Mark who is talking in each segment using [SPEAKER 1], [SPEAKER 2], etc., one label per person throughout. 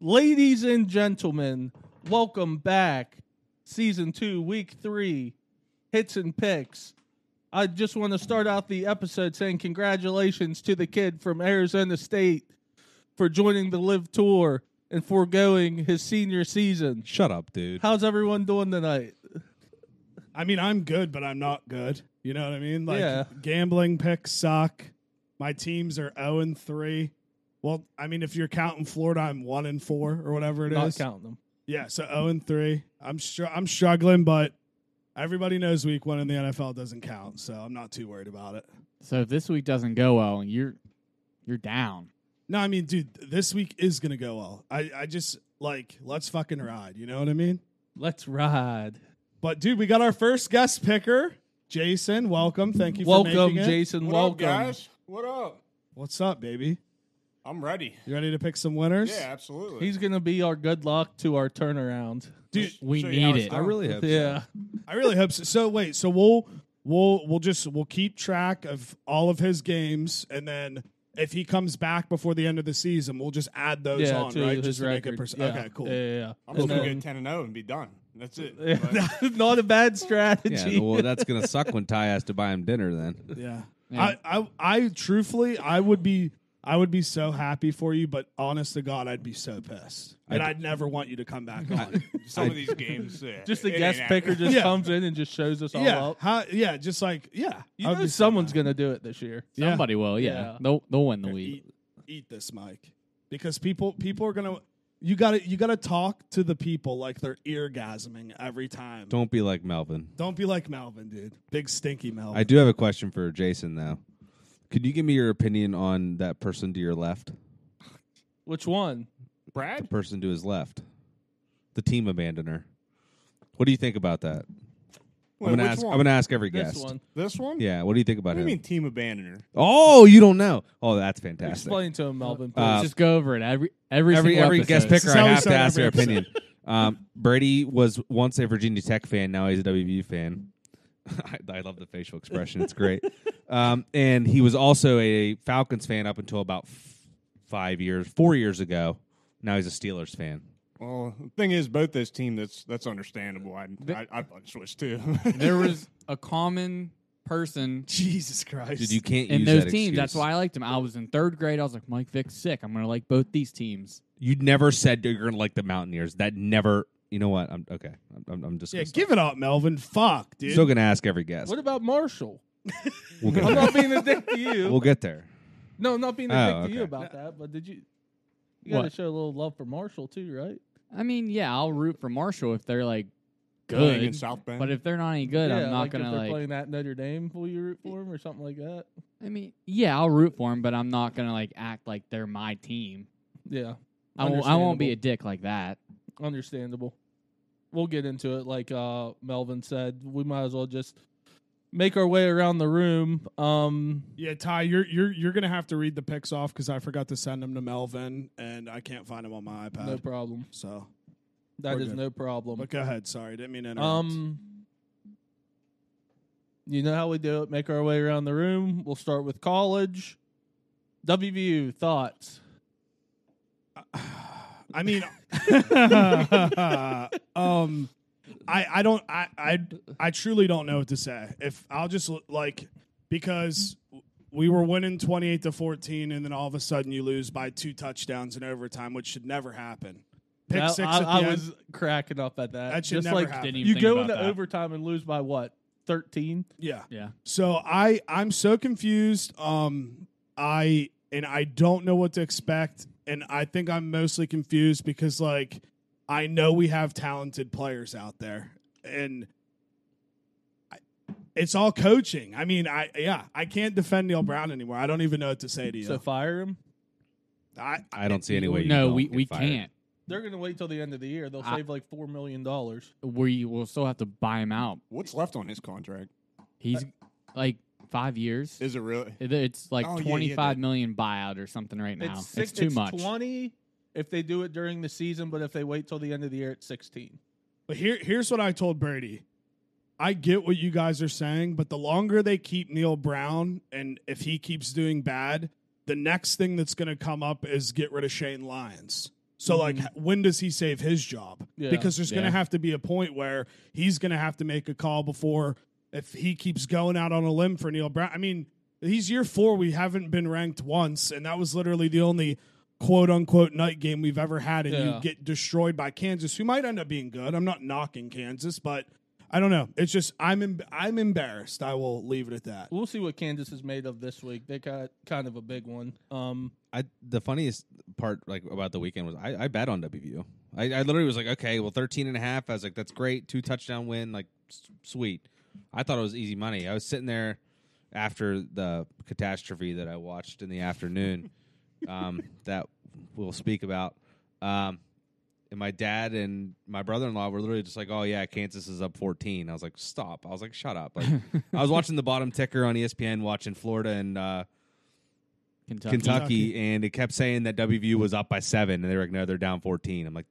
[SPEAKER 1] Ladies and gentlemen, welcome back. Season two, week three, hits and picks. I just want to start out the episode saying congratulations to the kid from Arizona State for joining the Live Tour and foregoing his senior season.
[SPEAKER 2] Shut up, dude.
[SPEAKER 1] How's everyone doing tonight?
[SPEAKER 3] I mean, I'm good, but I'm not good. You know what I mean? Like
[SPEAKER 1] Yeah.
[SPEAKER 3] gambling picks suck. My teams are 0 and 3. Well, I mean, if you're counting Florida, I'm 1 and 4 or whatever it is.
[SPEAKER 1] Not counting them.
[SPEAKER 3] Yeah, so 0 and 3. I'm str- I'm struggling, but everybody knows week 1 in the NFL doesn't count, so I'm not too worried about it.
[SPEAKER 4] So if this week doesn't go well, you're you're down.
[SPEAKER 3] No, I mean, dude, this week is going to go well. I I just like let's fucking ride, you know what I mean?
[SPEAKER 1] Let's ride.
[SPEAKER 3] But dude, we got our first guest picker, Jason. Welcome. Thank you for
[SPEAKER 1] Welcome,
[SPEAKER 3] making it.
[SPEAKER 1] Jason.
[SPEAKER 5] What up,
[SPEAKER 1] welcome.
[SPEAKER 5] guys? What up?
[SPEAKER 3] What's up, baby?
[SPEAKER 5] I'm ready.
[SPEAKER 3] You ready to pick some winners?
[SPEAKER 5] Yeah, absolutely.
[SPEAKER 1] He's going to be our good luck to our turnaround.
[SPEAKER 3] dude.
[SPEAKER 4] We
[SPEAKER 5] Show you how
[SPEAKER 4] need
[SPEAKER 5] it's
[SPEAKER 4] it.
[SPEAKER 2] I really hope. so.
[SPEAKER 1] Yeah.
[SPEAKER 3] I really hope so. So wait, so we'll we'll we'll just we'll keep track of all of his games, and then if he comes back before the end of the season, we'll just add those
[SPEAKER 1] yeah,
[SPEAKER 3] on,
[SPEAKER 1] to
[SPEAKER 3] right?
[SPEAKER 1] his
[SPEAKER 3] Just to make
[SPEAKER 1] record.
[SPEAKER 3] it perc-
[SPEAKER 1] yeah.
[SPEAKER 3] Okay, cool.
[SPEAKER 1] Yeah, yeah, yeah.
[SPEAKER 5] I'm
[SPEAKER 1] And
[SPEAKER 5] just
[SPEAKER 1] uh,
[SPEAKER 5] gonna go
[SPEAKER 1] then-
[SPEAKER 5] ten and zero and be done. That's it. But
[SPEAKER 1] Yeah, not a bad strategy.
[SPEAKER 2] Yeah, well, that's gonna suck when Ty has to buy him dinner. Then
[SPEAKER 3] Yeah.
[SPEAKER 4] Yeah.
[SPEAKER 3] I, I I truthfully I would be I would be so happy for you, but honest to God, I'd be so pissed, and
[SPEAKER 2] I-
[SPEAKER 3] I'd never want you to come back on.
[SPEAKER 5] some of these games, yeah,
[SPEAKER 1] just the
[SPEAKER 5] it ain't
[SPEAKER 1] guest picker
[SPEAKER 5] happening.
[SPEAKER 1] just
[SPEAKER 3] Yeah.
[SPEAKER 1] comes in and just shows us all
[SPEAKER 3] yeah,
[SPEAKER 1] up.
[SPEAKER 3] how, yeah, just like yeah,
[SPEAKER 1] You
[SPEAKER 3] I'd
[SPEAKER 1] know
[SPEAKER 3] be so
[SPEAKER 1] someone's
[SPEAKER 3] mad.
[SPEAKER 1] gonna do it this year.
[SPEAKER 3] Yeah.
[SPEAKER 4] Somebody will, yeah.
[SPEAKER 1] Yeah.
[SPEAKER 4] They'll they'll win the
[SPEAKER 3] Here,
[SPEAKER 4] week.
[SPEAKER 3] eat, eat this mic because people people are gonna you gotta you gotta talk to the people like they're eargasming every time
[SPEAKER 2] don't be like Melvin.
[SPEAKER 3] Don't be like malvin dude big stinky malvin
[SPEAKER 2] I do have a question for Jason though. Could you give me your opinion on that person to your left?
[SPEAKER 1] Which one?
[SPEAKER 5] Brad,
[SPEAKER 2] Person to his left, the team abandoner. What do you think about that?
[SPEAKER 5] Wait,
[SPEAKER 2] I'm gonna
[SPEAKER 5] which
[SPEAKER 2] ask.
[SPEAKER 5] One?
[SPEAKER 2] I'm gonna ask every
[SPEAKER 1] This
[SPEAKER 2] guest.
[SPEAKER 1] one.
[SPEAKER 5] This one.
[SPEAKER 2] Yeah. What do you think about
[SPEAKER 5] What do you
[SPEAKER 2] him?
[SPEAKER 5] mean team abandoner?
[SPEAKER 2] Oh, you don't know. Oh, that's fantastic.
[SPEAKER 1] Explain to him, Melvin. Please.
[SPEAKER 2] Uh,
[SPEAKER 4] Let's just go over it every every
[SPEAKER 2] every
[SPEAKER 4] single
[SPEAKER 2] every
[SPEAKER 4] episode.
[SPEAKER 2] guest
[SPEAKER 3] This
[SPEAKER 2] picker,
[SPEAKER 3] is how
[SPEAKER 2] I
[SPEAKER 3] we
[SPEAKER 2] have to
[SPEAKER 3] start
[SPEAKER 2] ask
[SPEAKER 3] every
[SPEAKER 2] their
[SPEAKER 3] episode.
[SPEAKER 2] opinion. Um, Brady was once a Virginia Tech fan. Now he's a WVU fan. I, I love the facial expression; it's great. Um, and he was also a Falcons fan up until about f- five years, four years ago. Now he's a Steelers fan.
[SPEAKER 5] Well, the thing is, both those teams. That's that's understandable. I I, I probably switch too.
[SPEAKER 4] there was a common person
[SPEAKER 3] jesus christ
[SPEAKER 2] Dude, you can't
[SPEAKER 4] in
[SPEAKER 2] use
[SPEAKER 4] those
[SPEAKER 2] that
[SPEAKER 4] teams. That's
[SPEAKER 2] excuse.
[SPEAKER 4] why I liked him. I was in third grade. I was like, Mike Vick's sick. I'm gonna like both these teams.
[SPEAKER 2] you never said that you're going to like the Mountaineers. That never. You know what? I'm okay. I'm, I'm, I'm just
[SPEAKER 3] yeah
[SPEAKER 2] gonna stop.
[SPEAKER 3] give it up malvin fuck dude
[SPEAKER 2] still going to ask every guest.
[SPEAKER 1] what about Marshall?
[SPEAKER 2] We'll get
[SPEAKER 1] I'm
[SPEAKER 2] there.
[SPEAKER 1] not being a dick to you.
[SPEAKER 2] we'll get there.
[SPEAKER 1] no, I'm not being a
[SPEAKER 2] Oh,
[SPEAKER 1] dick to you
[SPEAKER 2] okay.
[SPEAKER 1] about that. But did you? You gotta
[SPEAKER 4] What?
[SPEAKER 1] show a little love for Marshall too, right?
[SPEAKER 4] I mean, yeah, I'll root for Marshall if they're like
[SPEAKER 5] Playing in
[SPEAKER 4] good.
[SPEAKER 5] South Bend.
[SPEAKER 4] But if they're not any good,
[SPEAKER 1] yeah,
[SPEAKER 4] I'm not
[SPEAKER 1] like
[SPEAKER 4] gonna
[SPEAKER 1] if they're
[SPEAKER 4] like.
[SPEAKER 1] playing at Notre Dame. Will you root for him or something like that?
[SPEAKER 4] I mean, yeah, I'll root for them, but I'm not gonna like act like they're my team.
[SPEAKER 1] Yeah,
[SPEAKER 4] I won't, I won't be a
[SPEAKER 1] Understandable.
[SPEAKER 4] dick like that.
[SPEAKER 1] understandable. We'll get into it, like uh, Melvin said. We might as well just make our way around the room. Um,
[SPEAKER 3] yeah ty you're you're you're gonna have to read the picks off because i forgot to send them to malvin and i can't find them on my ipad
[SPEAKER 1] no problem.
[SPEAKER 3] so
[SPEAKER 1] That
[SPEAKER 3] We're
[SPEAKER 1] is
[SPEAKER 3] good.
[SPEAKER 1] no problem.
[SPEAKER 3] but go ahead sorry didn't mean to interrupt.
[SPEAKER 1] Um, you know how we do it. Make our way around the room. We'll start with college. WVU thoughts.
[SPEAKER 3] I mean, um, I I don't I, I I truly don't know what to say. If I'll just like because we were winning twenty eight to fourteen, and then all of a sudden you lose by two touchdowns in overtime, which should never happen. Pick
[SPEAKER 1] Now,
[SPEAKER 3] six
[SPEAKER 1] I,
[SPEAKER 3] at the
[SPEAKER 1] I
[SPEAKER 3] end.
[SPEAKER 1] was cracking up at that.
[SPEAKER 3] That should
[SPEAKER 1] Just
[SPEAKER 3] never
[SPEAKER 1] like
[SPEAKER 3] happen.
[SPEAKER 4] Didn't even
[SPEAKER 1] you
[SPEAKER 4] think
[SPEAKER 1] go
[SPEAKER 4] about
[SPEAKER 1] into
[SPEAKER 4] that.
[SPEAKER 1] overtime and lose by what thirteen.
[SPEAKER 3] yeah.
[SPEAKER 4] Yeah.
[SPEAKER 3] So I I'm so confused. Um, I and I don't know what to expect, and I think I'm mostly confused because like I know we have talented players out there, and I- it's all coaching. I mean, I yeah, I can't defend Neil Brown anymore. I don't even know what to say to you.
[SPEAKER 1] So fire him.
[SPEAKER 3] I,
[SPEAKER 2] I don't see any way. you
[SPEAKER 4] no,
[SPEAKER 2] don't
[SPEAKER 4] we,
[SPEAKER 2] get
[SPEAKER 4] we
[SPEAKER 2] fired.
[SPEAKER 4] can't.
[SPEAKER 1] They're gonna wait till the end of the year. They'll
[SPEAKER 4] I-
[SPEAKER 1] save like four million dollars.
[SPEAKER 4] We will still have to buy him out.
[SPEAKER 5] What's left on his contract?
[SPEAKER 4] He's like five years.
[SPEAKER 5] Is it really?
[SPEAKER 4] It- It's like
[SPEAKER 5] Oh, yeah, yeah,
[SPEAKER 4] twenty five
[SPEAKER 5] that-
[SPEAKER 4] million buyout or something right now. It's,
[SPEAKER 1] six,
[SPEAKER 4] too much.
[SPEAKER 1] Twenty if they do it during the season, but if they wait till the end of the year, it's sixteen.
[SPEAKER 3] But here, here's what I told Brady. I get what you guys are saying, but the longer they keep Neil Brown and if he keeps doing bad, the next thing that's going to come up is get rid of Shane Lyons. So like, h- when does he save his job?
[SPEAKER 1] Yeah.
[SPEAKER 3] Because there's going
[SPEAKER 2] Yeah.
[SPEAKER 3] to have to be a point where he's going to have to make a call before if he keeps going out on a limb for Neil Brown. I mean, he's year four. We haven't been ranked once, and that was literally the only quote unquote night game we've ever had. And
[SPEAKER 1] Yeah.
[SPEAKER 3] you get destroyed by Kansas, who might end up being good. I'm not knocking Kansas, but I don't know. It's just I'm em- I'm embarrassed. I will leave it at that.
[SPEAKER 1] We'll see what Kansas is made of this week. They got kind of a big one. Um,
[SPEAKER 2] I the funniest part like about the weekend was I, I bet on WVU. I, I literally was like, okay, well 13 and a half. I was like, that's great. Two touchdown win, like s- sweet. I thought it was easy money. I was sitting there after the catastrophe that I watched in the afternoon um, that we'll speak about. Um, and my dad and my brother in law were literally just like, "Oh yeah, Kansas is up 14." I was like, "Stop!" I was like, "Shut up!" Like, I was watching the bottom ticker on E ESPN, watching Florida and uh,
[SPEAKER 4] Kentucky.
[SPEAKER 2] Kentucky, and it kept saying that WVU was up by seven, and they were like, "No, they're down 14. I'm like,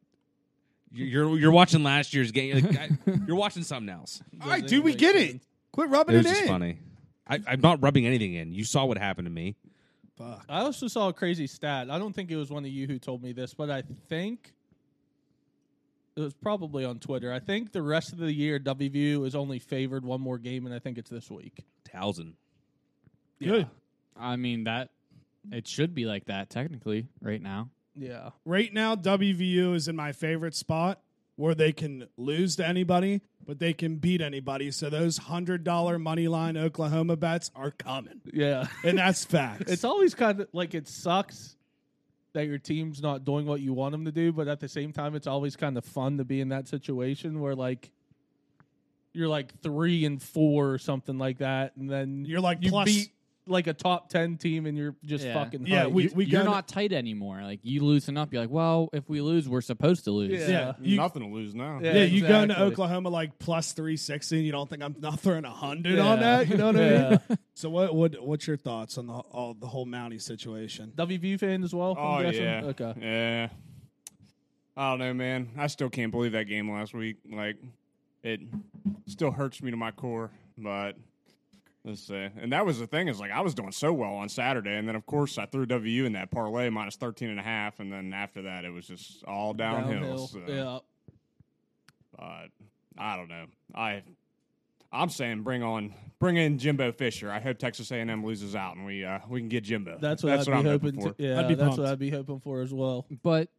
[SPEAKER 2] "You're you're- you're watching last year's game. You're, like, I, you're watching something else."
[SPEAKER 5] All right, dude, we
[SPEAKER 1] make
[SPEAKER 5] get
[SPEAKER 1] sense.
[SPEAKER 5] it. Quit rubbing
[SPEAKER 2] it was
[SPEAKER 5] it,
[SPEAKER 2] just
[SPEAKER 5] in.
[SPEAKER 2] funny. I, I'm not rubbing anything in. You saw what happened to me.
[SPEAKER 3] Fuck.
[SPEAKER 1] I also saw a crazy stat. I don't think it was one of you who told me this, but I think it was probably on Twitter. I think the rest of the year WVU is only favored one more game, and I think it's this week.
[SPEAKER 2] Towson.
[SPEAKER 3] Good.
[SPEAKER 4] I mean that it should be like that technically right now.
[SPEAKER 1] Yeah,
[SPEAKER 3] Right now, WVU is in my favorite spot where they can lose to anybody, but they can beat anybody. So those hundred dollar money line Oklahoma bets are coming,
[SPEAKER 1] yeah.
[SPEAKER 3] and that's facts.
[SPEAKER 1] it's always kind of like it sucks that your team's not doing what you want them to do, but at the same time, it's always kind of fun to be in that situation where like you're like three and four or something like that, and then
[SPEAKER 3] You're like
[SPEAKER 1] you
[SPEAKER 3] plus-
[SPEAKER 1] beat like a top ten team, and you're just
[SPEAKER 4] Yeah.
[SPEAKER 1] fucking
[SPEAKER 3] Yeah,
[SPEAKER 1] hyped.
[SPEAKER 3] we-
[SPEAKER 1] You-
[SPEAKER 4] You're
[SPEAKER 3] gotta-
[SPEAKER 4] not tight anymore. Like you loosen up, you're like, well, if we lose, we're supposed to lose.
[SPEAKER 1] Yeah.
[SPEAKER 3] yeah, you,
[SPEAKER 5] Nothing to lose now.
[SPEAKER 1] Yeah.
[SPEAKER 3] yeah, you go into
[SPEAKER 1] exactly.
[SPEAKER 3] Oklahoma like plus three sixty, and you don't think I'm not throwing a hundred
[SPEAKER 1] Yeah.
[SPEAKER 3] on that. You know what I
[SPEAKER 1] Yeah.
[SPEAKER 3] mean? So what? What? What's your thoughts on the all, the whole Mountie situation?
[SPEAKER 1] WVU fan as well.
[SPEAKER 5] Oh
[SPEAKER 1] I'm guessing?
[SPEAKER 5] yeah.
[SPEAKER 1] Okay.
[SPEAKER 5] Yeah. I don't know, man. I still can't believe that game last week. Like, it still hurts me to my core. But let's see. And that was the thing is like I was doing so well on Saturday, and then of course I threw W in that parlay minus thirteen and a half, and then after that it was just all downhill. so.
[SPEAKER 1] Yeah.
[SPEAKER 5] But I don't know. I I'm saying bring on bring in Jimbo Fisher. I hope Texas A&M loses out and we uh, we can get Jimbo.
[SPEAKER 1] That's what I'd
[SPEAKER 5] I'm
[SPEAKER 1] be hoping,
[SPEAKER 5] for.
[SPEAKER 1] to. Yeah,
[SPEAKER 3] I'd be
[SPEAKER 1] that's what
[SPEAKER 3] pumped.
[SPEAKER 1] I'd be hoping for as well.
[SPEAKER 4] But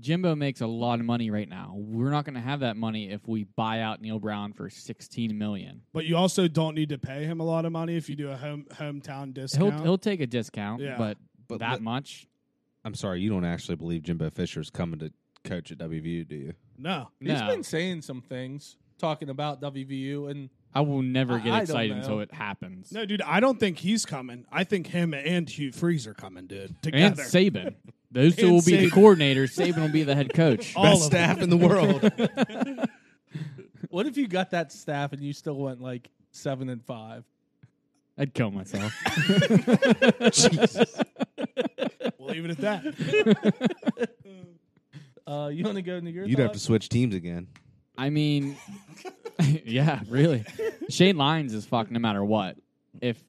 [SPEAKER 4] Jimbo makes a lot of money right now. We're not going to have that money if we buy out Neil Brown for 16 million.
[SPEAKER 3] But you also don't need to pay him a lot of money if you do a home hometown discount.
[SPEAKER 4] He'll he'll take a discount,
[SPEAKER 3] Yeah.
[SPEAKER 4] but,
[SPEAKER 2] But
[SPEAKER 4] that
[SPEAKER 2] let-
[SPEAKER 4] much?
[SPEAKER 2] I'm sorry, you don't actually believe Jimbo Fisher's coming to coach at WVU, do you?
[SPEAKER 3] no,
[SPEAKER 1] He's
[SPEAKER 4] no.
[SPEAKER 1] been saying some things talking about WVU and
[SPEAKER 4] I will never
[SPEAKER 1] I-
[SPEAKER 4] get
[SPEAKER 1] I don't
[SPEAKER 4] excited
[SPEAKER 1] know.
[SPEAKER 4] until it happens.
[SPEAKER 3] no, dude, I don't think he's coming. I think him and Hugh Freeze are coming, dude. Together,
[SPEAKER 4] and Saban. Those two
[SPEAKER 3] And
[SPEAKER 4] will be
[SPEAKER 3] Saban.
[SPEAKER 4] the coordinators. Saban will be the head coach.
[SPEAKER 3] All
[SPEAKER 2] Best
[SPEAKER 3] of
[SPEAKER 2] staff in the world.
[SPEAKER 1] What if you got that staff and you still went like seven and five?
[SPEAKER 4] I'd kill myself.
[SPEAKER 3] We'll leave it at that.
[SPEAKER 1] Uh, you want to go into your?
[SPEAKER 2] You'd have to
[SPEAKER 1] thoughts?
[SPEAKER 2] switch teams again.
[SPEAKER 4] I mean, yeah, really. Shane Lyons is fucked no matter what. If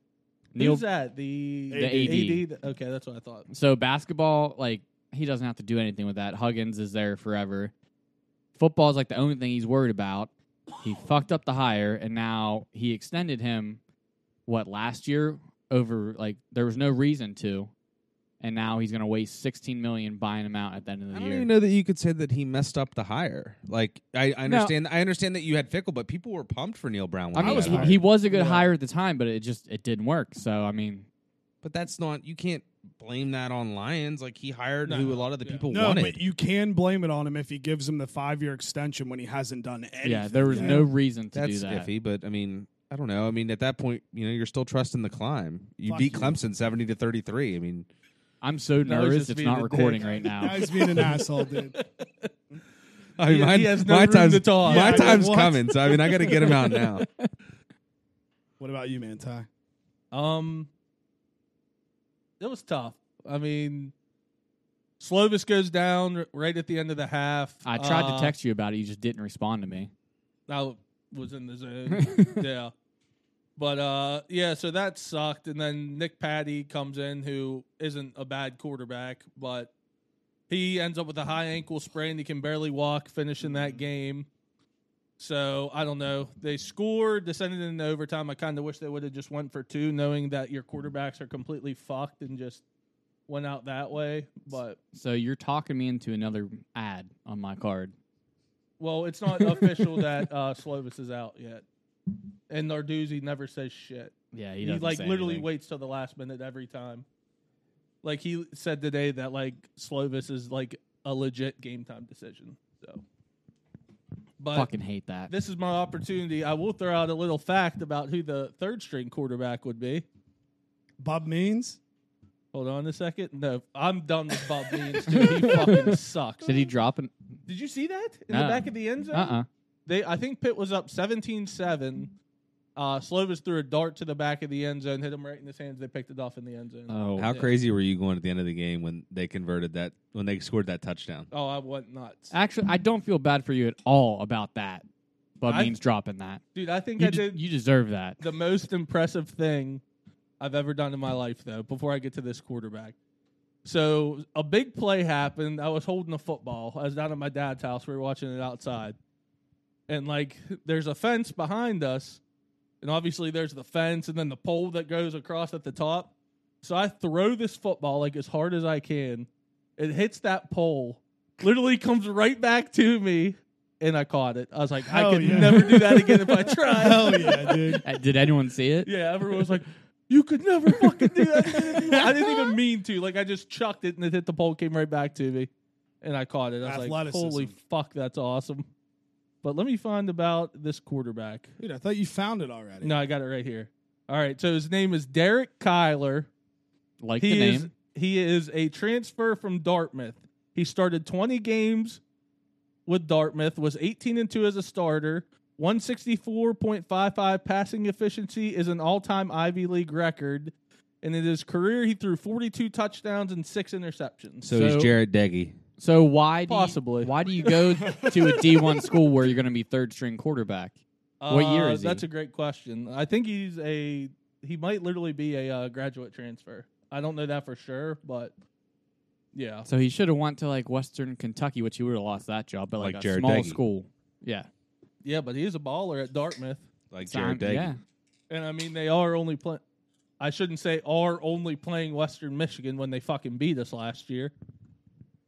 [SPEAKER 4] Neil,
[SPEAKER 1] Who's that? The
[SPEAKER 3] The
[SPEAKER 4] AD.
[SPEAKER 1] AD? Okay, that's what I thought.
[SPEAKER 4] so basketball, like he doesn't have to do anything with that. Huggins is there forever. Football is like the only thing he's worried about. He fucked up the hire, and now he extended him. What last year? Over like there was no reason to, and now he's gonna waste sixteen million buying him out at the end of the
[SPEAKER 2] I don't
[SPEAKER 4] year.
[SPEAKER 2] even know that you could say that he messed up the hire. Like I, I
[SPEAKER 4] No.
[SPEAKER 2] understand, I understand that you had Fickle, but people were pumped for Neil Brown. When
[SPEAKER 4] I mean,
[SPEAKER 2] he got
[SPEAKER 3] was-
[SPEAKER 2] hired.
[SPEAKER 4] he was a good
[SPEAKER 1] Yeah.
[SPEAKER 4] hire at the time, but it just it didn't work. So I mean,
[SPEAKER 2] but that's not. You can't blame that on Lions. Like he hired
[SPEAKER 1] No,
[SPEAKER 2] who a lot of the
[SPEAKER 1] yeah.
[SPEAKER 2] people
[SPEAKER 3] No,
[SPEAKER 2] wanted.
[SPEAKER 3] but you can blame it on him if he gives him the five year extension when he hasn't done anything.
[SPEAKER 4] yeah, there was no reason to do
[SPEAKER 2] that's
[SPEAKER 4] that.
[SPEAKER 2] iffy. But I mean, I don't know. I mean, at that point, you know, you're still trusting the climb. You
[SPEAKER 3] Fuck
[SPEAKER 2] beat
[SPEAKER 3] you.
[SPEAKER 2] Clemson seventy to thirty three. I mean,
[SPEAKER 4] I'm so
[SPEAKER 1] No, it's
[SPEAKER 4] nervous
[SPEAKER 1] just
[SPEAKER 4] it's
[SPEAKER 1] being
[SPEAKER 4] not
[SPEAKER 1] a
[SPEAKER 4] recording
[SPEAKER 1] dick.
[SPEAKER 4] right
[SPEAKER 3] Now
[SPEAKER 4] now.
[SPEAKER 3] he's being an asshole, dude.
[SPEAKER 2] I mean,
[SPEAKER 1] He-
[SPEAKER 2] mine-
[SPEAKER 1] he has no
[SPEAKER 2] my
[SPEAKER 1] room
[SPEAKER 2] time's
[SPEAKER 1] to talk.
[SPEAKER 2] my
[SPEAKER 3] Yeah,
[SPEAKER 2] time's
[SPEAKER 3] what?
[SPEAKER 2] coming. So I mean, I got to get him out now.
[SPEAKER 3] What about you, man, Ty?
[SPEAKER 1] Um, it was tough. I mean, Slovis goes down r- right at the end of the half.
[SPEAKER 4] I tried
[SPEAKER 1] Uh,
[SPEAKER 4] to text you about it, you just didn't respond to me.
[SPEAKER 1] I was in the zone. yeah. But uh yeah, so that sucked. And then Nick Patty comes in who isn't a bad quarterback, but He ends up with a high ankle sprain. He can barely walk, finishing that game. So I don't know. They scored, descended into overtime. I kind of wish they would have just went for two, knowing that your quarterbacks are completely fucked and just went out that way. But
[SPEAKER 4] So you're talking me into another ad on my card.
[SPEAKER 1] well, it's not official that uh, Slovis is out yet, and Narduzzi never says shit.
[SPEAKER 4] Yeah,
[SPEAKER 1] He, like literally waits till the last minute every time. Like he said today that like Slovis is like a legit game time decision. So, but
[SPEAKER 4] Fucking hate that.
[SPEAKER 1] this is my opportunity. I will throw out a little fact about who the third string quarterback would be.
[SPEAKER 3] Bob Means.
[SPEAKER 1] Hold on a second. No, I'm done with Bob Means. Dude. He fucking sucks.
[SPEAKER 4] Did he drop an?
[SPEAKER 1] Did you see that in the
[SPEAKER 4] No.
[SPEAKER 1] back of the end zone?
[SPEAKER 4] Uh uh
[SPEAKER 1] They, I think Pitt was up 17-7. Uh, Slovis threw a dart to the back of the end zone, hit him right in his hands. They picked it off in the end zone.
[SPEAKER 4] Oh,
[SPEAKER 2] How
[SPEAKER 1] Yeah.
[SPEAKER 2] crazy were you going at the end of the game when they converted that when they scored that touchdown?
[SPEAKER 1] oh, I went nuts,
[SPEAKER 4] actually, I don't feel bad for you at all about that. Bub
[SPEAKER 1] I-
[SPEAKER 4] means dropping that.
[SPEAKER 1] dude. I think
[SPEAKER 4] You,
[SPEAKER 1] I
[SPEAKER 4] de-
[SPEAKER 1] did
[SPEAKER 4] you deserve that.
[SPEAKER 1] the most impressive thing I've ever done in my life, though, before I get to this quarterback. So a big play happened. I was holding a football. I was down at my dad's house. We were watching it outside. And like there's a fence behind us. And obviously there's the fence and then the pole that goes across at the top. So I throw this football like as hard as I can. It hits that pole. Literally comes right back to me. And I caught it. I was like, I
[SPEAKER 3] Hell
[SPEAKER 1] could
[SPEAKER 3] yeah.
[SPEAKER 1] never do that again if I tried.
[SPEAKER 3] Hell yeah, dude.
[SPEAKER 4] Uh, Did anyone see it?
[SPEAKER 1] Yeah, everyone was like, "You could never fucking do that." again." I didn't even mean to. Like, I just chucked it, and it hit the pole, came right back to me, and I caught it. I was like,
[SPEAKER 3] Athleticism.
[SPEAKER 1] "Holy fuck, that's awesome!" But let me find about this quarterback.
[SPEAKER 3] Dude, I thought you found it already.
[SPEAKER 1] No, I got it right here. All right, so his name is Derek Kyler.
[SPEAKER 4] Like
[SPEAKER 1] He
[SPEAKER 4] the
[SPEAKER 1] is
[SPEAKER 4] name.
[SPEAKER 1] he is a transfer from Dartmouth. He started 20 games with Dartmouth, was 18 and 2 as a starter. 164.55 passing efficiency is an all-time Ivy League record. And in his career, he threw 42 touchdowns and six interceptions.
[SPEAKER 2] So,
[SPEAKER 4] So-
[SPEAKER 2] he's Jared Deggy.
[SPEAKER 4] So why do
[SPEAKER 1] Possibly.
[SPEAKER 4] you, why do you go to a D one school where you're going to be third string quarterback? What year
[SPEAKER 1] Uh,
[SPEAKER 4] is he?
[SPEAKER 1] That's a great question. I think he's a he might literally be a uh, graduate transfer. I don't know that for sure, but yeah.
[SPEAKER 4] So he should have went to like Western Kentucky, which he would have lost that job, but like,
[SPEAKER 2] Like
[SPEAKER 4] a
[SPEAKER 2] Jared
[SPEAKER 4] small
[SPEAKER 2] Deggy.
[SPEAKER 4] school. Yeah,
[SPEAKER 1] Yeah, but he is a baller at Dartmouth.
[SPEAKER 2] Like
[SPEAKER 4] Sound-
[SPEAKER 2] Jared Deggy.
[SPEAKER 4] yeah.
[SPEAKER 1] And I mean, they are only playing. I shouldn't say are only playing Western Michigan when they fucking beat us last year,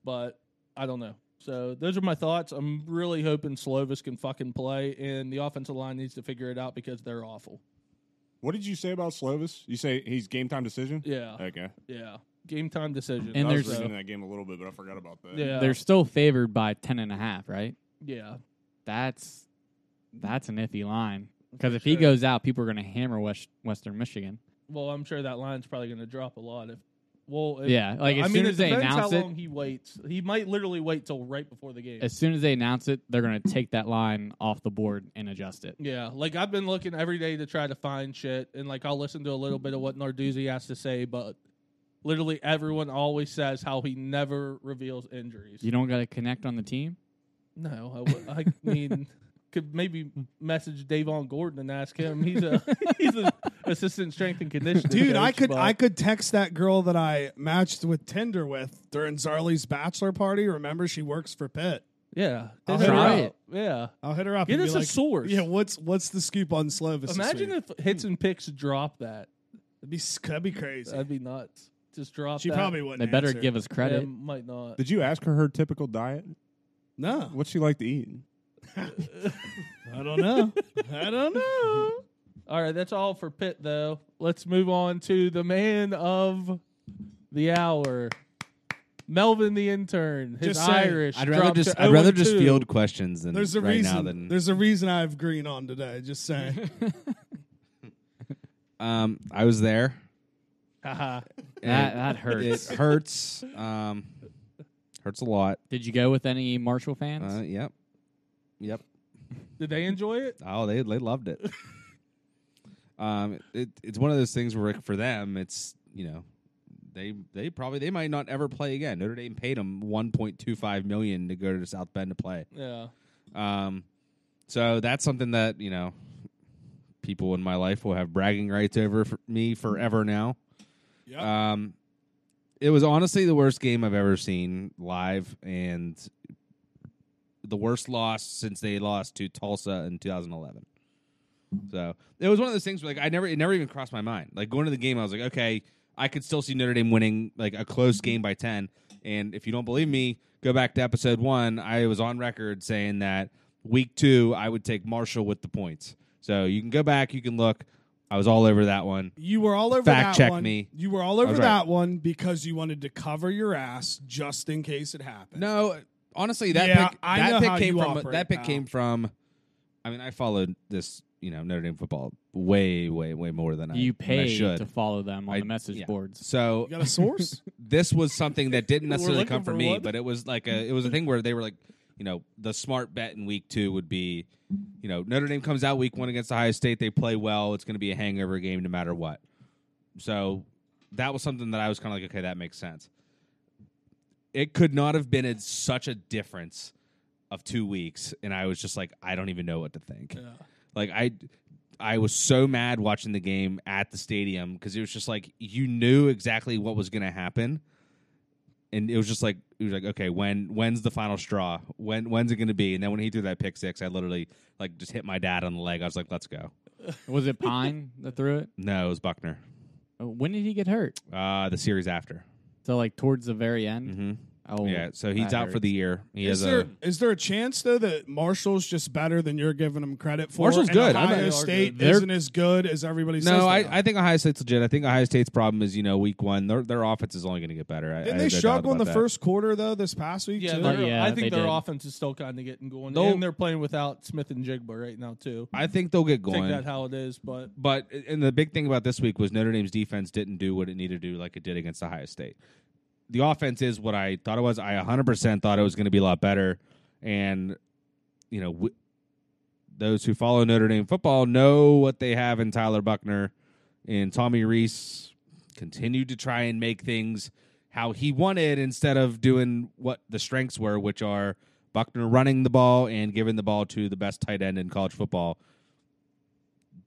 [SPEAKER 1] but I don't know. So those are my thoughts. I'm really hoping Slovis can fucking play, and the offensive line needs to figure it out because they're awful.
[SPEAKER 5] What did you say about Slovis? You say he's game time decision?
[SPEAKER 1] Yeah,
[SPEAKER 5] Okay.
[SPEAKER 1] yeah. Game time decision.
[SPEAKER 4] And
[SPEAKER 5] I was
[SPEAKER 4] there's-
[SPEAKER 5] listening to that game a little bit, but I forgot about that.
[SPEAKER 1] yeah,
[SPEAKER 4] They're still favored by ten and a half, right?
[SPEAKER 1] yeah.
[SPEAKER 4] That's that's an iffy line because
[SPEAKER 1] For
[SPEAKER 4] if he
[SPEAKER 1] sure.
[SPEAKER 4] goes out, people are going to hammer West, Western Michigan.
[SPEAKER 1] Well, I'm sure that line's probably going to drop a lot. If well, if,
[SPEAKER 4] yeah, like as
[SPEAKER 1] I
[SPEAKER 4] soon
[SPEAKER 1] mean,
[SPEAKER 4] as
[SPEAKER 1] it
[SPEAKER 4] they
[SPEAKER 1] depends
[SPEAKER 4] announce
[SPEAKER 1] how
[SPEAKER 4] it,
[SPEAKER 1] long he waits. He might literally wait till right before the game.
[SPEAKER 4] as soon as they announce it, they're going to take that line off the board and adjust it.
[SPEAKER 1] Yeah, like I've been looking every day to try to find shit, and like I'll listen to a little bit of what Narduzzi has to say, but literally everyone always says how he never reveals injuries.
[SPEAKER 4] You don't got to connect on the team.
[SPEAKER 1] no, I, would- I mean, could maybe message Davon Gordon and ask him. He's a he's an assistant strength and conditioning.
[SPEAKER 3] Dude, I
[SPEAKER 1] coach,
[SPEAKER 3] could
[SPEAKER 1] but-
[SPEAKER 3] I could text that girl that I matched with Tinder with during Zarly's bachelor party. Remember, she works for Pitt.
[SPEAKER 1] yeah,
[SPEAKER 3] I'll
[SPEAKER 1] hit her
[SPEAKER 4] try
[SPEAKER 1] up.
[SPEAKER 4] it.
[SPEAKER 1] Yeah,
[SPEAKER 3] I'll hit her up.
[SPEAKER 1] Get
[SPEAKER 3] and be
[SPEAKER 1] us a
[SPEAKER 3] like,
[SPEAKER 1] source.
[SPEAKER 3] Yeah, what's what's the scoop on Slovis?
[SPEAKER 1] imagine if hits and picks drop that.
[SPEAKER 3] it'd be s- that'd be crazy.
[SPEAKER 1] That'd be nuts. Just drop.
[SPEAKER 3] she
[SPEAKER 1] that.
[SPEAKER 3] probably wouldn't.
[SPEAKER 4] They better
[SPEAKER 3] answer.
[SPEAKER 4] give us
[SPEAKER 1] Yeah,
[SPEAKER 4] credit.
[SPEAKER 1] might not.
[SPEAKER 5] Did you ask her her typical diet?
[SPEAKER 3] no.
[SPEAKER 5] What's she like to eat?
[SPEAKER 3] I don't know. I don't know.
[SPEAKER 1] All right, that's all for Pitt, though. Let's move on to the man of the hour, Melvin the intern. His
[SPEAKER 3] Just saying,
[SPEAKER 1] Irish.
[SPEAKER 2] I'd rather
[SPEAKER 1] dropped
[SPEAKER 2] just
[SPEAKER 1] to
[SPEAKER 2] I'd rather
[SPEAKER 1] 0
[SPEAKER 2] just
[SPEAKER 1] 2.
[SPEAKER 2] field questions than
[SPEAKER 3] There's a
[SPEAKER 2] right
[SPEAKER 3] reason.
[SPEAKER 2] now than
[SPEAKER 3] There's a reason I have green on today. Just saying.
[SPEAKER 2] um I was there.
[SPEAKER 1] Haha.
[SPEAKER 4] That,
[SPEAKER 2] and
[SPEAKER 4] that
[SPEAKER 2] it
[SPEAKER 4] hurts.
[SPEAKER 2] hurts. Um hurts a lot.
[SPEAKER 4] Did you go with any Marshall fans?
[SPEAKER 2] Uh, yep. Yep.
[SPEAKER 1] Did they enjoy it?
[SPEAKER 2] Oh, they they loved it. um, it, it's one of those things where for them, it's you know, they they probably they might not ever play again. Notre Dame paid them one point two five million to go to South Bend to play.
[SPEAKER 1] Yeah.
[SPEAKER 2] Um, so that's something that you know, people in my life will have bragging rights over for me forever now.
[SPEAKER 3] Yep.
[SPEAKER 2] Um, It was honestly the worst game I've ever seen live, and the worst loss since they lost to Tulsa in 2011. So it was one of those things where like I never it never even crossed my mind. Like going to the game, I was like, okay, I could still see Notre Dame winning like a close game by ten. And if you don't believe me, go back to episode one. I was on record saying that week two I would take Marshall with the points. So you can go back, you can look. I was all over that one.
[SPEAKER 3] You were all over
[SPEAKER 2] Fact
[SPEAKER 3] that
[SPEAKER 2] check
[SPEAKER 3] one.
[SPEAKER 2] me.
[SPEAKER 3] You were all over
[SPEAKER 2] was right.
[SPEAKER 3] that one because you wanted to cover your ass just in case it happened.
[SPEAKER 2] No, honestly, that
[SPEAKER 3] Yeah,
[SPEAKER 2] pick,
[SPEAKER 3] I
[SPEAKER 2] that
[SPEAKER 3] know
[SPEAKER 2] pick
[SPEAKER 3] how
[SPEAKER 2] came
[SPEAKER 3] you
[SPEAKER 2] from
[SPEAKER 3] operate,
[SPEAKER 2] that pick
[SPEAKER 3] pal.
[SPEAKER 2] came from. I mean, I followed this, you know, Notre Dame football way, way, way more than I
[SPEAKER 4] You
[SPEAKER 2] than I
[SPEAKER 4] pay
[SPEAKER 2] should.
[SPEAKER 4] to follow them on
[SPEAKER 2] I-
[SPEAKER 4] the message
[SPEAKER 2] yeah.
[SPEAKER 4] boards.
[SPEAKER 2] so
[SPEAKER 3] You got a source?
[SPEAKER 2] this was something that didn't
[SPEAKER 3] We're
[SPEAKER 2] necessarily
[SPEAKER 3] looking
[SPEAKER 2] come from
[SPEAKER 3] for
[SPEAKER 2] me,
[SPEAKER 3] one.
[SPEAKER 2] but it was like a it was a thing where they were like, you know, the smart bet in week two would be, you know, Notre Dame comes out week one against Ohio State, they play well, it's going to be a hangover game no matter what. So that was something that I was kind of like, okay, that makes sense. It could not have been a, such a difference of two weeks, and I was just like, I don't even know what to think. Like I I was so mad watching the game at the stadium because it was just like you knew exactly what was going to happen, and it was just like it was like okay, when when's the final straw? When when's it going to be? And then when he threw that pick six, I literally like just hit my dad on the leg. I was like, let's go.
[SPEAKER 4] Was it Pine that threw it?
[SPEAKER 2] No, it was Buckner.
[SPEAKER 4] Uh, When did he get hurt?
[SPEAKER 2] Uh the series after.
[SPEAKER 4] So like towards the very end.
[SPEAKER 2] hmm
[SPEAKER 4] Oh
[SPEAKER 2] yeah, so he's
[SPEAKER 4] that
[SPEAKER 2] out for
[SPEAKER 4] hurts.
[SPEAKER 2] the year. He has
[SPEAKER 3] is there
[SPEAKER 2] a
[SPEAKER 3] is there a chance though that Marshall's just better than you're giving him credit for?
[SPEAKER 2] Marshall's
[SPEAKER 3] and
[SPEAKER 2] good. I'm not-
[SPEAKER 3] Ohio State
[SPEAKER 4] They're-
[SPEAKER 3] isn't as good as everybody says.
[SPEAKER 2] no.
[SPEAKER 3] they
[SPEAKER 2] I,
[SPEAKER 3] are.
[SPEAKER 2] I think Ohio State's legit. I think Ohio State's problem is you know week one their their offense is only going to get better. I, I
[SPEAKER 3] didn't
[SPEAKER 2] have no
[SPEAKER 3] they
[SPEAKER 2] doubt
[SPEAKER 3] struggle in the
[SPEAKER 2] about that.
[SPEAKER 3] first quarter though this past week
[SPEAKER 1] Yeah,
[SPEAKER 3] too?
[SPEAKER 1] they're-
[SPEAKER 4] Yeah,
[SPEAKER 1] I
[SPEAKER 4] they
[SPEAKER 1] think their
[SPEAKER 4] did.
[SPEAKER 1] offense is still kind of getting going,
[SPEAKER 2] They'll-
[SPEAKER 1] and they're playing without Smith and Jigba right now too.
[SPEAKER 2] I think they'll get
[SPEAKER 1] Take
[SPEAKER 2] going.
[SPEAKER 1] that how it is, but
[SPEAKER 2] But and the big thing about this week was Notre Dame's defense didn't do what it needed to do like it did against Ohio State. The offense is what I thought it was. I 100% thought it was going to be a lot better and you know w- those who follow Notre Dame football know what they have in Tyler Buckner and Tommy Reese continued to try and make things how he wanted instead of doing what the strengths were, which are Buckner running the ball and giving the ball to the best tight end in college football.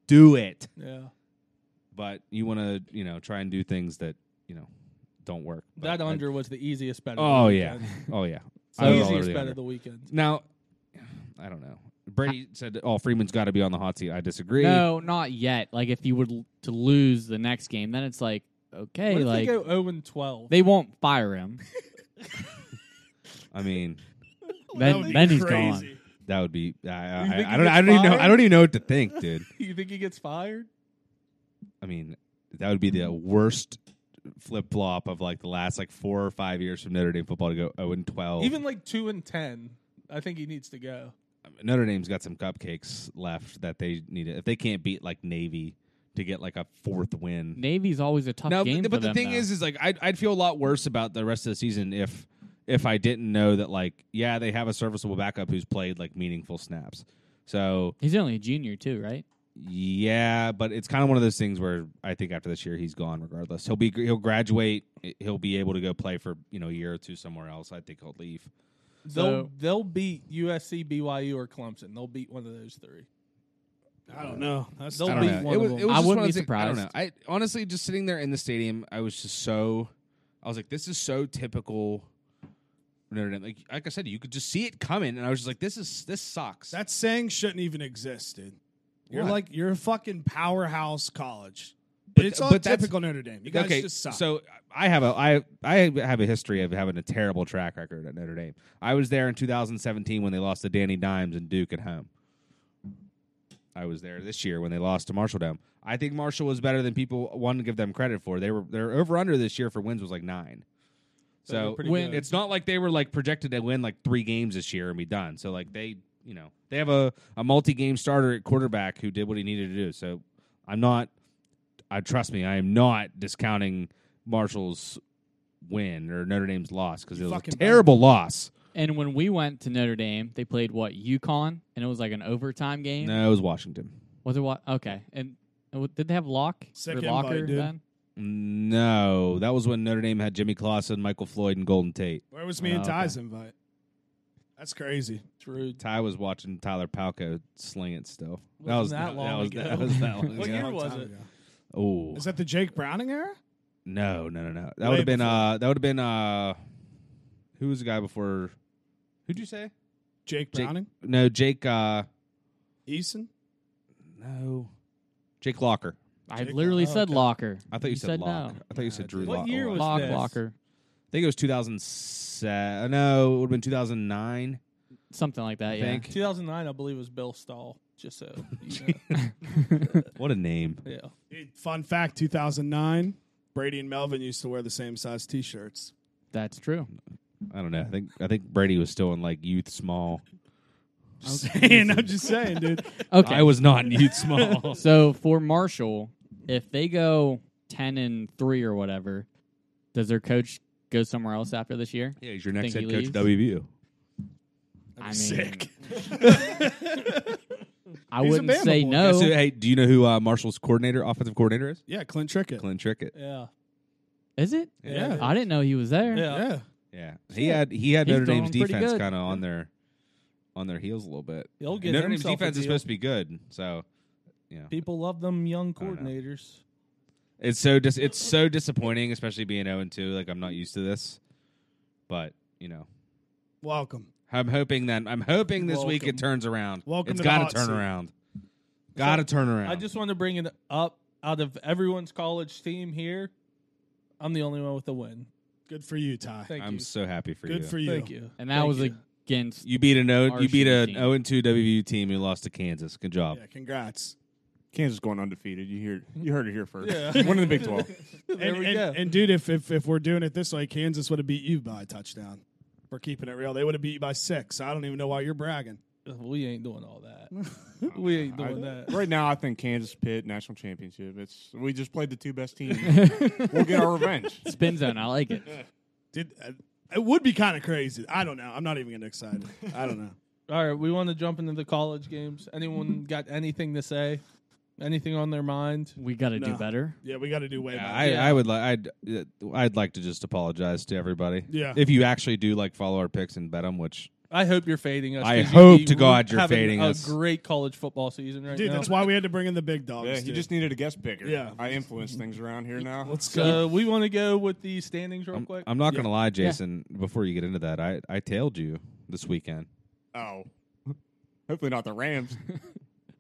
[SPEAKER 2] Do it
[SPEAKER 1] yeah,
[SPEAKER 2] but you want to you know try and do things that you know don't work. But
[SPEAKER 1] that
[SPEAKER 2] I-
[SPEAKER 1] under was the easiest bet. of the
[SPEAKER 2] oh yeah,
[SPEAKER 1] weekend.
[SPEAKER 2] oh yeah. I was all over
[SPEAKER 1] easiest
[SPEAKER 2] the
[SPEAKER 1] bet
[SPEAKER 2] under.
[SPEAKER 1] of the weekend.
[SPEAKER 2] Now, I don't know. Brady said, "Oh, Freeman's got to be on the hot seat." I disagree.
[SPEAKER 4] No, not yet. Like if you were l- to lose the next game, then it's like okay,
[SPEAKER 1] What if
[SPEAKER 4] like
[SPEAKER 1] they go zero and twelve?
[SPEAKER 4] they won't fire him.
[SPEAKER 2] I mean
[SPEAKER 3] That
[SPEAKER 4] then
[SPEAKER 3] would be
[SPEAKER 4] then he's
[SPEAKER 3] crazy.
[SPEAKER 4] gone.
[SPEAKER 2] that would be. I, I,
[SPEAKER 1] You think
[SPEAKER 2] I,
[SPEAKER 1] he
[SPEAKER 2] don't. I
[SPEAKER 1] gets
[SPEAKER 2] don't even know.
[SPEAKER 1] fired?
[SPEAKER 2] I don't even know what to think, dude.
[SPEAKER 1] you think he gets fired?
[SPEAKER 2] I mean, that would be the worst flip flop of like the last like four or five years from Notre Dame football to go zero and twelve.
[SPEAKER 1] Even like two and ten, I think he needs to go.
[SPEAKER 2] Notre Dame's got some cupcakes left that they need. If they can't beat like Navy to get like a fourth win,
[SPEAKER 4] Navy's always a tough
[SPEAKER 2] no,
[SPEAKER 4] game.
[SPEAKER 2] but,
[SPEAKER 4] for
[SPEAKER 2] but the
[SPEAKER 4] them,
[SPEAKER 2] thing
[SPEAKER 4] though.
[SPEAKER 2] is, is like I'd, I'd feel a lot worse about the rest of the season if if I didn't know that like yeah they have a serviceable backup who's played like meaningful snaps. So
[SPEAKER 4] he's only a junior too, right?
[SPEAKER 2] yeah, but it's kind of one of those things where I think after this year he's gone regardless. He'll be he'll graduate. He'll be able to go play for you know a year or two somewhere else. I think he'll leave.
[SPEAKER 1] They'll
[SPEAKER 4] So-
[SPEAKER 1] they'll beat USC, BYU, or Clemson. They'll beat one of those three.
[SPEAKER 3] I don't know. That's
[SPEAKER 1] They'll
[SPEAKER 2] I
[SPEAKER 1] be
[SPEAKER 2] don't know.
[SPEAKER 1] one
[SPEAKER 2] it
[SPEAKER 1] of
[SPEAKER 2] was,
[SPEAKER 1] them.
[SPEAKER 2] it was
[SPEAKER 4] I
[SPEAKER 2] just
[SPEAKER 4] wouldn't
[SPEAKER 2] one of
[SPEAKER 4] be
[SPEAKER 2] those things- I don't know.
[SPEAKER 4] surprised.
[SPEAKER 2] I honestly just sitting there in the stadium, I was just so I was like, this is so typical Notre Dame. Like like I said, you could just see it coming, and I was just like, this is this sucks.
[SPEAKER 3] That saying shouldn't even exist, dude. You're
[SPEAKER 2] What?
[SPEAKER 3] like you're a fucking powerhouse college.
[SPEAKER 2] But-
[SPEAKER 3] it's all
[SPEAKER 2] but that's-
[SPEAKER 3] typical Notre Dame. You guys
[SPEAKER 2] okay,
[SPEAKER 3] just suck.
[SPEAKER 2] so I have a I I have a history of having a terrible track record at Notre Dame. I was there in 2017 when they lost to Danny Dimes and Duke at home. I was there this year when they lost to Marshall Dome. I think Marshall was better than people want to give them credit for. They were their over under this year for wins was like nine.
[SPEAKER 1] So they're
[SPEAKER 2] So
[SPEAKER 1] pretty
[SPEAKER 4] when
[SPEAKER 1] good.
[SPEAKER 2] it's not like they were like projected to win like three games this year and be done. So like they, you know, they have a, a multi game starter at quarterback who did what he needed to do. So I'm not, I trust me, I am not discounting Marshall's win or Notre Dame's loss because
[SPEAKER 3] You
[SPEAKER 2] it was a
[SPEAKER 3] fucking
[SPEAKER 2] terrible loss.
[SPEAKER 4] And when we went to Notre Dame, they played what UConn, and it was like an overtime game.
[SPEAKER 2] No, it was Washington.
[SPEAKER 4] Was it what? Okay, and and what- did they have lock
[SPEAKER 3] Sick
[SPEAKER 4] or
[SPEAKER 3] invite,
[SPEAKER 4] locker
[SPEAKER 3] dude.
[SPEAKER 4] then?
[SPEAKER 2] No, that was when Notre Dame had Jimmy Clausen, Michael Floyd, and Golden Tate.
[SPEAKER 3] Where was me
[SPEAKER 4] Oh,
[SPEAKER 3] and
[SPEAKER 4] okay.
[SPEAKER 3] Ty's invite? That's crazy.
[SPEAKER 1] it's rude.
[SPEAKER 2] Ty was watching Tyler Palco sling it still.
[SPEAKER 1] Wasn't
[SPEAKER 2] was
[SPEAKER 1] that long
[SPEAKER 2] was,
[SPEAKER 1] ago.
[SPEAKER 2] That was that long
[SPEAKER 1] What
[SPEAKER 2] ago.
[SPEAKER 1] year
[SPEAKER 3] Long
[SPEAKER 1] was
[SPEAKER 3] time
[SPEAKER 1] it?
[SPEAKER 3] ago.
[SPEAKER 2] Oh,
[SPEAKER 3] Is that the Jake Browning era?
[SPEAKER 2] No, no, no, no. That
[SPEAKER 3] Way
[SPEAKER 2] would have been
[SPEAKER 3] before.
[SPEAKER 2] uh that would have been uh who was the guy before who'd you say?
[SPEAKER 3] Jake
[SPEAKER 2] Jake-
[SPEAKER 3] Browning,
[SPEAKER 2] No, Jake uh
[SPEAKER 3] Eason.
[SPEAKER 2] no. Jake Locker.
[SPEAKER 4] I
[SPEAKER 3] Jake-
[SPEAKER 4] literally
[SPEAKER 3] oh,
[SPEAKER 4] said
[SPEAKER 3] okay.
[SPEAKER 4] locker.
[SPEAKER 2] I thought you, said, Locker.
[SPEAKER 4] no.
[SPEAKER 2] I thought you said Drew
[SPEAKER 1] What
[SPEAKER 2] Lock-
[SPEAKER 1] year
[SPEAKER 2] Lock.
[SPEAKER 1] was
[SPEAKER 4] Lock
[SPEAKER 1] this?
[SPEAKER 4] locker,
[SPEAKER 2] I think it was 2007. No, it would have been 2009.
[SPEAKER 4] something like that.
[SPEAKER 2] I
[SPEAKER 4] Uh, yeah.
[SPEAKER 2] think.
[SPEAKER 1] 2009, I believe, was Bill Stahl. Just so you
[SPEAKER 2] What a name.
[SPEAKER 1] know. yeah.
[SPEAKER 3] Fun fact: 2009, Brady and Melvin used to wear the same size T-shirts.
[SPEAKER 4] That's true.
[SPEAKER 2] I don't know. I think I think Brady was still in like youth small.
[SPEAKER 3] Just saying, I'm just saying, dude.
[SPEAKER 4] Okay.
[SPEAKER 2] I was not in youth small.
[SPEAKER 4] So for Marshall, if they go ten and three or whatever, does their coach go somewhere else after this year?
[SPEAKER 2] yeah, he's your next head
[SPEAKER 4] Think he
[SPEAKER 2] coach at
[SPEAKER 4] leaves?
[SPEAKER 2] WVU.
[SPEAKER 4] I mean,
[SPEAKER 3] Sick. He's a
[SPEAKER 4] I wouldn't
[SPEAKER 3] Bama
[SPEAKER 4] say
[SPEAKER 3] boy.
[SPEAKER 4] no.
[SPEAKER 2] So, hey, do you know who uh, Marshall's coordinator, offensive coordinator is?
[SPEAKER 3] yeah, Clint Trickett.
[SPEAKER 2] Clint Trickett.
[SPEAKER 1] Yeah.
[SPEAKER 4] Is it?
[SPEAKER 3] Yeah.
[SPEAKER 4] I didn't know he was there.
[SPEAKER 1] Yeah.
[SPEAKER 3] Yeah,
[SPEAKER 2] Yeah, he had he had
[SPEAKER 4] He's
[SPEAKER 2] Notre Dame's
[SPEAKER 4] throwing pretty
[SPEAKER 2] defense
[SPEAKER 4] good.
[SPEAKER 2] kind of on their on their heels a little bit.
[SPEAKER 1] He'll
[SPEAKER 2] And
[SPEAKER 1] get
[SPEAKER 2] Notre Dame's
[SPEAKER 1] himself a
[SPEAKER 2] defense is
[SPEAKER 1] deal.
[SPEAKER 2] supposed to be good, so yeah,
[SPEAKER 1] People love them young
[SPEAKER 2] don't know.
[SPEAKER 1] coordinators.
[SPEAKER 2] it's so dis- it's so disappointing, especially being zero and two. Like I'm not used to this, but you know,
[SPEAKER 3] welcome.
[SPEAKER 2] I'm hoping that I'm hoping this week
[SPEAKER 1] Welcome.
[SPEAKER 2] it turns around.
[SPEAKER 3] Welcome
[SPEAKER 2] it's
[SPEAKER 3] to the
[SPEAKER 2] got
[SPEAKER 3] hot
[SPEAKER 2] turn
[SPEAKER 3] seat.
[SPEAKER 2] around. Got to turn around.
[SPEAKER 1] I just want to bring it up out of everyone's college team here. I'm the only one with a win.
[SPEAKER 3] Good for you, Ty.
[SPEAKER 1] Thank
[SPEAKER 2] I'm
[SPEAKER 1] you.
[SPEAKER 2] so happy for
[SPEAKER 3] Good
[SPEAKER 2] you.
[SPEAKER 3] for you.
[SPEAKER 1] Thank you.
[SPEAKER 4] And that
[SPEAKER 1] Thank
[SPEAKER 4] was
[SPEAKER 1] you.
[SPEAKER 4] against
[SPEAKER 2] you beat an O.
[SPEAKER 4] Our
[SPEAKER 2] You beat
[SPEAKER 4] shitty
[SPEAKER 2] an
[SPEAKER 4] team.
[SPEAKER 2] zero and two WVU team who lost to Kansas. Good job.
[SPEAKER 3] Yeah, congrats.
[SPEAKER 5] Kansas going undefeated. You hear you heard it here first.
[SPEAKER 1] Yeah.
[SPEAKER 5] Winning the Big Twelve.
[SPEAKER 1] There
[SPEAKER 3] and,
[SPEAKER 1] we
[SPEAKER 3] and-
[SPEAKER 1] go.
[SPEAKER 3] and dude, if, if if we're doing it this way, Kansas would have beat you by a touchdown. We're keeping it real. They would have beat you by six. I don't even know why you're bragging.
[SPEAKER 1] we ain't doing all that. we ain't
[SPEAKER 5] I-
[SPEAKER 1] doing that.
[SPEAKER 5] Right now, I think Kansas Pitt national championship. It's we just played the two best teams. we'll get our revenge.
[SPEAKER 4] spin zone. I like it.
[SPEAKER 3] Did uh, it would be kind of crazy. I don't know. I'm not even getting excited. I don't know.
[SPEAKER 1] All right, we want to jump into the college games. Anyone got anything to say? Anything on their mind?
[SPEAKER 4] We got to do
[SPEAKER 3] No.
[SPEAKER 4] better.
[SPEAKER 3] Yeah, we got to do way
[SPEAKER 2] Yeah,
[SPEAKER 3] better.
[SPEAKER 2] I, I would like I'd uh, I'd like to just apologize to everybody.
[SPEAKER 3] Yeah.
[SPEAKER 2] If you actually do like follow our picks and bet them, which
[SPEAKER 1] I hope you're fading us.
[SPEAKER 2] I
[SPEAKER 1] 'cause
[SPEAKER 2] hope
[SPEAKER 1] you-
[SPEAKER 2] to
[SPEAKER 1] we're
[SPEAKER 2] God you're
[SPEAKER 1] having
[SPEAKER 2] fading
[SPEAKER 1] a
[SPEAKER 2] us.
[SPEAKER 1] great college football season right
[SPEAKER 3] dude,
[SPEAKER 1] now.
[SPEAKER 3] that's why we had to bring in the big dogs.
[SPEAKER 5] Yeah, you
[SPEAKER 3] dude.
[SPEAKER 5] just needed a guest picker.
[SPEAKER 3] Yeah.
[SPEAKER 5] I influence things around here now.
[SPEAKER 3] let's go.
[SPEAKER 1] so we want to go with the standings real
[SPEAKER 2] I'm,
[SPEAKER 1] quick.
[SPEAKER 2] I'm not gonna lie, Jason. Before you get into that, I I tailed you this weekend.
[SPEAKER 5] oh, hopefully not the Rams.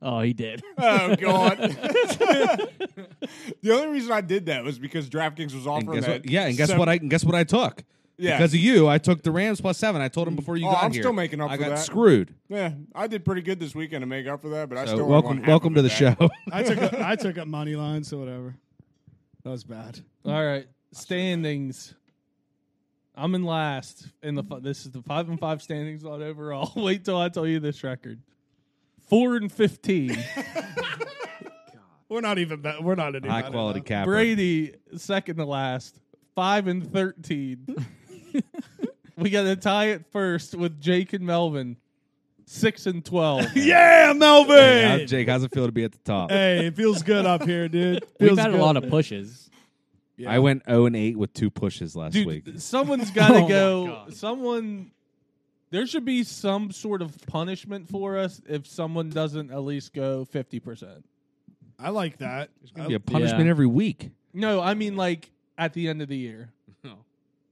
[SPEAKER 4] Oh, he did.
[SPEAKER 5] oh God. the only reason I did that was because DraftKings was
[SPEAKER 2] And
[SPEAKER 5] offering
[SPEAKER 2] guess
[SPEAKER 5] that.
[SPEAKER 2] what, yeah, and guess
[SPEAKER 5] seven-
[SPEAKER 2] what? I and guess what I took.
[SPEAKER 5] Yeah.
[SPEAKER 2] Because of you, I took the Rams plus seven. I told him before you
[SPEAKER 5] Oh,
[SPEAKER 2] got
[SPEAKER 5] I'm
[SPEAKER 2] here.
[SPEAKER 5] still making up
[SPEAKER 2] I
[SPEAKER 5] for
[SPEAKER 2] got
[SPEAKER 5] that.
[SPEAKER 2] screwed.
[SPEAKER 5] yeah, I did pretty good this weekend to make up for that, but I
[SPEAKER 2] So
[SPEAKER 5] still only won
[SPEAKER 2] welcome,
[SPEAKER 5] half
[SPEAKER 2] welcome
[SPEAKER 5] of
[SPEAKER 2] to
[SPEAKER 5] it
[SPEAKER 2] the
[SPEAKER 5] back.
[SPEAKER 2] show.
[SPEAKER 3] I took a, I took a money line, so whatever. That was bad.
[SPEAKER 1] All right, standings. I'm in last in the. fi- This is the five and five standings on overall. Wait till I tell you this record. Four and fifteen.
[SPEAKER 3] We're not even. Be- we're not any
[SPEAKER 2] High
[SPEAKER 3] better
[SPEAKER 2] quality
[SPEAKER 3] now.
[SPEAKER 2] cap.
[SPEAKER 1] Brady second to last. Five and thirteen. we got to tie it first with Jake and Melvin. Six and twelve.
[SPEAKER 3] Yeah, Melvin.
[SPEAKER 2] Jake, how's it feel to be at the top?
[SPEAKER 3] hey, it feels good up here, dude.
[SPEAKER 4] We've
[SPEAKER 3] Feels
[SPEAKER 4] had a
[SPEAKER 3] good.
[SPEAKER 4] lot of pushes.
[SPEAKER 2] I went zero and eight with two pushes last
[SPEAKER 1] Dude,
[SPEAKER 2] week.
[SPEAKER 1] someone's got to
[SPEAKER 4] Oh my
[SPEAKER 1] go.
[SPEAKER 4] God.
[SPEAKER 1] Someone. There should be some sort of punishment for us if someone doesn't at least go fifty percent.
[SPEAKER 3] I like that.
[SPEAKER 1] uh,
[SPEAKER 3] I-
[SPEAKER 2] Be a punishment
[SPEAKER 4] Yeah.
[SPEAKER 2] every week.
[SPEAKER 1] No, I mean like at the end of the year.
[SPEAKER 2] No.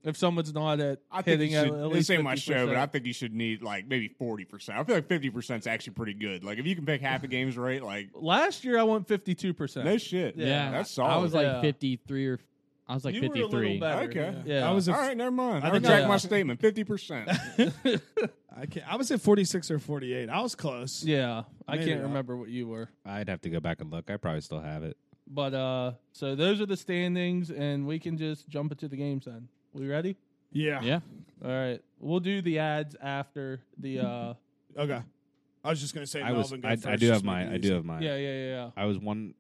[SPEAKER 1] If someone's not at
[SPEAKER 5] I think
[SPEAKER 1] hitting
[SPEAKER 5] you should,
[SPEAKER 1] at, at least
[SPEAKER 5] this ain't my show, but I
[SPEAKER 1] 50%.
[SPEAKER 5] think you should need like maybe forty percent. I feel like fifty percent is actually pretty good. Like if you can pick half the games right, like
[SPEAKER 1] last year I went fifty two percent.
[SPEAKER 5] no shit.
[SPEAKER 1] Yeah.
[SPEAKER 5] that's
[SPEAKER 4] I
[SPEAKER 5] solid.
[SPEAKER 4] was like
[SPEAKER 1] Yeah.
[SPEAKER 4] 53 or I was like
[SPEAKER 1] you
[SPEAKER 4] 53.
[SPEAKER 1] were a little better.
[SPEAKER 5] Okay.
[SPEAKER 1] yeah.
[SPEAKER 3] I was a
[SPEAKER 5] all right, never mind.
[SPEAKER 3] I
[SPEAKER 5] I,
[SPEAKER 3] think
[SPEAKER 5] retract
[SPEAKER 1] I-
[SPEAKER 5] my statement. Fifty percent.
[SPEAKER 3] I can't, I was at 46 or 48. I was close.
[SPEAKER 1] yeah. I
[SPEAKER 3] Maybe
[SPEAKER 1] can't
[SPEAKER 3] not.
[SPEAKER 1] remember what you were,
[SPEAKER 2] I'd have to go back and look. I probably still have it.
[SPEAKER 1] but uh, so those are the standings, and we can just jump into the games then. We ready?
[SPEAKER 3] Yeah.
[SPEAKER 4] Yeah.
[SPEAKER 1] All right, we'll do the ads after the. uh
[SPEAKER 3] Okay. I was just gonna say
[SPEAKER 2] I was.
[SPEAKER 3] Melvin. go
[SPEAKER 2] I,
[SPEAKER 3] first,
[SPEAKER 2] I do
[SPEAKER 3] just
[SPEAKER 2] have
[SPEAKER 3] make
[SPEAKER 2] mine.
[SPEAKER 3] it
[SPEAKER 2] I
[SPEAKER 3] easy.
[SPEAKER 2] do have mine.
[SPEAKER 1] Yeah, yeah, yeah,
[SPEAKER 2] I was one.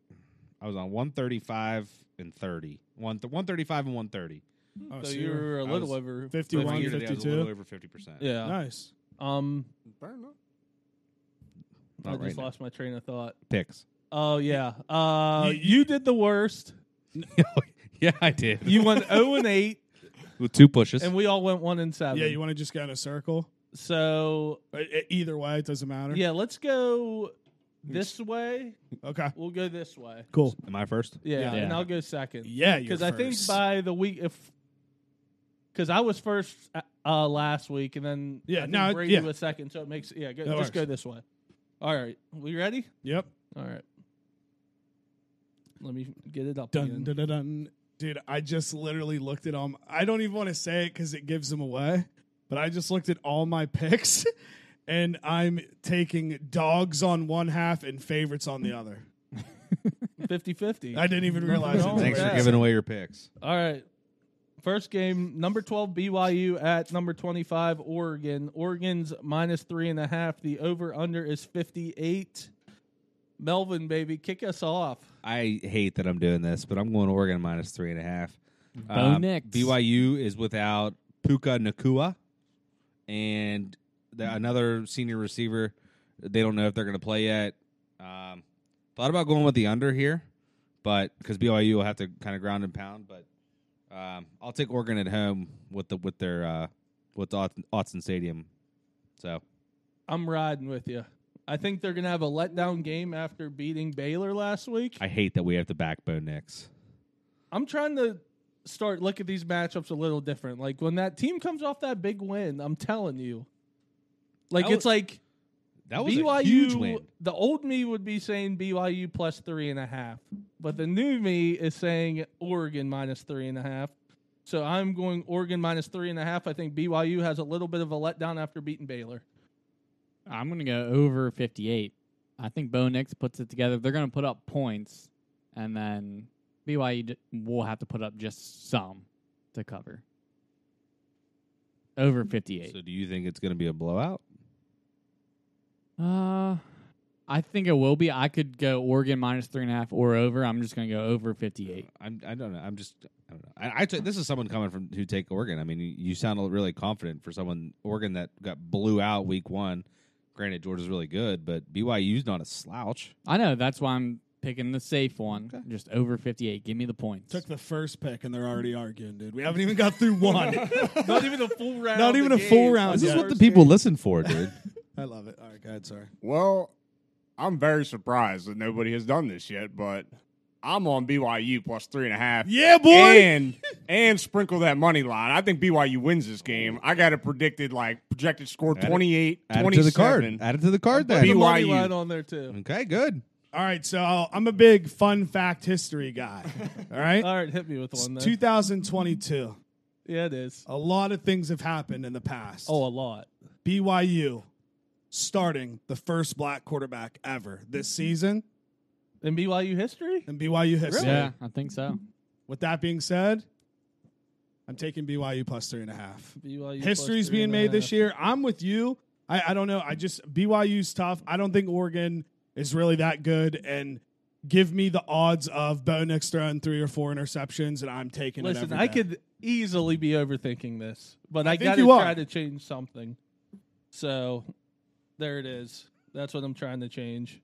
[SPEAKER 2] I was on one thirty five and thirty. One one thirty five and one thirty.
[SPEAKER 3] Oh,
[SPEAKER 1] yeah. So
[SPEAKER 3] so
[SPEAKER 1] you were a
[SPEAKER 2] I
[SPEAKER 1] little
[SPEAKER 2] was
[SPEAKER 1] over
[SPEAKER 3] 51,
[SPEAKER 1] fifty.
[SPEAKER 3] 50.
[SPEAKER 2] was a
[SPEAKER 3] 52?
[SPEAKER 2] little over fifty percent.
[SPEAKER 1] Yeah.
[SPEAKER 3] nice.
[SPEAKER 1] Um,
[SPEAKER 5] Fair enough.
[SPEAKER 1] I
[SPEAKER 2] Not
[SPEAKER 1] just
[SPEAKER 2] right now.
[SPEAKER 1] lost my train of thought.
[SPEAKER 2] Picks.
[SPEAKER 1] Oh yeah. Uh,
[SPEAKER 3] You-
[SPEAKER 1] you did the worst.
[SPEAKER 2] yeah, I did.
[SPEAKER 1] You went zero and eight.
[SPEAKER 2] With two pushes.
[SPEAKER 1] and we all went one and seven.
[SPEAKER 3] Yeah, you want to just go in a circle? Uh,
[SPEAKER 1] so
[SPEAKER 3] E- e- Either way, it doesn't matter.
[SPEAKER 1] yeah, let's go this way.
[SPEAKER 3] Okay.
[SPEAKER 1] We'll go this way.
[SPEAKER 3] Cool.
[SPEAKER 2] Am I first?
[SPEAKER 1] Yeah,
[SPEAKER 3] Yeah.
[SPEAKER 1] and I'll go second.
[SPEAKER 3] Yeah, you're
[SPEAKER 1] because I think
[SPEAKER 3] first.
[SPEAKER 1] by the week if because I was first uh, uh, last week and then I
[SPEAKER 3] Yeah,
[SPEAKER 1] think
[SPEAKER 3] no, it-
[SPEAKER 1] Brady
[SPEAKER 3] yeah.
[SPEAKER 1] was second, so it makes yeah go,
[SPEAKER 3] That
[SPEAKER 1] just
[SPEAKER 3] works.
[SPEAKER 1] go this way. All right, we ready?
[SPEAKER 3] Yep.
[SPEAKER 1] All right, let me get it up.
[SPEAKER 3] Dun
[SPEAKER 1] again.
[SPEAKER 3] dun dun dun. Dude, I just literally looked at all. My, I don't even want to say it because it gives them away, but I just looked at all my picks, and I'm taking dogs on one half and favorites on the other.
[SPEAKER 1] 50-50.
[SPEAKER 3] I didn't even realize.
[SPEAKER 1] wrong
[SPEAKER 3] it.
[SPEAKER 1] with
[SPEAKER 2] Thanks for
[SPEAKER 1] Oh, Yeah.
[SPEAKER 2] giving away your picks.
[SPEAKER 1] All right. First game, number 12 BYU at number 25 Oregon. Oregon's minus three and a half. The over under is 58. Melvin, baby, kick us off.
[SPEAKER 2] I hate that I'm doing this, but I'm going Oregon minus three and a half.
[SPEAKER 4] Bo
[SPEAKER 2] Um,
[SPEAKER 4] Nix.
[SPEAKER 2] BYU is without Puka Nakua and the, another senior receiver. They don't know if they're going to play yet. Um, thought about going with the under here, but because BYU will have to kind of ground and pound. But um, I'll take Oregon at home with the with their uh, with Aut- Autzen Stadium. So
[SPEAKER 1] I'm riding with you. I think they're going to have a letdown game after beating Baylor last week.
[SPEAKER 2] I hate that we have to backbone Knicks.
[SPEAKER 1] I'm trying to start look at these matchups a little different. Like when that team comes off that big win, I'm telling you. Like
[SPEAKER 2] That
[SPEAKER 1] it's like
[SPEAKER 2] That was
[SPEAKER 1] BYU,
[SPEAKER 2] a huge win.
[SPEAKER 1] The old me would be saying BYU plus three and a half, but the new me is saying Oregon minus three and a half. So I'm going Oregon minus three and a half. I think BYU has a little bit of a letdown after beating Baylor.
[SPEAKER 4] I'm going to go over 58. I think Bo Nix puts it together. They're going to put up points, and then BYU d- will have to put up just some to cover. Over 58.
[SPEAKER 2] So do you think it's going to be a blowout?
[SPEAKER 4] Uh, I think it will be. I could go Oregon minus three and a half or over. I'm just going to go over 58.
[SPEAKER 2] I'm, I don't know. I'm just. I don't know. I, I took this is someone coming from who take Oregon. I mean, you, you sound really confident for someone Oregon that got blew out week one. Granted, Georgia's really good, but BYU's not a slouch.
[SPEAKER 4] I know. That's why I'm picking the safe one.
[SPEAKER 2] Okay.
[SPEAKER 4] Just over 58. Give me the points.
[SPEAKER 3] Took the first pick, and they're already arguing, dude. We haven't even got through one.
[SPEAKER 1] Not even a full round.
[SPEAKER 3] Not even
[SPEAKER 1] of
[SPEAKER 3] a full
[SPEAKER 1] games.
[SPEAKER 3] round
[SPEAKER 2] This
[SPEAKER 3] Yeah.
[SPEAKER 2] is what the
[SPEAKER 1] First
[SPEAKER 2] people
[SPEAKER 1] game.
[SPEAKER 2] listen for, dude.
[SPEAKER 3] I love it. All right, go ahead. Sorry.
[SPEAKER 5] Well, I'm very surprised that nobody has done this yet, but I'm on BYU plus three and a half.
[SPEAKER 3] Yeah, boy.
[SPEAKER 5] And and sprinkle that money line. I think BYU wins this game. I got it predicted like projected score
[SPEAKER 2] Add it-
[SPEAKER 5] 28,
[SPEAKER 2] Add it to the card.
[SPEAKER 5] 27.
[SPEAKER 2] Add it to the card
[SPEAKER 1] Put the
[SPEAKER 2] then.
[SPEAKER 1] money
[SPEAKER 5] BYU.
[SPEAKER 1] line on there too.
[SPEAKER 2] Okay, good.
[SPEAKER 3] All right, so I'm a big fun fact history guy. All right.
[SPEAKER 1] All right, hit me with
[SPEAKER 3] It's
[SPEAKER 1] one. There.
[SPEAKER 3] 2022.
[SPEAKER 1] Yeah, it is.
[SPEAKER 3] A lot of things have happened in the past.
[SPEAKER 1] Oh, a lot.
[SPEAKER 3] BYU starting the first black quarterback ever this season
[SPEAKER 1] In BYU history,
[SPEAKER 3] in BYU history.
[SPEAKER 4] Yeah, I think so.
[SPEAKER 3] With that being said, I'm taking BYU plus three and a half.
[SPEAKER 1] BYU plus
[SPEAKER 3] History's
[SPEAKER 1] three
[SPEAKER 3] being
[SPEAKER 1] and a
[SPEAKER 3] made this
[SPEAKER 1] half.
[SPEAKER 3] year. I'm with you. I, I don't know. I just BYU's tough. I don't think Oregon is really that good. And give me the odds of Bo Nix throwing three or four interceptions, and I'm taking it.
[SPEAKER 1] Listen,
[SPEAKER 3] every
[SPEAKER 1] I
[SPEAKER 3] day.
[SPEAKER 1] could easily be overthinking this, but I,
[SPEAKER 3] think
[SPEAKER 1] got to
[SPEAKER 3] you are.
[SPEAKER 1] try to change something. So there it is. That's what I'm trying to change.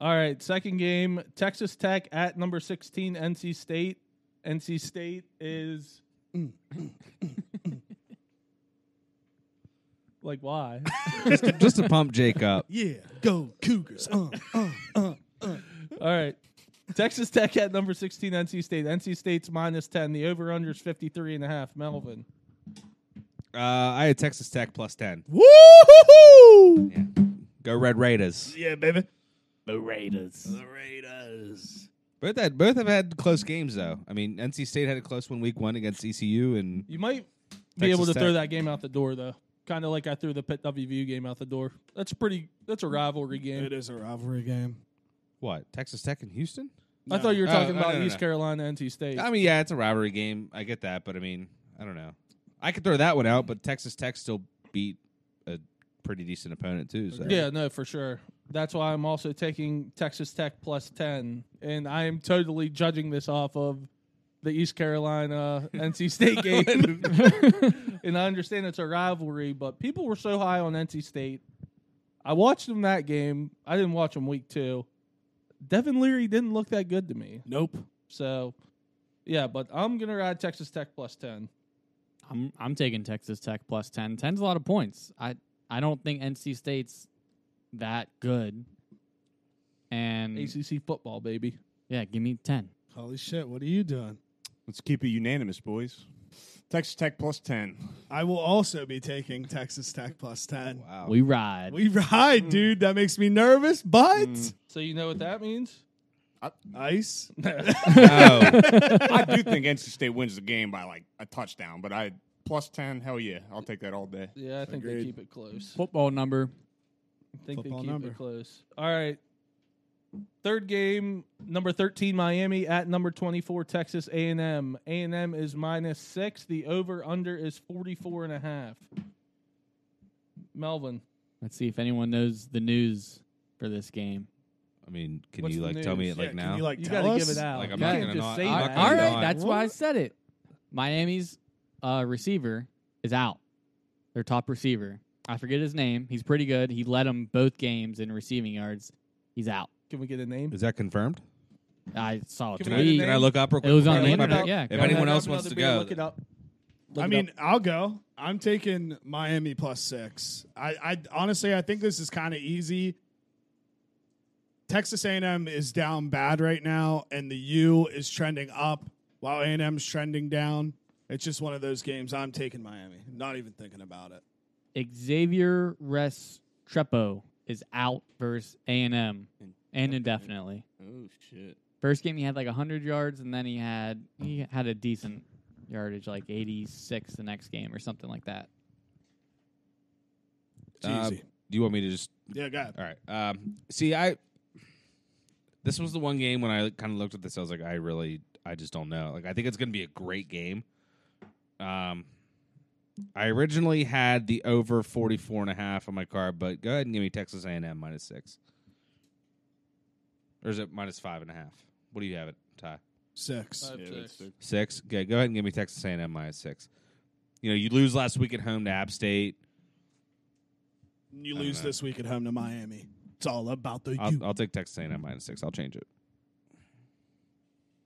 [SPEAKER 1] All right, second game Texas Tech at number 16, NC State. NC State is. like, why?
[SPEAKER 2] Just to, just to pump Jake up.
[SPEAKER 3] Yeah, go Cougars. Uh, uh, uh.
[SPEAKER 1] All right. Texas Tech at number 16, NC State. NC State's minus 10. The over under is 53 and a half. Melvin.
[SPEAKER 2] Uh, I had Texas Tech plus ten.
[SPEAKER 3] Woo!
[SPEAKER 2] Yeah. Go Red Raiders.
[SPEAKER 3] Yeah, baby.
[SPEAKER 2] Both had both have had close games though. I mean, NC State had a close one week one against ECU, and
[SPEAKER 1] You might be
[SPEAKER 2] Texas
[SPEAKER 1] able to
[SPEAKER 2] Tech.
[SPEAKER 1] throw that game out the door, though. Kind of like I threw the Pitt WVU game out the door. That's pretty. That's a rivalry game.
[SPEAKER 3] It is a rivalry game.
[SPEAKER 2] what Texas Tech and Houston.
[SPEAKER 1] I thought you were
[SPEAKER 2] No.
[SPEAKER 1] talking
[SPEAKER 2] Oh,
[SPEAKER 1] about
[SPEAKER 2] no, no,
[SPEAKER 1] East
[SPEAKER 2] no.
[SPEAKER 1] Carolina, NC State.
[SPEAKER 2] I mean, yeah, it's a rivalry game. I get that, but I mean, I don't know. I could throw that one out, but Texas Tech still beat a pretty decent opponent too. So
[SPEAKER 1] yeah, no, for sure. That's why I'm also taking Texas Tech plus ten, and I am totally judging this off of the East Carolina NC State game. and I understand it's a rivalry, but people were so high on NC State. I watched them that game. I didn't watch them week two. Devin Leary didn't look that good to me.
[SPEAKER 3] Nope.
[SPEAKER 1] So, yeah, but I'm gonna ride Texas Tech plus ten.
[SPEAKER 4] I'm I'm taking Texas Tech plus 10. 10's a lot of points. I I don't think NC State's that good. and
[SPEAKER 1] ACC football, baby.
[SPEAKER 4] yeah, give me ten.
[SPEAKER 3] Holy shit, what are you doing?
[SPEAKER 5] Let's keep it unanimous, boys. Texas Tech plus 10.
[SPEAKER 3] I will also be taking Texas Tech plus 10.
[SPEAKER 2] Wow.
[SPEAKER 4] We ride.
[SPEAKER 3] We ride, dude. That makes me nervous, but
[SPEAKER 5] Mm.
[SPEAKER 1] So you know what that means?
[SPEAKER 3] ice.
[SPEAKER 2] oh,
[SPEAKER 5] I do think NC State wins the game by like a touchdown, but I plus 10, hell yeah. I'll take that all day.
[SPEAKER 1] Yeah, I think they
[SPEAKER 3] Agreed.
[SPEAKER 1] keep it close.
[SPEAKER 4] Football number.
[SPEAKER 1] I think they
[SPEAKER 3] Football
[SPEAKER 1] keep
[SPEAKER 3] number.
[SPEAKER 1] it close. All right. Third game, number 13 Miami at number 24 Texas A&M. A&M is minus 6, the over under is 44 and a half. Melvin,
[SPEAKER 4] Let's see if anyone knows the news for this game.
[SPEAKER 2] I mean, can
[SPEAKER 1] What's
[SPEAKER 2] you
[SPEAKER 1] the
[SPEAKER 2] like tell me
[SPEAKER 1] news?
[SPEAKER 2] it like
[SPEAKER 3] Yeah,
[SPEAKER 2] now?
[SPEAKER 3] Can you like
[SPEAKER 1] you
[SPEAKER 3] tell
[SPEAKER 1] got to
[SPEAKER 3] us?
[SPEAKER 1] give it out.
[SPEAKER 2] Like, I'm
[SPEAKER 1] you
[SPEAKER 4] not
[SPEAKER 1] can't
[SPEAKER 2] gonna
[SPEAKER 1] just
[SPEAKER 2] not-
[SPEAKER 1] say
[SPEAKER 2] I'm not
[SPEAKER 1] that.
[SPEAKER 2] gonna
[SPEAKER 4] All
[SPEAKER 2] not-
[SPEAKER 4] right, that's why I
[SPEAKER 3] What?
[SPEAKER 4] said it. Miami's uh, receiver is out. Their top receiver. I forget his name. He's pretty good. He led them both games in receiving yards. He's out.
[SPEAKER 1] Can we get a name?
[SPEAKER 2] Is that confirmed?
[SPEAKER 4] I saw a
[SPEAKER 1] Can we
[SPEAKER 2] Can I,
[SPEAKER 1] get a
[SPEAKER 4] tweet.
[SPEAKER 2] can I look up real
[SPEAKER 4] It
[SPEAKER 2] quick?
[SPEAKER 4] was
[SPEAKER 2] before
[SPEAKER 4] on
[SPEAKER 2] I
[SPEAKER 4] the
[SPEAKER 2] make my
[SPEAKER 4] internet,
[SPEAKER 2] pick?
[SPEAKER 4] yeah.
[SPEAKER 2] If
[SPEAKER 1] Go
[SPEAKER 2] anyone
[SPEAKER 1] ahead,
[SPEAKER 2] else
[SPEAKER 1] have
[SPEAKER 2] wants
[SPEAKER 1] another
[SPEAKER 2] to
[SPEAKER 1] beer,
[SPEAKER 2] go,
[SPEAKER 1] look it up. Look
[SPEAKER 3] I
[SPEAKER 1] it
[SPEAKER 3] mean,
[SPEAKER 1] up.
[SPEAKER 3] I'll go. I'm taking Miami plus six. I, I honestly, I think this is kind of easy. Texas A&M is down bad right now, and the U is trending up while A&M is trending down. It's just one of those games. I'm taking Miami. Not even thinking about it.
[SPEAKER 4] Xavier Restrepo is out versus A and M and indefinitely.
[SPEAKER 5] Oh, shit.
[SPEAKER 4] First game he had like hundred yards, and then he had he had a decent yardage, like eighty six, the next game or something like that.
[SPEAKER 3] It's
[SPEAKER 2] Uh,
[SPEAKER 3] easy.
[SPEAKER 2] do you want me to just
[SPEAKER 3] Yeah, go ahead.
[SPEAKER 2] All right. Um, see, I this was the one game when I kind of looked at this. I was like, I really, I just don't know. Like, I think it's going to be a great game. Um, I originally had the over 44 and a half on my card, but go ahead and give me Texas A&M minus six. Or is it minus five and a half? What do you have it, Ty?
[SPEAKER 3] Six.
[SPEAKER 2] Uh,
[SPEAKER 1] Five, six.
[SPEAKER 2] Six. Okay, go ahead and give me Texas A&M minus six. You know, you lose last week at home to App State.
[SPEAKER 3] You
[SPEAKER 2] I don't
[SPEAKER 3] lose
[SPEAKER 2] know.
[SPEAKER 3] this week at home to Miami. It's all about the
[SPEAKER 2] Uh, I'll,
[SPEAKER 3] U.
[SPEAKER 2] I'll take Texas A&M minus six. I'll change it.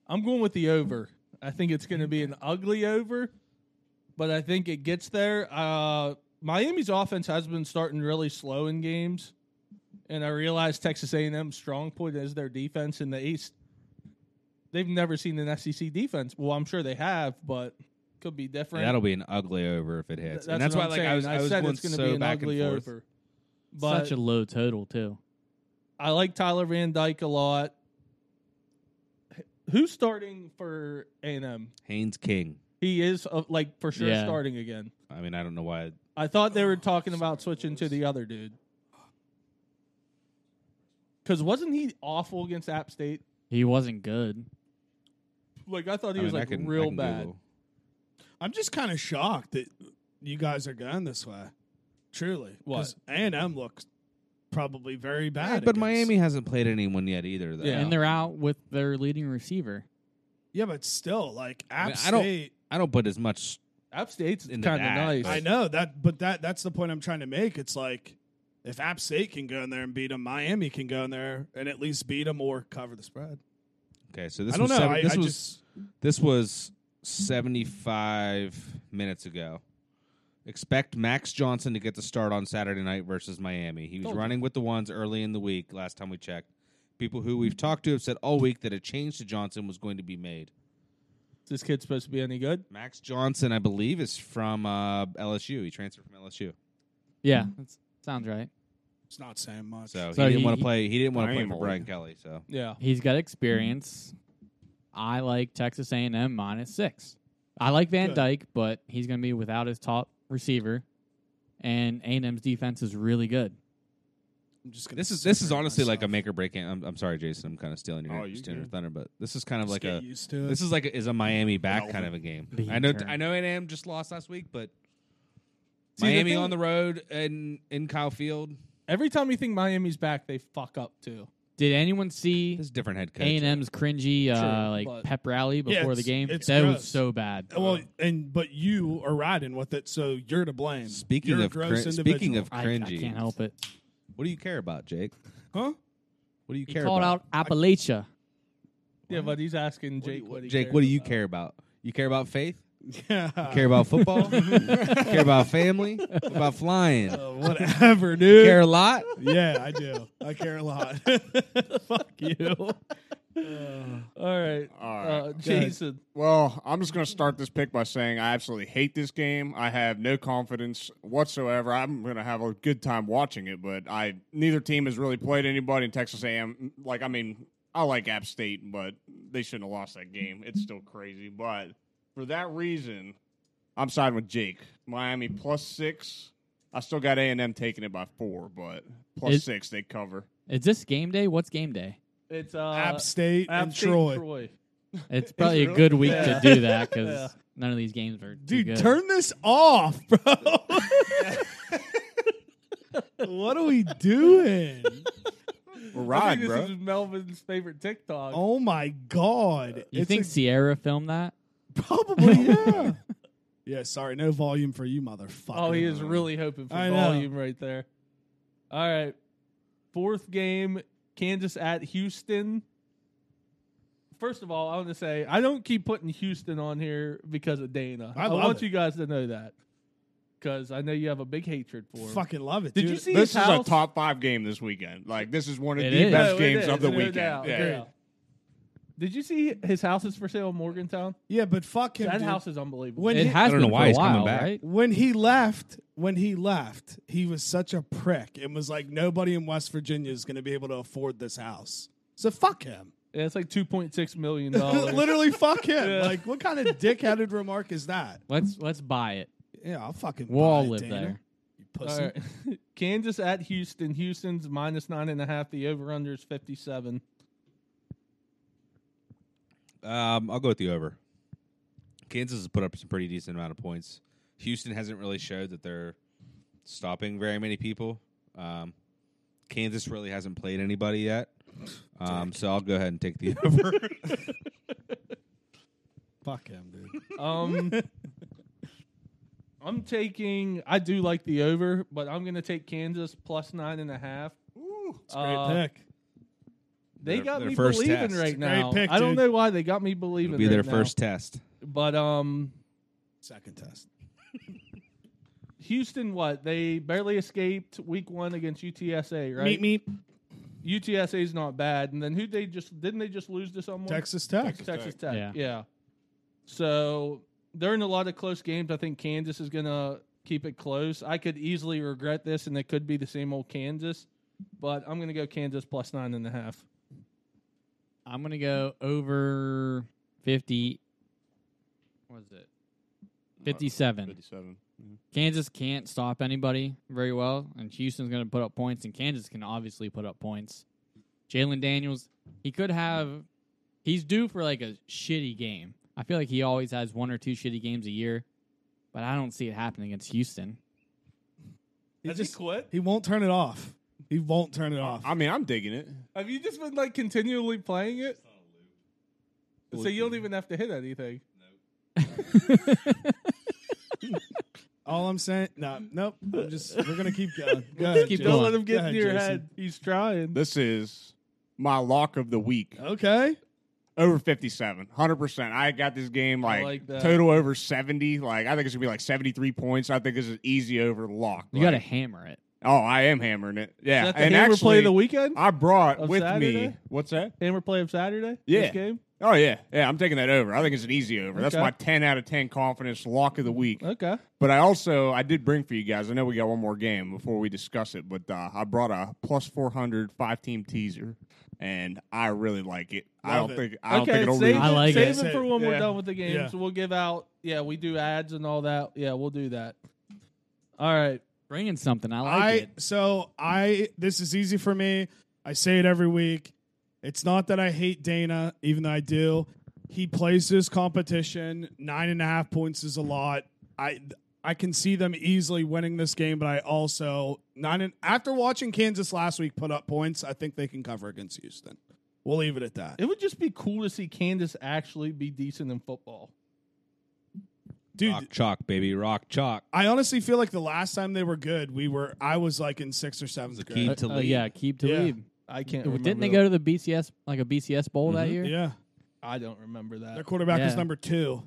[SPEAKER 1] I'm going with the over. I think it's going to be an ugly over, but I think it gets there. Uh, Miami's offense has been starting really slow in games, and I realize Texas A&M's strong point is their defense in the East. They've never seen an SEC defense. Well, I'm sure they have, but could be different.
[SPEAKER 2] That'll be an ugly over if it
[SPEAKER 1] Th-
[SPEAKER 2] hits. and that's
[SPEAKER 1] what
[SPEAKER 2] why,
[SPEAKER 1] I'm
[SPEAKER 2] like,
[SPEAKER 1] saying.
[SPEAKER 2] I was, I was
[SPEAKER 1] said
[SPEAKER 2] going
[SPEAKER 1] it's going to
[SPEAKER 2] so
[SPEAKER 1] be an
[SPEAKER 2] back
[SPEAKER 1] ugly
[SPEAKER 2] and forth.
[SPEAKER 1] over. But
[SPEAKER 4] Such a low total too.
[SPEAKER 1] I like Tyler Van Dyke a lot. H- Who's starting for A&M?
[SPEAKER 2] Haynes King.
[SPEAKER 1] He is uh, like for sure
[SPEAKER 4] Yeah.
[SPEAKER 1] starting again.
[SPEAKER 2] I mean, I don't know why.
[SPEAKER 1] I thought they were talking about switching to the other dude. Cause wasn't he awful against App State?
[SPEAKER 4] He wasn't good.
[SPEAKER 1] Like I thought
[SPEAKER 2] I
[SPEAKER 1] he
[SPEAKER 2] mean,
[SPEAKER 1] was
[SPEAKER 2] I
[SPEAKER 1] like
[SPEAKER 2] can, I
[SPEAKER 1] real
[SPEAKER 2] can
[SPEAKER 1] bad.
[SPEAKER 2] Google.
[SPEAKER 3] I'm just kind of shocked that you guys are going this way. Truly,
[SPEAKER 1] What?
[SPEAKER 3] A&M looks probably very bad.
[SPEAKER 2] Yeah, but
[SPEAKER 3] against-
[SPEAKER 2] Miami hasn't played anyone yet either. Though.
[SPEAKER 1] Yeah.
[SPEAKER 4] And they're out with their leading receiver.
[SPEAKER 3] Yeah, but still, like
[SPEAKER 2] I
[SPEAKER 3] App
[SPEAKER 2] mean, I don't-
[SPEAKER 3] State.
[SPEAKER 2] I don't put as much.
[SPEAKER 1] App State's
[SPEAKER 2] In
[SPEAKER 1] kind
[SPEAKER 2] the
[SPEAKER 1] of
[SPEAKER 2] bag,
[SPEAKER 1] nice.
[SPEAKER 3] I, know that, but that that's the point I'm trying to make. It's like if App State can go in there and beat them, Miami can go in there and at least beat them or cover the spread.
[SPEAKER 2] Okay, so this
[SPEAKER 3] I don't
[SPEAKER 2] was
[SPEAKER 3] know.
[SPEAKER 2] seven-
[SPEAKER 3] I,
[SPEAKER 2] this
[SPEAKER 3] I
[SPEAKER 2] was
[SPEAKER 3] just
[SPEAKER 2] this was seventy five minutes ago. Expect Max Johnson to get the start on Saturday night versus Miami. He was
[SPEAKER 1] Told you.
[SPEAKER 2] running with the ones early in the week. Last time we checked, people who we've talked to have said all week that a change to Johnson was going to be made.
[SPEAKER 1] Is this kid supposed to be any good?
[SPEAKER 2] Max Johnson, I believe, is from uh, LSU. He transferred from LSU,
[SPEAKER 4] Yeah, that's, sounds right.
[SPEAKER 3] it's not saying much.
[SPEAKER 2] so he
[SPEAKER 4] So
[SPEAKER 2] didn't
[SPEAKER 4] he-
[SPEAKER 2] want to
[SPEAKER 4] he-
[SPEAKER 2] play. He didn't want to play
[SPEAKER 5] Miami.
[SPEAKER 2] for Brian Kelly. So
[SPEAKER 1] Yeah.
[SPEAKER 4] He's
[SPEAKER 3] Mm-hmm.
[SPEAKER 4] got experience. I like Texas A&M minus six. I like Van
[SPEAKER 3] Good.
[SPEAKER 4] Dyke, but he's going to be without his top receiver, and A&M's defense is really good.
[SPEAKER 3] I'm just gonna
[SPEAKER 2] this is
[SPEAKER 3] sit
[SPEAKER 2] this is
[SPEAKER 3] here
[SPEAKER 2] honestly like a
[SPEAKER 3] myself.
[SPEAKER 2] make or break. Game. I'm, I'm sorry, Jason. I'm kind of stealing your,
[SPEAKER 5] Oh,
[SPEAKER 2] your
[SPEAKER 5] you
[SPEAKER 2] stealing your
[SPEAKER 5] good.
[SPEAKER 2] thunder, but this is kind of
[SPEAKER 3] Just
[SPEAKER 2] like
[SPEAKER 3] get
[SPEAKER 2] a
[SPEAKER 3] used to it.
[SPEAKER 2] this is like a, is a Miami back
[SPEAKER 5] Elvin.
[SPEAKER 2] kind of a game.
[SPEAKER 4] The
[SPEAKER 2] I know
[SPEAKER 4] turn.
[SPEAKER 2] I know A&M just lost last week, but
[SPEAKER 1] See, the
[SPEAKER 2] Miami
[SPEAKER 1] thing-
[SPEAKER 2] on the road and in Kyle Field.
[SPEAKER 1] Every time you think Miami's back, they fuck up too.
[SPEAKER 4] Did anyone see
[SPEAKER 2] This is a different head coach.
[SPEAKER 4] A&M's cringy uh,
[SPEAKER 1] True,
[SPEAKER 4] like
[SPEAKER 1] but-
[SPEAKER 4] pep rally
[SPEAKER 3] Yeah,
[SPEAKER 4] before the
[SPEAKER 3] it's-
[SPEAKER 4] game?
[SPEAKER 3] it's
[SPEAKER 4] that was
[SPEAKER 3] gross.
[SPEAKER 4] so bad.
[SPEAKER 3] well, and but you are riding with it, so you're to blame.
[SPEAKER 2] Speaking
[SPEAKER 3] You're a
[SPEAKER 2] of
[SPEAKER 3] gross
[SPEAKER 2] crin-
[SPEAKER 3] individual.
[SPEAKER 2] speaking of
[SPEAKER 4] I, I
[SPEAKER 2] cringy,
[SPEAKER 4] can't help it.
[SPEAKER 2] what do you care about, Jake?
[SPEAKER 3] huh?
[SPEAKER 2] What do you
[SPEAKER 4] He
[SPEAKER 2] care
[SPEAKER 4] called
[SPEAKER 2] about?
[SPEAKER 4] out Appalachia.
[SPEAKER 1] Yeah, but he's asking
[SPEAKER 2] What do
[SPEAKER 1] Jake
[SPEAKER 2] you-
[SPEAKER 1] what, he
[SPEAKER 2] Jake,
[SPEAKER 1] cares
[SPEAKER 2] what do you
[SPEAKER 1] about.
[SPEAKER 2] care about? You care about faith?
[SPEAKER 3] Yeah.
[SPEAKER 2] Care about football? care about family? What about flying?
[SPEAKER 3] Uh, whatever, dude.
[SPEAKER 2] Care a lot?
[SPEAKER 3] Yeah, I do. I care a lot. Fuck you.
[SPEAKER 1] All right,
[SPEAKER 5] All right.
[SPEAKER 1] uh, Jason.
[SPEAKER 5] Well, I'm just going to start this pick by saying I absolutely hate this game. I have no confidence whatsoever. I'm going to have a good time watching it, but I neither team has really played anybody in Texas A&M. Like, I mean, I like App State, but they shouldn't have lost that game. It's still crazy, but for that reason, I'm siding with Jake. Miami plus six. I still got A and M taking it by four, but plus
[SPEAKER 4] Is-
[SPEAKER 5] six they cover.
[SPEAKER 4] Is this game day? What's game day?
[SPEAKER 1] It's uh,
[SPEAKER 3] App State
[SPEAKER 1] App
[SPEAKER 3] and
[SPEAKER 1] State
[SPEAKER 3] Troy.
[SPEAKER 4] It's probably a
[SPEAKER 5] really?
[SPEAKER 4] good week
[SPEAKER 1] Yeah.
[SPEAKER 4] to do that because
[SPEAKER 1] Yeah.
[SPEAKER 4] none of these games are. too
[SPEAKER 3] Dude,
[SPEAKER 4] good.
[SPEAKER 3] turn this off, bro. what are we doing?
[SPEAKER 5] We're
[SPEAKER 1] I
[SPEAKER 5] riding,
[SPEAKER 1] think
[SPEAKER 5] bro.
[SPEAKER 1] this is Melvin's favorite TikTok.
[SPEAKER 3] Oh my god.
[SPEAKER 4] You
[SPEAKER 3] It's
[SPEAKER 4] think
[SPEAKER 3] a-
[SPEAKER 4] Sierra filmed that?
[SPEAKER 3] probably yeah. yeah, sorry, no volume for you, motherfucker.
[SPEAKER 1] Oh, he is really hoping for
[SPEAKER 3] I know.
[SPEAKER 1] volume right there. All right. Fourth game, Kansas at Houston. First of all, I want to say I don't keep putting Houston on here because of Dana.
[SPEAKER 3] I
[SPEAKER 1] I,
[SPEAKER 3] love
[SPEAKER 1] want
[SPEAKER 3] it.
[SPEAKER 1] you guys to know that because I know you have a big hatred for him.
[SPEAKER 3] fucking love it.
[SPEAKER 1] Did
[SPEAKER 3] dude.
[SPEAKER 1] you see
[SPEAKER 5] This
[SPEAKER 1] his
[SPEAKER 5] is a
[SPEAKER 1] house?
[SPEAKER 5] top five game this weekend. Like this is one of
[SPEAKER 4] It
[SPEAKER 5] the
[SPEAKER 4] is.
[SPEAKER 5] best
[SPEAKER 1] No, it
[SPEAKER 5] games
[SPEAKER 1] is,
[SPEAKER 5] of the
[SPEAKER 1] no
[SPEAKER 5] weekend.
[SPEAKER 1] doubt,
[SPEAKER 5] Yeah.
[SPEAKER 1] no doubt. Did you see his house is for sale in Morgantown?
[SPEAKER 3] Yeah, but fuck him.
[SPEAKER 1] That
[SPEAKER 3] dude.
[SPEAKER 1] house is unbelievable.
[SPEAKER 3] When
[SPEAKER 4] It
[SPEAKER 3] he-
[SPEAKER 2] I
[SPEAKER 4] has
[SPEAKER 2] don't
[SPEAKER 4] been
[SPEAKER 2] know
[SPEAKER 4] for
[SPEAKER 2] why
[SPEAKER 4] a
[SPEAKER 2] he's coming
[SPEAKER 4] while,
[SPEAKER 2] back.
[SPEAKER 4] right?
[SPEAKER 3] when he left, when he left, he was such a prick and was like, nobody in West Virginia is going to be able to afford this house. So fuck him.
[SPEAKER 1] yeah, it's like two point six million dollars.
[SPEAKER 3] Literally, fuck him.
[SPEAKER 1] Oh, Yeah.
[SPEAKER 3] Like, what kind of dickheaded remark is that?
[SPEAKER 4] Let's let's buy it.
[SPEAKER 3] Yeah, I'll fucking
[SPEAKER 4] We'll all
[SPEAKER 3] buy it,
[SPEAKER 4] live
[SPEAKER 3] Dana.
[SPEAKER 4] there.
[SPEAKER 3] You pussy.
[SPEAKER 1] All right. Kansas at Houston. Houston's minus nine and a half. The over under is 57.
[SPEAKER 2] Um, I'll go with the over. Kansas has put up some pretty decent amount of points. Houston hasn't really showed that they're stopping very many people. Um, Kansas really hasn't played anybody yet. Um, so I'll go ahead and take the over.
[SPEAKER 3] Fuck him, dude.
[SPEAKER 1] Um, I'm taking, I do like the over, but I'm going to take Kansas plus nine and a half.
[SPEAKER 3] It's a great
[SPEAKER 1] Uh,
[SPEAKER 3] pick.
[SPEAKER 1] They
[SPEAKER 2] Their-
[SPEAKER 1] got
[SPEAKER 2] their
[SPEAKER 1] me
[SPEAKER 2] first
[SPEAKER 1] believing
[SPEAKER 2] test.
[SPEAKER 1] right
[SPEAKER 3] Great
[SPEAKER 1] now.
[SPEAKER 3] pick,
[SPEAKER 1] I don't
[SPEAKER 3] dude.
[SPEAKER 1] know why they got me believing.
[SPEAKER 2] It'll be their
[SPEAKER 1] right now.
[SPEAKER 2] first test.
[SPEAKER 1] But um,
[SPEAKER 3] Second test.
[SPEAKER 1] Houston, what? They barely escaped week one against UTSA, right?
[SPEAKER 3] Meet me,
[SPEAKER 1] UTSA's not bad. And then who they just, didn't they just lose to someone?
[SPEAKER 3] Texas Tech.
[SPEAKER 1] Texas Tech.
[SPEAKER 4] Tech.
[SPEAKER 1] Yeah. So they're in a lot of close games. I think Kansas is going to keep it close. I could easily regret this, and it could be the same old Kansas, but I'm going to go Kansas plus nine and a half.
[SPEAKER 4] I'm gonna go over fifty. What is it? Fifty-seven.
[SPEAKER 5] Fifty-seven.
[SPEAKER 4] Kansas can't stop anybody very well, and Houston's going to put up points, and Kansas can obviously put up points. Jalen Daniels, he could have, he's due for like a shitty game. I feel like he always has one or two shitty games a year, but I don't see it happening against Houston.
[SPEAKER 3] He, just,
[SPEAKER 1] quit?
[SPEAKER 3] he won't turn it off. He won't turn it
[SPEAKER 1] Uh,
[SPEAKER 3] off.
[SPEAKER 5] I mean, I'm digging it.
[SPEAKER 1] Have you just been like continually playing it? So you don't even have to hit anything.
[SPEAKER 3] All I'm saying, no, nope. I'm just we're gonna keep going. Go
[SPEAKER 4] Just
[SPEAKER 3] ahead,
[SPEAKER 4] keep
[SPEAKER 3] Jason.
[SPEAKER 1] Don't let
[SPEAKER 4] on.
[SPEAKER 1] him get
[SPEAKER 3] Go
[SPEAKER 1] in
[SPEAKER 3] ahead,
[SPEAKER 1] your
[SPEAKER 3] Jason.
[SPEAKER 1] head. He's trying.
[SPEAKER 5] This is my lock of the week.
[SPEAKER 3] Okay.
[SPEAKER 5] Over 57. 100%. I got this game like,
[SPEAKER 1] like that.
[SPEAKER 5] total over 70. Like, I think it's going to be like 73 points. I think this is easy over lock.
[SPEAKER 4] You got to hammer it.
[SPEAKER 5] Oh, I am hammering it. Yeah.
[SPEAKER 1] Is that the
[SPEAKER 5] and
[SPEAKER 1] hammer
[SPEAKER 5] actually,
[SPEAKER 1] play of the weekend?
[SPEAKER 5] I brought
[SPEAKER 1] of
[SPEAKER 5] with me.
[SPEAKER 1] Saturday?
[SPEAKER 5] What's that?
[SPEAKER 1] Hammer play of Saturday?
[SPEAKER 5] Yeah.
[SPEAKER 1] This game?
[SPEAKER 5] Oh, yeah. Yeah, I'm taking that over. I think it's an easy over. That's
[SPEAKER 1] Okay.
[SPEAKER 5] my 10 out of 10 confidence lock of the week.
[SPEAKER 1] Okay.
[SPEAKER 5] But I also I did bring for you guys. I know we got one more game before we discuss it, but uh, I brought a plus 400 five team teaser, and I really like it. I
[SPEAKER 3] Love
[SPEAKER 5] don't
[SPEAKER 3] it.
[SPEAKER 5] think I don't
[SPEAKER 1] okay,
[SPEAKER 5] think it'll
[SPEAKER 1] save
[SPEAKER 5] reach.
[SPEAKER 4] I like
[SPEAKER 1] save
[SPEAKER 4] it.
[SPEAKER 1] it for when we're
[SPEAKER 5] Yeah.
[SPEAKER 1] done with the games.
[SPEAKER 3] Yeah.
[SPEAKER 1] We'll give out. Yeah, we do ads and all that. Yeah, we'll do that. All right.
[SPEAKER 4] Bring in something. I like
[SPEAKER 3] I
[SPEAKER 4] it.
[SPEAKER 3] so I this is easy for me. I say it every week. It's not that I hate Dana, even though I do. He plays this competition. Nine and a half points is a lot. I I can see them easily winning this game, but I also nine and after watching Kansas last week put up points, I think they can cover against Houston. We'll leave it at that.
[SPEAKER 1] It would just be cool to see Candace actually be decent in football.
[SPEAKER 3] Dude,
[SPEAKER 2] Rock chalk, baby. Rock chalk.
[SPEAKER 3] I honestly feel like the last time they were good, we were I was like in sixth or seventh
[SPEAKER 2] Keep
[SPEAKER 3] grade.
[SPEAKER 2] to
[SPEAKER 4] Uh,
[SPEAKER 2] lead.
[SPEAKER 4] yeah, keep to
[SPEAKER 3] Yeah.
[SPEAKER 4] lead.
[SPEAKER 1] I can't. remember
[SPEAKER 4] Didn't they
[SPEAKER 1] the-
[SPEAKER 4] go to the BCS, like a BCS bowl that year?
[SPEAKER 3] Yeah.
[SPEAKER 1] I don't remember that.
[SPEAKER 3] Their quarterback was
[SPEAKER 4] Yeah.
[SPEAKER 3] number two.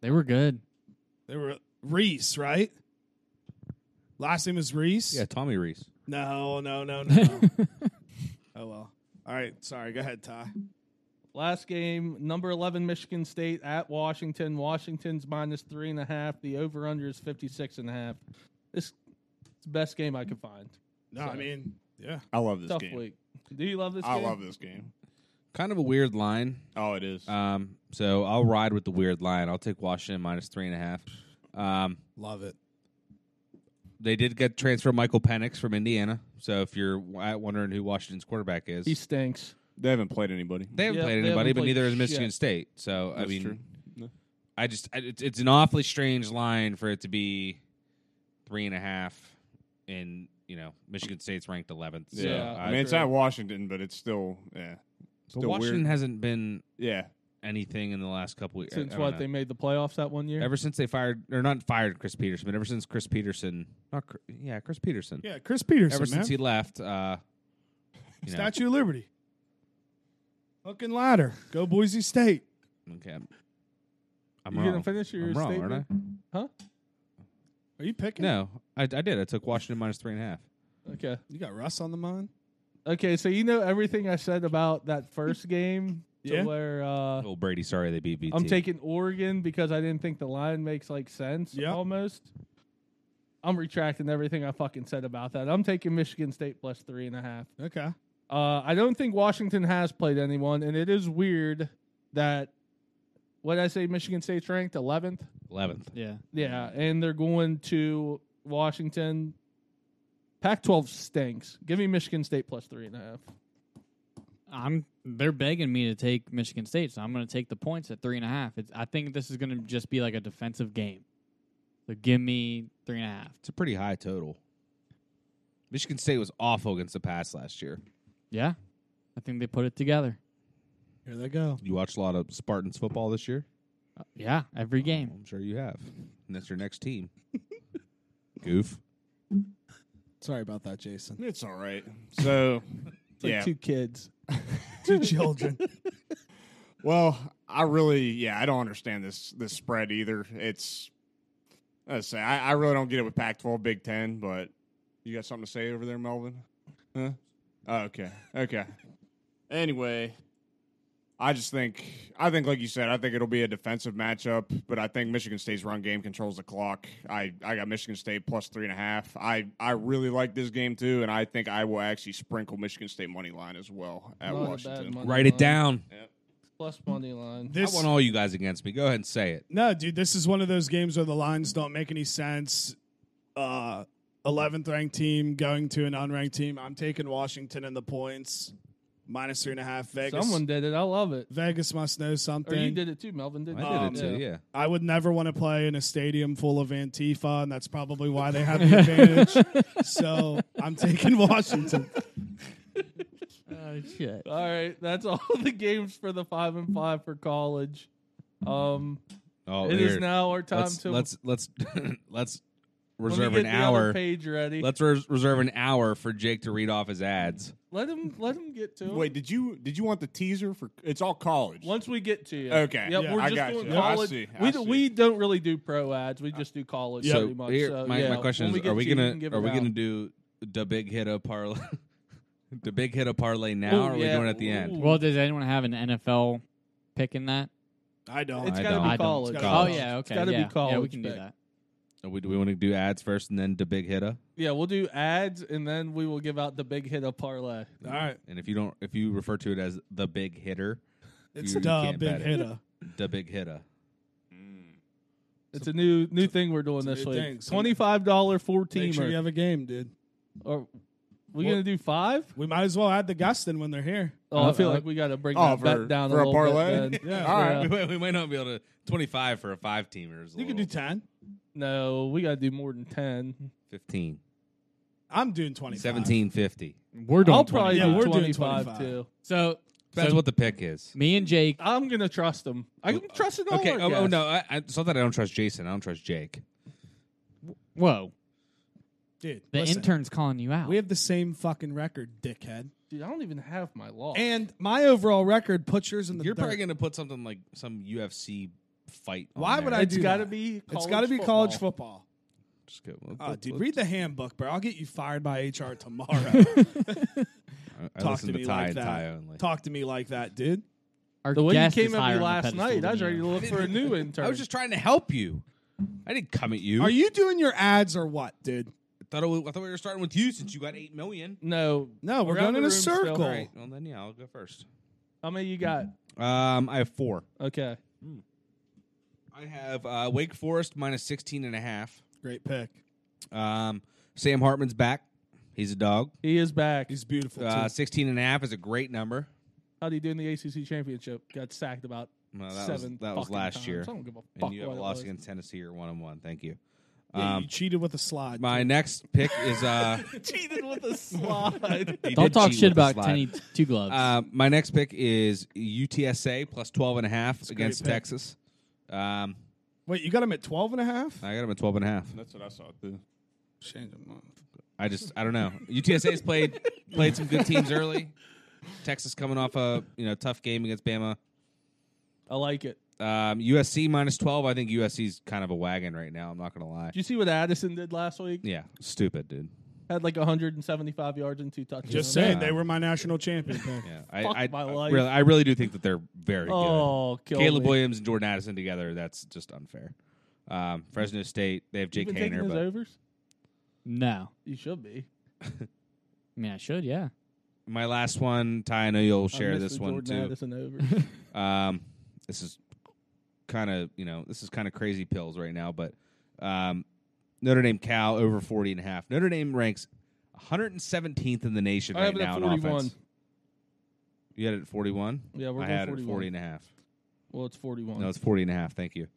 [SPEAKER 4] They were good.
[SPEAKER 3] They were Reese, right? Last name is Reese.
[SPEAKER 2] Yeah, Tommy Reese.
[SPEAKER 3] No, no, no, no. oh well. All right. Sorry. Go ahead, Ty.
[SPEAKER 1] Last game, number 11, Michigan State at Washington. Washington's minus three and a half. The over under is 56 and a half. This is the best game I could find.
[SPEAKER 3] No, I
[SPEAKER 1] So-
[SPEAKER 3] mean, yeah.
[SPEAKER 5] I love this
[SPEAKER 1] Tough
[SPEAKER 5] game.
[SPEAKER 1] week. Do you love this
[SPEAKER 5] I
[SPEAKER 1] game?
[SPEAKER 5] love this game.
[SPEAKER 2] Kind of a weird line.
[SPEAKER 5] Oh, it is.
[SPEAKER 2] Um, so I'll ride with the weird line. I'll take Washington minus three and a half. Um,
[SPEAKER 3] Love it.
[SPEAKER 2] they did get transfer Michael Penix from Indiana. So if you're w- wondering who Washington's quarterback is,
[SPEAKER 1] He stinks.
[SPEAKER 5] they haven't played anybody.
[SPEAKER 2] they haven't
[SPEAKER 1] Yeah,
[SPEAKER 2] played
[SPEAKER 1] they
[SPEAKER 2] anybody,
[SPEAKER 1] haven't
[SPEAKER 2] but
[SPEAKER 1] played
[SPEAKER 2] neither has
[SPEAKER 1] shit.
[SPEAKER 2] Michigan State. So I
[SPEAKER 5] That's
[SPEAKER 2] mean,
[SPEAKER 5] true. No.
[SPEAKER 2] I just I, it's, it's an awfully strange line for it to be three and a half, and you know Michigan State's ranked eleventh. So
[SPEAKER 1] Yeah,
[SPEAKER 5] I mean, it's
[SPEAKER 1] agree.
[SPEAKER 5] at Washington, but it's still yeah,
[SPEAKER 2] but
[SPEAKER 5] still
[SPEAKER 2] Washington
[SPEAKER 5] weird.
[SPEAKER 2] hasn't been
[SPEAKER 5] Yeah,
[SPEAKER 2] anything in the last couple weeks.
[SPEAKER 1] Since what? They made the playoffs that one year?
[SPEAKER 2] ever since they fired or not fired Chris Peterson, but ever since Chris Peterson, not Chr- yeah Chris Peterson.
[SPEAKER 3] Yeah, Chris Peterson,
[SPEAKER 2] ever
[SPEAKER 3] man.
[SPEAKER 2] since he left, uh, you know,
[SPEAKER 3] Statue of Liberty. Fucking ladder. Go Boise State.
[SPEAKER 2] Okay, I'm, I'm
[SPEAKER 1] you
[SPEAKER 2] wrong.
[SPEAKER 1] gonna finish your
[SPEAKER 2] I'm wrong,
[SPEAKER 1] statement?
[SPEAKER 2] aren't I?
[SPEAKER 3] Are you picking?
[SPEAKER 2] No, I, I did. I took Washington minus three and a half.
[SPEAKER 1] Okay.
[SPEAKER 3] You got Russ on the mind.
[SPEAKER 1] Okay, so you know everything I said about that first game to
[SPEAKER 3] Yeah.
[SPEAKER 1] where uh,
[SPEAKER 2] Oh, Brady, sorry they beat BT.
[SPEAKER 1] I'm taking Oregon because I didn't think the line makes like sense
[SPEAKER 3] Yeah.
[SPEAKER 1] almost. I'm retracting everything I fucking said about that. I'm taking Michigan State plus three and a half.
[SPEAKER 3] Okay.
[SPEAKER 1] Uh, I don't think Washington has played anyone, and it is weird that what I say Michigan State's ranked 11th.
[SPEAKER 2] eleventh.
[SPEAKER 4] Yeah.
[SPEAKER 1] Yeah, and they're going to Washington. Pac-12 stinks. Give me Michigan State plus three and a half.
[SPEAKER 4] I'm. They're begging me to take Michigan State, so I'm going to take the points at three and a half. It's, I think this is going to just be like a defensive game. So give me three and a half.
[SPEAKER 2] It's a pretty high total. Michigan State was awful against the pass last year.
[SPEAKER 4] Yeah, I think they put it together.
[SPEAKER 3] Here they go.
[SPEAKER 2] You watched a lot of Spartans football this year.
[SPEAKER 4] Uh, yeah, every game.
[SPEAKER 2] I'm sure you have. And that's your next team. Goof.
[SPEAKER 3] Sorry about that, Jason.
[SPEAKER 5] it's all right. So
[SPEAKER 1] It's like
[SPEAKER 5] yeah,
[SPEAKER 1] two kids.
[SPEAKER 3] Two children.
[SPEAKER 5] Well, I really, yeah, I don't understand this this spread either. It's, I say, I, I really don't get it with Pac-12, Big Ten, but you got something to say over there, Melvin? Huh? Oh, okay, okay. Anyway, I just think, I think, like you said, I think it'll be a defensive matchup, but I think Michigan State's run game controls the clock. I, I got Michigan State plus three and a half. I, I really like this game too, and I think I will actually sprinkle Michigan State money line as well at
[SPEAKER 1] Not a bad
[SPEAKER 5] Washington.
[SPEAKER 1] money
[SPEAKER 2] Write it
[SPEAKER 1] line.
[SPEAKER 2] down.
[SPEAKER 1] Plus money line.
[SPEAKER 2] I
[SPEAKER 3] This
[SPEAKER 2] want all you guys against me. Go ahead and say it.
[SPEAKER 3] No, dude, this is one of those games where the lines don't make any sense. Uh 11th ranked team going to an unranked team. I'm taking Washington and the points. Minus three and a half. Vegas.
[SPEAKER 1] Someone did it. I love it.
[SPEAKER 3] Vegas must know
[SPEAKER 1] Or
[SPEAKER 3] something.
[SPEAKER 1] you did it too, Melvin. Didn't
[SPEAKER 2] I
[SPEAKER 1] you?
[SPEAKER 2] did it too. Yeah.
[SPEAKER 3] I would never want to play in a stadium full of Antifa, and that's probably why they have the advantage. so I'm taking Washington.
[SPEAKER 4] Oh shit.
[SPEAKER 1] All right, that's all the games for the five and five for college. Um,
[SPEAKER 2] Oh,
[SPEAKER 1] it is
[SPEAKER 2] here.
[SPEAKER 1] now our time
[SPEAKER 2] let's,
[SPEAKER 1] to
[SPEAKER 2] let's let's let's
[SPEAKER 1] Let me
[SPEAKER 2] reserve
[SPEAKER 1] get
[SPEAKER 2] an
[SPEAKER 1] the other
[SPEAKER 2] hour.
[SPEAKER 1] page ready.
[SPEAKER 2] Let's res- reserve an hour for Jake to read off his ads.
[SPEAKER 1] let him let him get to it.
[SPEAKER 5] Wait, did you did you want the teaser for? It's all college.
[SPEAKER 1] Once we get to you,
[SPEAKER 5] Okay.
[SPEAKER 1] Yep,
[SPEAKER 3] Yeah,
[SPEAKER 1] we're
[SPEAKER 5] I
[SPEAKER 1] just
[SPEAKER 5] got
[SPEAKER 1] doing
[SPEAKER 5] you. I
[SPEAKER 1] college.
[SPEAKER 5] see, I
[SPEAKER 1] we
[SPEAKER 5] see.
[SPEAKER 1] do, we don't really do pro ads. We just do college
[SPEAKER 3] Yeah.
[SPEAKER 1] pretty much.
[SPEAKER 2] here,
[SPEAKER 1] so,
[SPEAKER 2] my,
[SPEAKER 1] yeah,
[SPEAKER 2] my question
[SPEAKER 1] when
[SPEAKER 2] is:
[SPEAKER 1] we get
[SPEAKER 2] Are we
[SPEAKER 1] to you,
[SPEAKER 2] gonna
[SPEAKER 1] can give
[SPEAKER 2] are
[SPEAKER 1] it
[SPEAKER 2] we
[SPEAKER 1] out.
[SPEAKER 2] gonna do the big hit a parlay, the big hit a parlay now,
[SPEAKER 1] Ooh,
[SPEAKER 2] or are we
[SPEAKER 1] yeah.
[SPEAKER 2] doing it at the end?
[SPEAKER 1] Ooh.
[SPEAKER 4] Well, does anyone have an NFL pick in that?
[SPEAKER 3] I don't.
[SPEAKER 1] It's
[SPEAKER 2] I
[SPEAKER 1] gotta
[SPEAKER 2] don't.
[SPEAKER 1] be
[SPEAKER 4] I don't.
[SPEAKER 1] college.
[SPEAKER 3] It's
[SPEAKER 4] Oh
[SPEAKER 3] gotta be
[SPEAKER 4] yeah, okay.
[SPEAKER 1] gotta be
[SPEAKER 4] yeah. Yeah, we
[SPEAKER 1] college
[SPEAKER 4] can do
[SPEAKER 1] pick.
[SPEAKER 4] that.
[SPEAKER 2] Are we, do we want to do ads first and then the big hit a?
[SPEAKER 1] Yeah, we'll do ads and then we will give out the big hit of parlay.
[SPEAKER 3] All right.
[SPEAKER 2] And if you don't, if you refer to it as the big hitter,
[SPEAKER 3] It's
[SPEAKER 2] You
[SPEAKER 3] duh,
[SPEAKER 2] can't
[SPEAKER 3] big
[SPEAKER 2] bet it.
[SPEAKER 3] hitter.
[SPEAKER 2] the big hitter.
[SPEAKER 1] It's a new new thing we're doing
[SPEAKER 3] it's a
[SPEAKER 1] this
[SPEAKER 3] new
[SPEAKER 1] week.
[SPEAKER 3] thing. So-
[SPEAKER 1] Twenty five dollar four
[SPEAKER 3] Make
[SPEAKER 1] teamer.
[SPEAKER 3] sure you have a game, dude.
[SPEAKER 1] Are we
[SPEAKER 3] What-
[SPEAKER 1] gonna do five?
[SPEAKER 3] We might as well add the guest in when they're here.
[SPEAKER 1] Oh, I
[SPEAKER 4] Uh,
[SPEAKER 1] feel
[SPEAKER 4] uh,
[SPEAKER 1] like we got to bring
[SPEAKER 5] oh,
[SPEAKER 1] that bet
[SPEAKER 5] for-
[SPEAKER 1] down
[SPEAKER 5] for
[SPEAKER 1] a
[SPEAKER 5] a
[SPEAKER 1] little
[SPEAKER 5] parlay?
[SPEAKER 1] bit. Then.
[SPEAKER 3] Yeah.
[SPEAKER 5] All right.
[SPEAKER 1] Yeah.
[SPEAKER 2] We, might- we might not be able to twenty five for a five teamer.
[SPEAKER 3] You can do 10.
[SPEAKER 1] No, we got to do more than ten.
[SPEAKER 2] 15,
[SPEAKER 3] I'm doing 20.
[SPEAKER 2] 17, 50.
[SPEAKER 4] We're doing.
[SPEAKER 1] I'll probably
[SPEAKER 3] 25. Yeah,
[SPEAKER 1] do
[SPEAKER 3] we're
[SPEAKER 1] twenty
[SPEAKER 3] doing
[SPEAKER 1] five
[SPEAKER 3] 25.
[SPEAKER 1] too.
[SPEAKER 4] so.
[SPEAKER 2] That's
[SPEAKER 4] so
[SPEAKER 2] what the pick is.
[SPEAKER 4] me and Jake.
[SPEAKER 1] I'm gonna trust them. I'm trusting all
[SPEAKER 2] Okay.
[SPEAKER 1] our
[SPEAKER 2] Oh, oh
[SPEAKER 1] guests.
[SPEAKER 2] no, I, I, it's not that I don't trust Jason. I don't trust Jake.
[SPEAKER 4] Whoa,
[SPEAKER 3] Dude,
[SPEAKER 4] the
[SPEAKER 3] listen,
[SPEAKER 4] intern's calling you out.
[SPEAKER 3] We have the same fucking record, dickhead.
[SPEAKER 1] dude, I don't even have my law.
[SPEAKER 3] And my overall record puts yours in the
[SPEAKER 2] You're
[SPEAKER 3] dirt.
[SPEAKER 2] probably gonna put something like some UFC fight. on
[SPEAKER 3] Why would
[SPEAKER 2] there.
[SPEAKER 3] I
[SPEAKER 1] It's
[SPEAKER 3] do
[SPEAKER 1] got to
[SPEAKER 3] that.
[SPEAKER 1] be.
[SPEAKER 3] it's
[SPEAKER 1] college
[SPEAKER 3] got to be
[SPEAKER 1] football.
[SPEAKER 3] college football.
[SPEAKER 2] Just go, well,
[SPEAKER 3] Oh,
[SPEAKER 2] look,
[SPEAKER 3] dude,
[SPEAKER 2] look,
[SPEAKER 3] read the handbook, bro. I'll get you fired by HR tomorrow.
[SPEAKER 2] I- I
[SPEAKER 3] Talk
[SPEAKER 2] listen
[SPEAKER 3] to me
[SPEAKER 2] Ty
[SPEAKER 3] like
[SPEAKER 2] and
[SPEAKER 3] that.
[SPEAKER 2] Ty only.
[SPEAKER 3] Talk to me like that, dude.
[SPEAKER 4] Our
[SPEAKER 1] The way
[SPEAKER 4] guest
[SPEAKER 1] you
[SPEAKER 4] is
[SPEAKER 1] came at
[SPEAKER 4] higher on
[SPEAKER 1] me
[SPEAKER 4] the
[SPEAKER 1] last
[SPEAKER 4] pedestal
[SPEAKER 1] night, I was
[SPEAKER 4] than
[SPEAKER 1] ready
[SPEAKER 4] you.
[SPEAKER 1] to look for a new intern.
[SPEAKER 2] I was just trying to help you. I didn't come at you.
[SPEAKER 3] Are you doing your ads or what, dude?
[SPEAKER 2] I thought, it was, I thought we were starting with you since you got eight million.
[SPEAKER 1] no,
[SPEAKER 3] No, we're,
[SPEAKER 1] We're out
[SPEAKER 3] going
[SPEAKER 1] of
[SPEAKER 3] in a
[SPEAKER 1] the room still.
[SPEAKER 3] circle.
[SPEAKER 1] Cool.
[SPEAKER 2] All right. Well, then yeah, I'll go first.
[SPEAKER 1] how many you got?
[SPEAKER 3] Mm-hmm.
[SPEAKER 2] Um, I have four.
[SPEAKER 1] Okay,
[SPEAKER 2] I have uh, Wake Forest minus 16 and a half.
[SPEAKER 3] Great pick.
[SPEAKER 2] Um, Sam Hartman's back. He's a dog.
[SPEAKER 1] he is back.
[SPEAKER 3] He's beautiful.
[SPEAKER 2] Uh,
[SPEAKER 3] too.
[SPEAKER 2] 16 and a half is a great number.
[SPEAKER 1] How do you do in the ACC championship? Got sacked about
[SPEAKER 2] Well, that was-
[SPEAKER 1] seven.
[SPEAKER 2] that was
[SPEAKER 1] fucking
[SPEAKER 2] last
[SPEAKER 1] times.
[SPEAKER 2] year.
[SPEAKER 1] I don't give a fuck.
[SPEAKER 2] And you have
[SPEAKER 1] what it
[SPEAKER 2] lost
[SPEAKER 1] was.
[SPEAKER 2] against Tennessee or one on one. Thank you.
[SPEAKER 3] Yeah,
[SPEAKER 2] Um,
[SPEAKER 3] you cheated with a slide.
[SPEAKER 2] my
[SPEAKER 3] too.
[SPEAKER 2] next pick is uh,
[SPEAKER 1] Cheated with a slide.
[SPEAKER 2] he
[SPEAKER 4] Don't
[SPEAKER 2] did
[SPEAKER 4] talk
[SPEAKER 2] cheat
[SPEAKER 4] shit
[SPEAKER 2] with the
[SPEAKER 4] about
[SPEAKER 2] slide.
[SPEAKER 4] Tenny Two Gloves.
[SPEAKER 2] Uh, my next pick is UTSA plus 12 and a half
[SPEAKER 3] a
[SPEAKER 2] against
[SPEAKER 3] great pick.
[SPEAKER 2] Texas. Um,
[SPEAKER 3] Wait, you got him at 12 and a half?
[SPEAKER 2] I got him at 12 and a half.
[SPEAKER 5] That's what I saw too.
[SPEAKER 3] Change him up.
[SPEAKER 2] I just I don't know. UTSA's played played some good teams early. Texas coming off a you know tough game against Bama.
[SPEAKER 1] I like it.
[SPEAKER 2] Um, USC minus twelve. I think USC's kind of a wagon right now. I'm not gonna lie.
[SPEAKER 1] Did you see what Addison did last week?
[SPEAKER 2] Yeah, stupid dude.
[SPEAKER 1] Had like 175 yards and two touchdowns.
[SPEAKER 3] Just
[SPEAKER 2] Yeah.
[SPEAKER 3] saying, they were my national champion pick.
[SPEAKER 2] Yeah, I,
[SPEAKER 1] Fuck
[SPEAKER 2] I,
[SPEAKER 1] my
[SPEAKER 2] I
[SPEAKER 1] life.
[SPEAKER 2] really I really do think that they're very
[SPEAKER 1] Oh,
[SPEAKER 2] good.
[SPEAKER 1] kill
[SPEAKER 2] Caleb
[SPEAKER 1] me.
[SPEAKER 2] Williams and Jordan Addison together. That's just unfair. Um, Fresno State. They have
[SPEAKER 1] You
[SPEAKER 2] Jake
[SPEAKER 1] been taking
[SPEAKER 2] Hayner,
[SPEAKER 1] his
[SPEAKER 2] but
[SPEAKER 1] overs?
[SPEAKER 4] no,
[SPEAKER 1] You should be.
[SPEAKER 4] I mean I should. Yeah,
[SPEAKER 2] my last one, Ty. I know you'll
[SPEAKER 1] I
[SPEAKER 2] share
[SPEAKER 1] miss
[SPEAKER 2] this
[SPEAKER 1] the
[SPEAKER 2] one
[SPEAKER 1] Jordan
[SPEAKER 2] too.
[SPEAKER 1] Addison overs.
[SPEAKER 2] Um, this is kind of you know this is kind of crazy pills right now, but um, Notre Dame Cal over 40 and a half. Notre Dame ranks 117th in the nation
[SPEAKER 1] I
[SPEAKER 2] right
[SPEAKER 1] have it
[SPEAKER 2] now
[SPEAKER 1] at
[SPEAKER 2] in
[SPEAKER 1] 41.
[SPEAKER 2] offense. You had it at 41.
[SPEAKER 1] Yeah, we're
[SPEAKER 2] I
[SPEAKER 1] going
[SPEAKER 2] had it at
[SPEAKER 1] 41.
[SPEAKER 2] 40 and a half.
[SPEAKER 1] Well, it's 41.
[SPEAKER 2] No, it's 40 and a half. Thank you.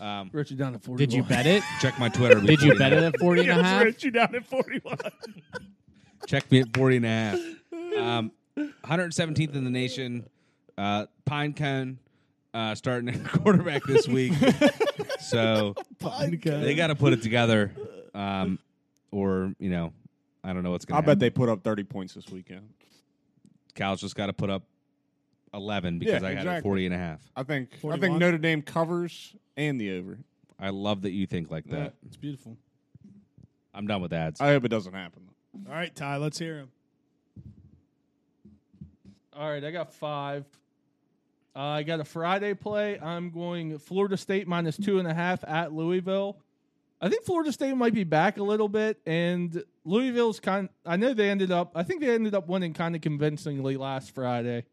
[SPEAKER 2] Um,
[SPEAKER 1] Richard down at 41.
[SPEAKER 4] did you bet it?
[SPEAKER 2] check my Twitter. it'll be
[SPEAKER 4] Did you
[SPEAKER 2] 40
[SPEAKER 4] bet
[SPEAKER 2] and a
[SPEAKER 4] it at 40 and a half?
[SPEAKER 3] you down at 41.
[SPEAKER 2] half. Check me at 40 and a half. Um, 117th in the nation. Uh, Pinecone uh, starting at quarterback this week. so they got to put it together, um, or you know, I don't know what's going
[SPEAKER 5] I
[SPEAKER 2] to. happen.
[SPEAKER 5] bet they put up thirty points this weekend.
[SPEAKER 2] Cal's just got to put up 11 because
[SPEAKER 5] Yeah,
[SPEAKER 2] I got it
[SPEAKER 5] exactly.
[SPEAKER 2] 40 and a half.
[SPEAKER 5] I think I
[SPEAKER 3] 41?
[SPEAKER 5] think Notre Dame covers and the over.
[SPEAKER 2] I love that you think like that.
[SPEAKER 3] It's beautiful.
[SPEAKER 2] I'm done with ads.
[SPEAKER 5] I hope it doesn't happen.
[SPEAKER 3] All right, Ty, let's hear him.
[SPEAKER 1] All right, I got five. Uh, I got a Friday play. I'm going Florida State minus two and a half at Louisville. I think Florida State might be back a little bit, and Louisville's kind. I know they ended up. I think they ended up winning kind of convincingly last Friday.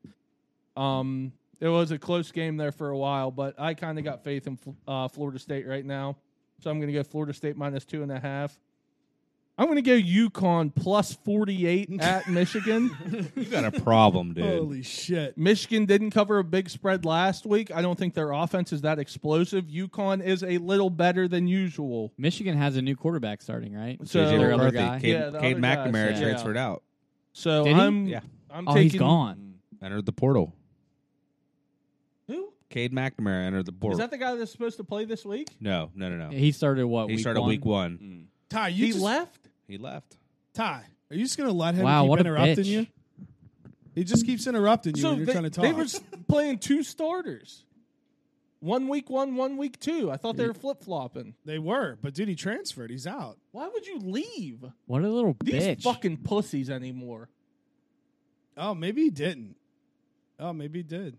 [SPEAKER 1] Um, it was a close game there for a while, but I kind of got faith in Fl- uh, Florida State right now, so I'm going to go Florida State minus two and a half. I'm going to go UConn plus 48 at Michigan.
[SPEAKER 2] you got a problem, dude.
[SPEAKER 3] Holy shit.
[SPEAKER 1] Michigan didn't cover a big spread last week. I don't think their offense is that explosive. UConn is a little better than usual.
[SPEAKER 4] Michigan has a new quarterback starting, right?
[SPEAKER 1] So-
[SPEAKER 2] JJ
[SPEAKER 1] Their
[SPEAKER 4] other
[SPEAKER 2] McCarthy,
[SPEAKER 4] guy.
[SPEAKER 2] Cade,
[SPEAKER 1] Yeah, the
[SPEAKER 2] Cade
[SPEAKER 1] other guys,
[SPEAKER 2] McNamara
[SPEAKER 4] yeah.
[SPEAKER 2] transferred out,
[SPEAKER 1] So
[SPEAKER 4] Did he?
[SPEAKER 1] I'm
[SPEAKER 2] Yeah.
[SPEAKER 1] I'm
[SPEAKER 4] oh,
[SPEAKER 1] taking
[SPEAKER 4] he's gone.
[SPEAKER 2] entered the portal.
[SPEAKER 1] Who?
[SPEAKER 2] Cade McNamara entered the
[SPEAKER 1] Is
[SPEAKER 2] portal.
[SPEAKER 1] that the guy that's supposed to play this week?
[SPEAKER 2] no, no, no, no.
[SPEAKER 4] He started what?
[SPEAKER 2] he
[SPEAKER 4] week
[SPEAKER 2] started
[SPEAKER 4] one?
[SPEAKER 2] week one.
[SPEAKER 1] Hmm.
[SPEAKER 5] Mm.
[SPEAKER 3] Ty, you
[SPEAKER 1] he
[SPEAKER 3] just,
[SPEAKER 1] left?
[SPEAKER 2] He left.
[SPEAKER 3] Ty, are you just going to let him
[SPEAKER 4] Wow,
[SPEAKER 3] keep
[SPEAKER 4] what a
[SPEAKER 3] interrupting
[SPEAKER 4] bitch.
[SPEAKER 3] you? He just keeps interrupting you
[SPEAKER 1] so
[SPEAKER 3] when you're
[SPEAKER 1] they,
[SPEAKER 3] trying to talk.
[SPEAKER 1] they were s- playing two starters. One week one, one week two. I thought they were flip flopping.
[SPEAKER 3] They were, but dude, he transferred. He's out.
[SPEAKER 1] Why would you leave
[SPEAKER 4] What a little
[SPEAKER 1] these
[SPEAKER 4] bitch!
[SPEAKER 1] fucking pussies anymore?
[SPEAKER 3] Oh, maybe he didn't. Oh, maybe he did.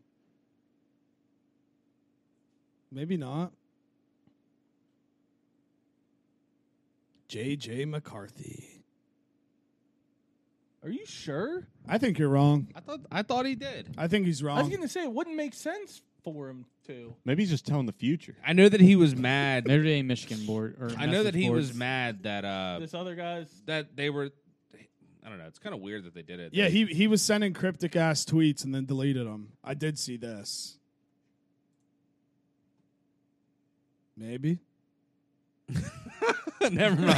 [SPEAKER 3] Maybe not. JJ McCarthy.
[SPEAKER 1] Are you sure?
[SPEAKER 3] I think you're wrong.
[SPEAKER 2] I thought. I thought he did.
[SPEAKER 3] I think he's
[SPEAKER 1] I was
[SPEAKER 3] wrong.
[SPEAKER 1] gonna say it wouldn't make sense for him to.
[SPEAKER 5] Maybe he's just telling the future.
[SPEAKER 2] I know that he was mad.
[SPEAKER 4] Notre Dame, Michigan board. Or
[SPEAKER 2] I know that
[SPEAKER 4] message
[SPEAKER 2] he was
[SPEAKER 4] boards.
[SPEAKER 2] mad that uh
[SPEAKER 1] This other guy's
[SPEAKER 2] that they were. I don't know. It's kind of weird that they did it.
[SPEAKER 3] yeah, he he was sending cryptic ass tweets and then deleted them. I did see this. Maybe.
[SPEAKER 2] Never mind.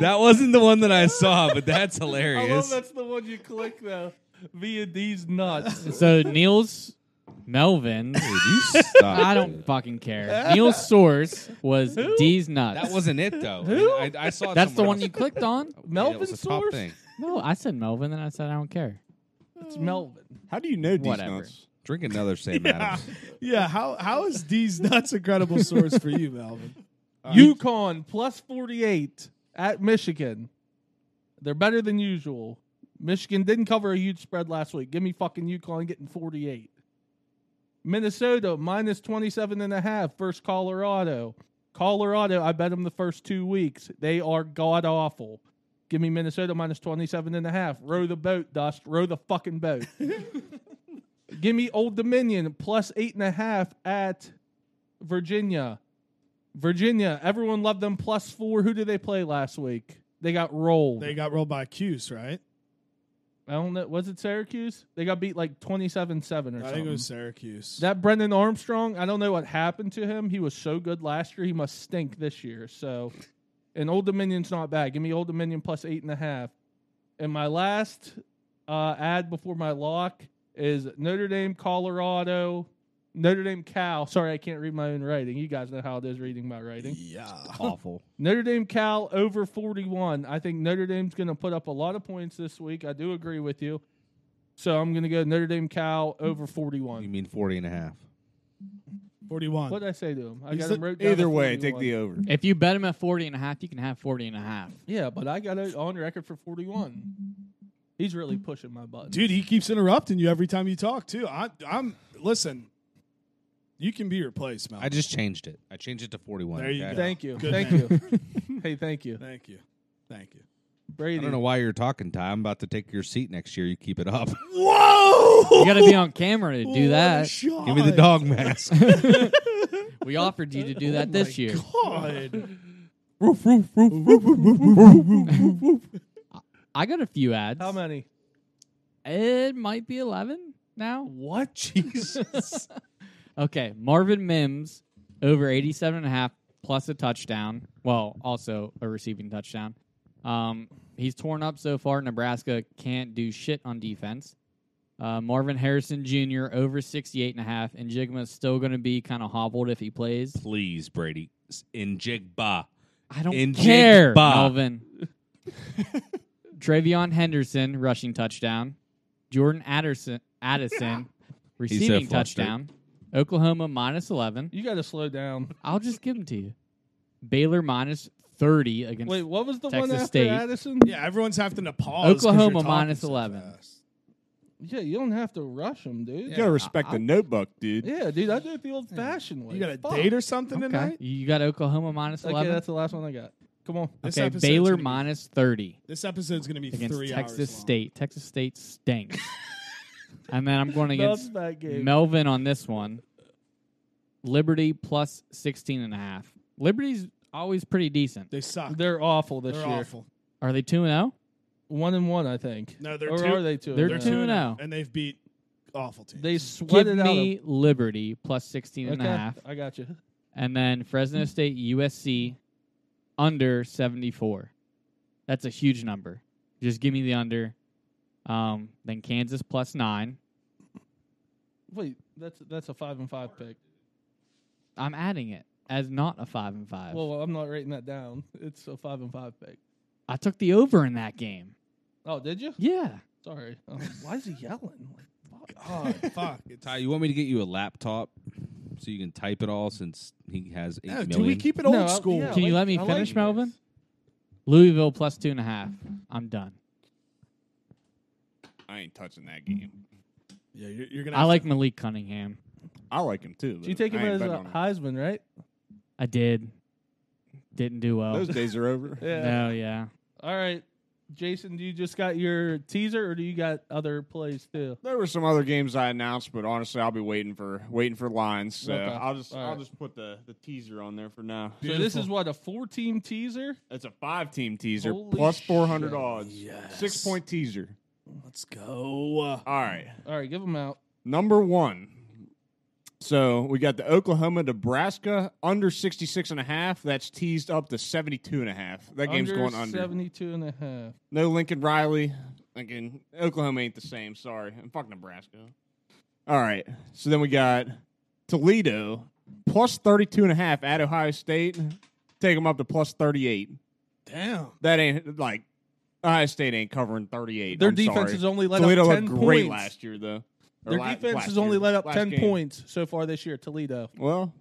[SPEAKER 2] that wasn't the one that I saw, but that's
[SPEAKER 1] I love
[SPEAKER 2] hilarious.
[SPEAKER 1] that's the one you click though. Via these nuts.
[SPEAKER 4] So Niels Melvin.
[SPEAKER 2] Dude, you stop,
[SPEAKER 4] I
[SPEAKER 2] dude.
[SPEAKER 4] don't fucking care. Neil's source was D's nuts.
[SPEAKER 2] That wasn't it though. I, I saw. it
[SPEAKER 4] That's the
[SPEAKER 2] somewhere
[SPEAKER 4] one
[SPEAKER 2] else.
[SPEAKER 4] you clicked on.
[SPEAKER 1] Melvin
[SPEAKER 2] was a top
[SPEAKER 1] source?
[SPEAKER 2] thing.
[SPEAKER 4] No, I said Melvin, then I said I don't care.
[SPEAKER 1] It's Melvin.
[SPEAKER 5] How do you know these
[SPEAKER 4] Whatever.
[SPEAKER 5] nuts?
[SPEAKER 2] Drink another Sam
[SPEAKER 3] Yeah.
[SPEAKER 2] Adams.
[SPEAKER 3] yeah. How how is D's nuts a credible source for you, Melvin?
[SPEAKER 1] Uh, Yukon plus 48 at Michigan. They're better than usual. Michigan didn't cover a huge spread last week. Give me fucking Yukon getting 48. Minnesota minus 27 and a half versus Colorado. Colorado, I bet them the first two weeks. They are god awful. Give me Minnesota minus 27 and a half. Row the boat, Dust. Row the fucking boat. Give me Old Dominion plus eight and a half at Virginia. Virginia, everyone loved them plus four. Who did they play last week? They got rolled.
[SPEAKER 3] They got rolled by Cuse, right?
[SPEAKER 1] I don't know. Was it Syracuse? They got beat like 27 7 or
[SPEAKER 3] I
[SPEAKER 1] something.
[SPEAKER 3] think it was Syracuse.
[SPEAKER 1] that Brendan Armstrong, I don't know what happened to him. He was so good last year. He must stink this year. So, and Old Dominion's not bad. Give me Old Dominion plus eight and a half. And my last uh, ad before my lock is Notre Dame, Colorado, Notre Dame, Cal. Sorry, I can't read my own writing. You guys know how it is reading my writing.
[SPEAKER 3] yeah.
[SPEAKER 2] Awful.
[SPEAKER 1] Notre Dame Cal over 41. I think Notre Dame's going to put up a lot of points this week. I do agree with you. So I'm going to go Notre Dame Cal over
[SPEAKER 2] You
[SPEAKER 1] 41.
[SPEAKER 2] mean 40 and a half.
[SPEAKER 3] Forty-one.
[SPEAKER 1] What did I say to him? I
[SPEAKER 3] He's
[SPEAKER 1] got
[SPEAKER 3] the-
[SPEAKER 1] him wrote down
[SPEAKER 5] Either
[SPEAKER 1] at
[SPEAKER 5] way, take
[SPEAKER 1] 41.
[SPEAKER 5] the over.
[SPEAKER 4] If you bet him at 40 and a half, you can have 40 and a half.
[SPEAKER 1] Yeah, but I got it on record for 41. He's really pushing my button.
[SPEAKER 3] Dude, he keeps interrupting you every time you talk too. I, I'm listen. You can be replaced, Mel.
[SPEAKER 2] I just changed it. I changed it to 41.
[SPEAKER 3] There you
[SPEAKER 2] okay?
[SPEAKER 3] go.
[SPEAKER 1] Thank you.
[SPEAKER 3] Good
[SPEAKER 1] Thank
[SPEAKER 3] man.
[SPEAKER 1] you. Hey, thank you.
[SPEAKER 3] Thank you, thank you.
[SPEAKER 1] Brady.
[SPEAKER 2] I don't know why you're talking, Ty. I'm about to take your seat next year. You keep it up.
[SPEAKER 3] Whoa!
[SPEAKER 4] You got to be on camera to do that.
[SPEAKER 2] Give me the dog mask.
[SPEAKER 4] We offered you to do that this year.
[SPEAKER 3] Oh God.
[SPEAKER 4] I got a few ads.
[SPEAKER 1] How many?
[SPEAKER 4] It might be 11 now.
[SPEAKER 3] what Jesus?
[SPEAKER 4] Okay, Marvin Mims over 87 and a half plus a touchdown. Well, also a receiving touchdown. Um, he's torn up so far. Nebraska can't do shit on defense. Uh, Marvin Harrison Jr. over 68 and a half, and Jigma's still going to be kind of hobbled if he plays.
[SPEAKER 2] Please, Brady. In Jigba.
[SPEAKER 4] I don't
[SPEAKER 2] In
[SPEAKER 4] care,
[SPEAKER 2] Jigba.
[SPEAKER 4] Melvin. Travion Henderson rushing touchdown. Jordan Addison, Addison
[SPEAKER 2] so
[SPEAKER 4] receiving
[SPEAKER 2] flustered.
[SPEAKER 4] touchdown. Oklahoma minus 11.
[SPEAKER 1] You got to slow down.
[SPEAKER 4] I'll just give them to you. Baylor minus 30 against
[SPEAKER 1] Wait, what was the
[SPEAKER 4] Texas
[SPEAKER 1] one after
[SPEAKER 4] State.
[SPEAKER 1] Addison?
[SPEAKER 3] yeah, everyone's having to pause. 'cause you're
[SPEAKER 4] Oklahoma
[SPEAKER 3] talking
[SPEAKER 4] minus
[SPEAKER 3] so
[SPEAKER 4] 11.
[SPEAKER 3] fast.
[SPEAKER 1] Yeah, you don't have to rush him, dude.
[SPEAKER 5] You
[SPEAKER 1] Yeah,
[SPEAKER 5] gotta respect the notebook, dude.
[SPEAKER 1] dude, I do it the old fashioned way.
[SPEAKER 3] You got a
[SPEAKER 1] Fuck.
[SPEAKER 3] date or something tonight?
[SPEAKER 4] You got Oklahoma minus
[SPEAKER 1] Okay,
[SPEAKER 4] 11.
[SPEAKER 1] that's the last one I got. Come on.
[SPEAKER 3] This
[SPEAKER 4] okay,
[SPEAKER 3] episode's
[SPEAKER 4] Baylor
[SPEAKER 3] gonna be-
[SPEAKER 4] minus 30
[SPEAKER 3] This episode's going to be
[SPEAKER 4] against
[SPEAKER 3] three hours
[SPEAKER 4] Texas
[SPEAKER 3] long.
[SPEAKER 4] State. Texas State stinks. and then I'm going
[SPEAKER 1] That's
[SPEAKER 4] against
[SPEAKER 1] that game.
[SPEAKER 4] Melvin on this one. Liberty plus 16 and a half. Liberty's always pretty decent.
[SPEAKER 3] They suck. They're,
[SPEAKER 1] They're awful this year.
[SPEAKER 3] awful.
[SPEAKER 4] Are they 2 and oh? 0?
[SPEAKER 1] One and one, I think.
[SPEAKER 3] No, they're
[SPEAKER 1] or
[SPEAKER 3] two-
[SPEAKER 1] are they two?
[SPEAKER 4] they're
[SPEAKER 1] and
[SPEAKER 4] two
[SPEAKER 1] oh?
[SPEAKER 4] and
[SPEAKER 3] oh,
[SPEAKER 4] oh.
[SPEAKER 3] and they've beat awful teams.
[SPEAKER 1] They
[SPEAKER 4] Give
[SPEAKER 1] sweated out.
[SPEAKER 4] me Liberty plus 16
[SPEAKER 1] a,
[SPEAKER 4] and
[SPEAKER 1] okay,
[SPEAKER 4] a half.
[SPEAKER 1] I got you.
[SPEAKER 4] and then Fresno State USC under 74. That's a huge number. Just give me the under. Um, then Kansas plus nine.
[SPEAKER 1] Wait, that's that's a five and five pick.
[SPEAKER 4] I'm adding it as not a five and five.
[SPEAKER 1] Well, I'm not writing that down. It's a five and five pick.
[SPEAKER 4] I took the over in that game.
[SPEAKER 1] Oh, did you?
[SPEAKER 4] Yeah.
[SPEAKER 1] Sorry. Oh, why is he yelling? Like, fuck.
[SPEAKER 3] God, Oh, fuck. It's,
[SPEAKER 2] Ty, you want me to get you a laptop so you can type it all since he has eight
[SPEAKER 3] no,
[SPEAKER 2] million?
[SPEAKER 3] do we keep it old
[SPEAKER 1] No, I-
[SPEAKER 3] school?
[SPEAKER 1] yeah, I
[SPEAKER 4] Can you
[SPEAKER 1] like-
[SPEAKER 4] let me
[SPEAKER 1] I like
[SPEAKER 4] finish,
[SPEAKER 1] you guys.
[SPEAKER 4] Melvin? Louisville plus two and a half. I'm done.
[SPEAKER 5] I ain't touching that game.
[SPEAKER 3] Yeah, you're, you're gonna.
[SPEAKER 4] I
[SPEAKER 3] have
[SPEAKER 4] like
[SPEAKER 3] to-
[SPEAKER 4] Malik Cunningham.
[SPEAKER 5] I like him too.
[SPEAKER 1] So you take him as a Heisman, right?
[SPEAKER 4] I did. Didn't do well.
[SPEAKER 5] Those days are over.
[SPEAKER 4] No, yeah.
[SPEAKER 1] All right, Jason. Do you just got your teaser, or do you got other plays too?
[SPEAKER 5] There were some other games I announced, but honestly, I'll be waiting for waiting for lines. So
[SPEAKER 1] Okay.
[SPEAKER 5] I'll just
[SPEAKER 1] All
[SPEAKER 5] I'll
[SPEAKER 1] right.
[SPEAKER 5] just put the, the teaser on there for now.
[SPEAKER 1] So this is what a four-team teaser.
[SPEAKER 5] It's a five team teaser
[SPEAKER 1] Holy
[SPEAKER 5] four hundred
[SPEAKER 1] shit.
[SPEAKER 5] odds,
[SPEAKER 3] Yes.
[SPEAKER 5] six point teaser.
[SPEAKER 3] Let's go. Uh,
[SPEAKER 5] All right,
[SPEAKER 1] All right, give them out.
[SPEAKER 5] number one. So we got the Oklahoma Nebraska under 66 and a half. That's teased up to 72 and a half. That game's
[SPEAKER 1] Under
[SPEAKER 5] going under.
[SPEAKER 1] 72 and a half.
[SPEAKER 5] No Lincoln Riley. Again, Oklahoma ain't the same. Sorry. And fuck Nebraska. All right. So then we got Toledo plus 32 and a half at Ohio State. Take them up to plus 38.
[SPEAKER 3] damn.
[SPEAKER 5] That ain't like Ohio State ain't covering 38.
[SPEAKER 1] Their
[SPEAKER 5] I'm
[SPEAKER 1] defense
[SPEAKER 5] sorry.
[SPEAKER 1] is only let
[SPEAKER 5] Toledo
[SPEAKER 1] up
[SPEAKER 5] looked
[SPEAKER 1] 10
[SPEAKER 5] great
[SPEAKER 1] points.
[SPEAKER 5] last year though. Or
[SPEAKER 1] Their
[SPEAKER 5] la-
[SPEAKER 1] defense
[SPEAKER 5] last
[SPEAKER 1] has only
[SPEAKER 5] year,
[SPEAKER 1] let up
[SPEAKER 5] last
[SPEAKER 1] ten
[SPEAKER 5] game.
[SPEAKER 1] points so far this year. Toledo
[SPEAKER 5] Well,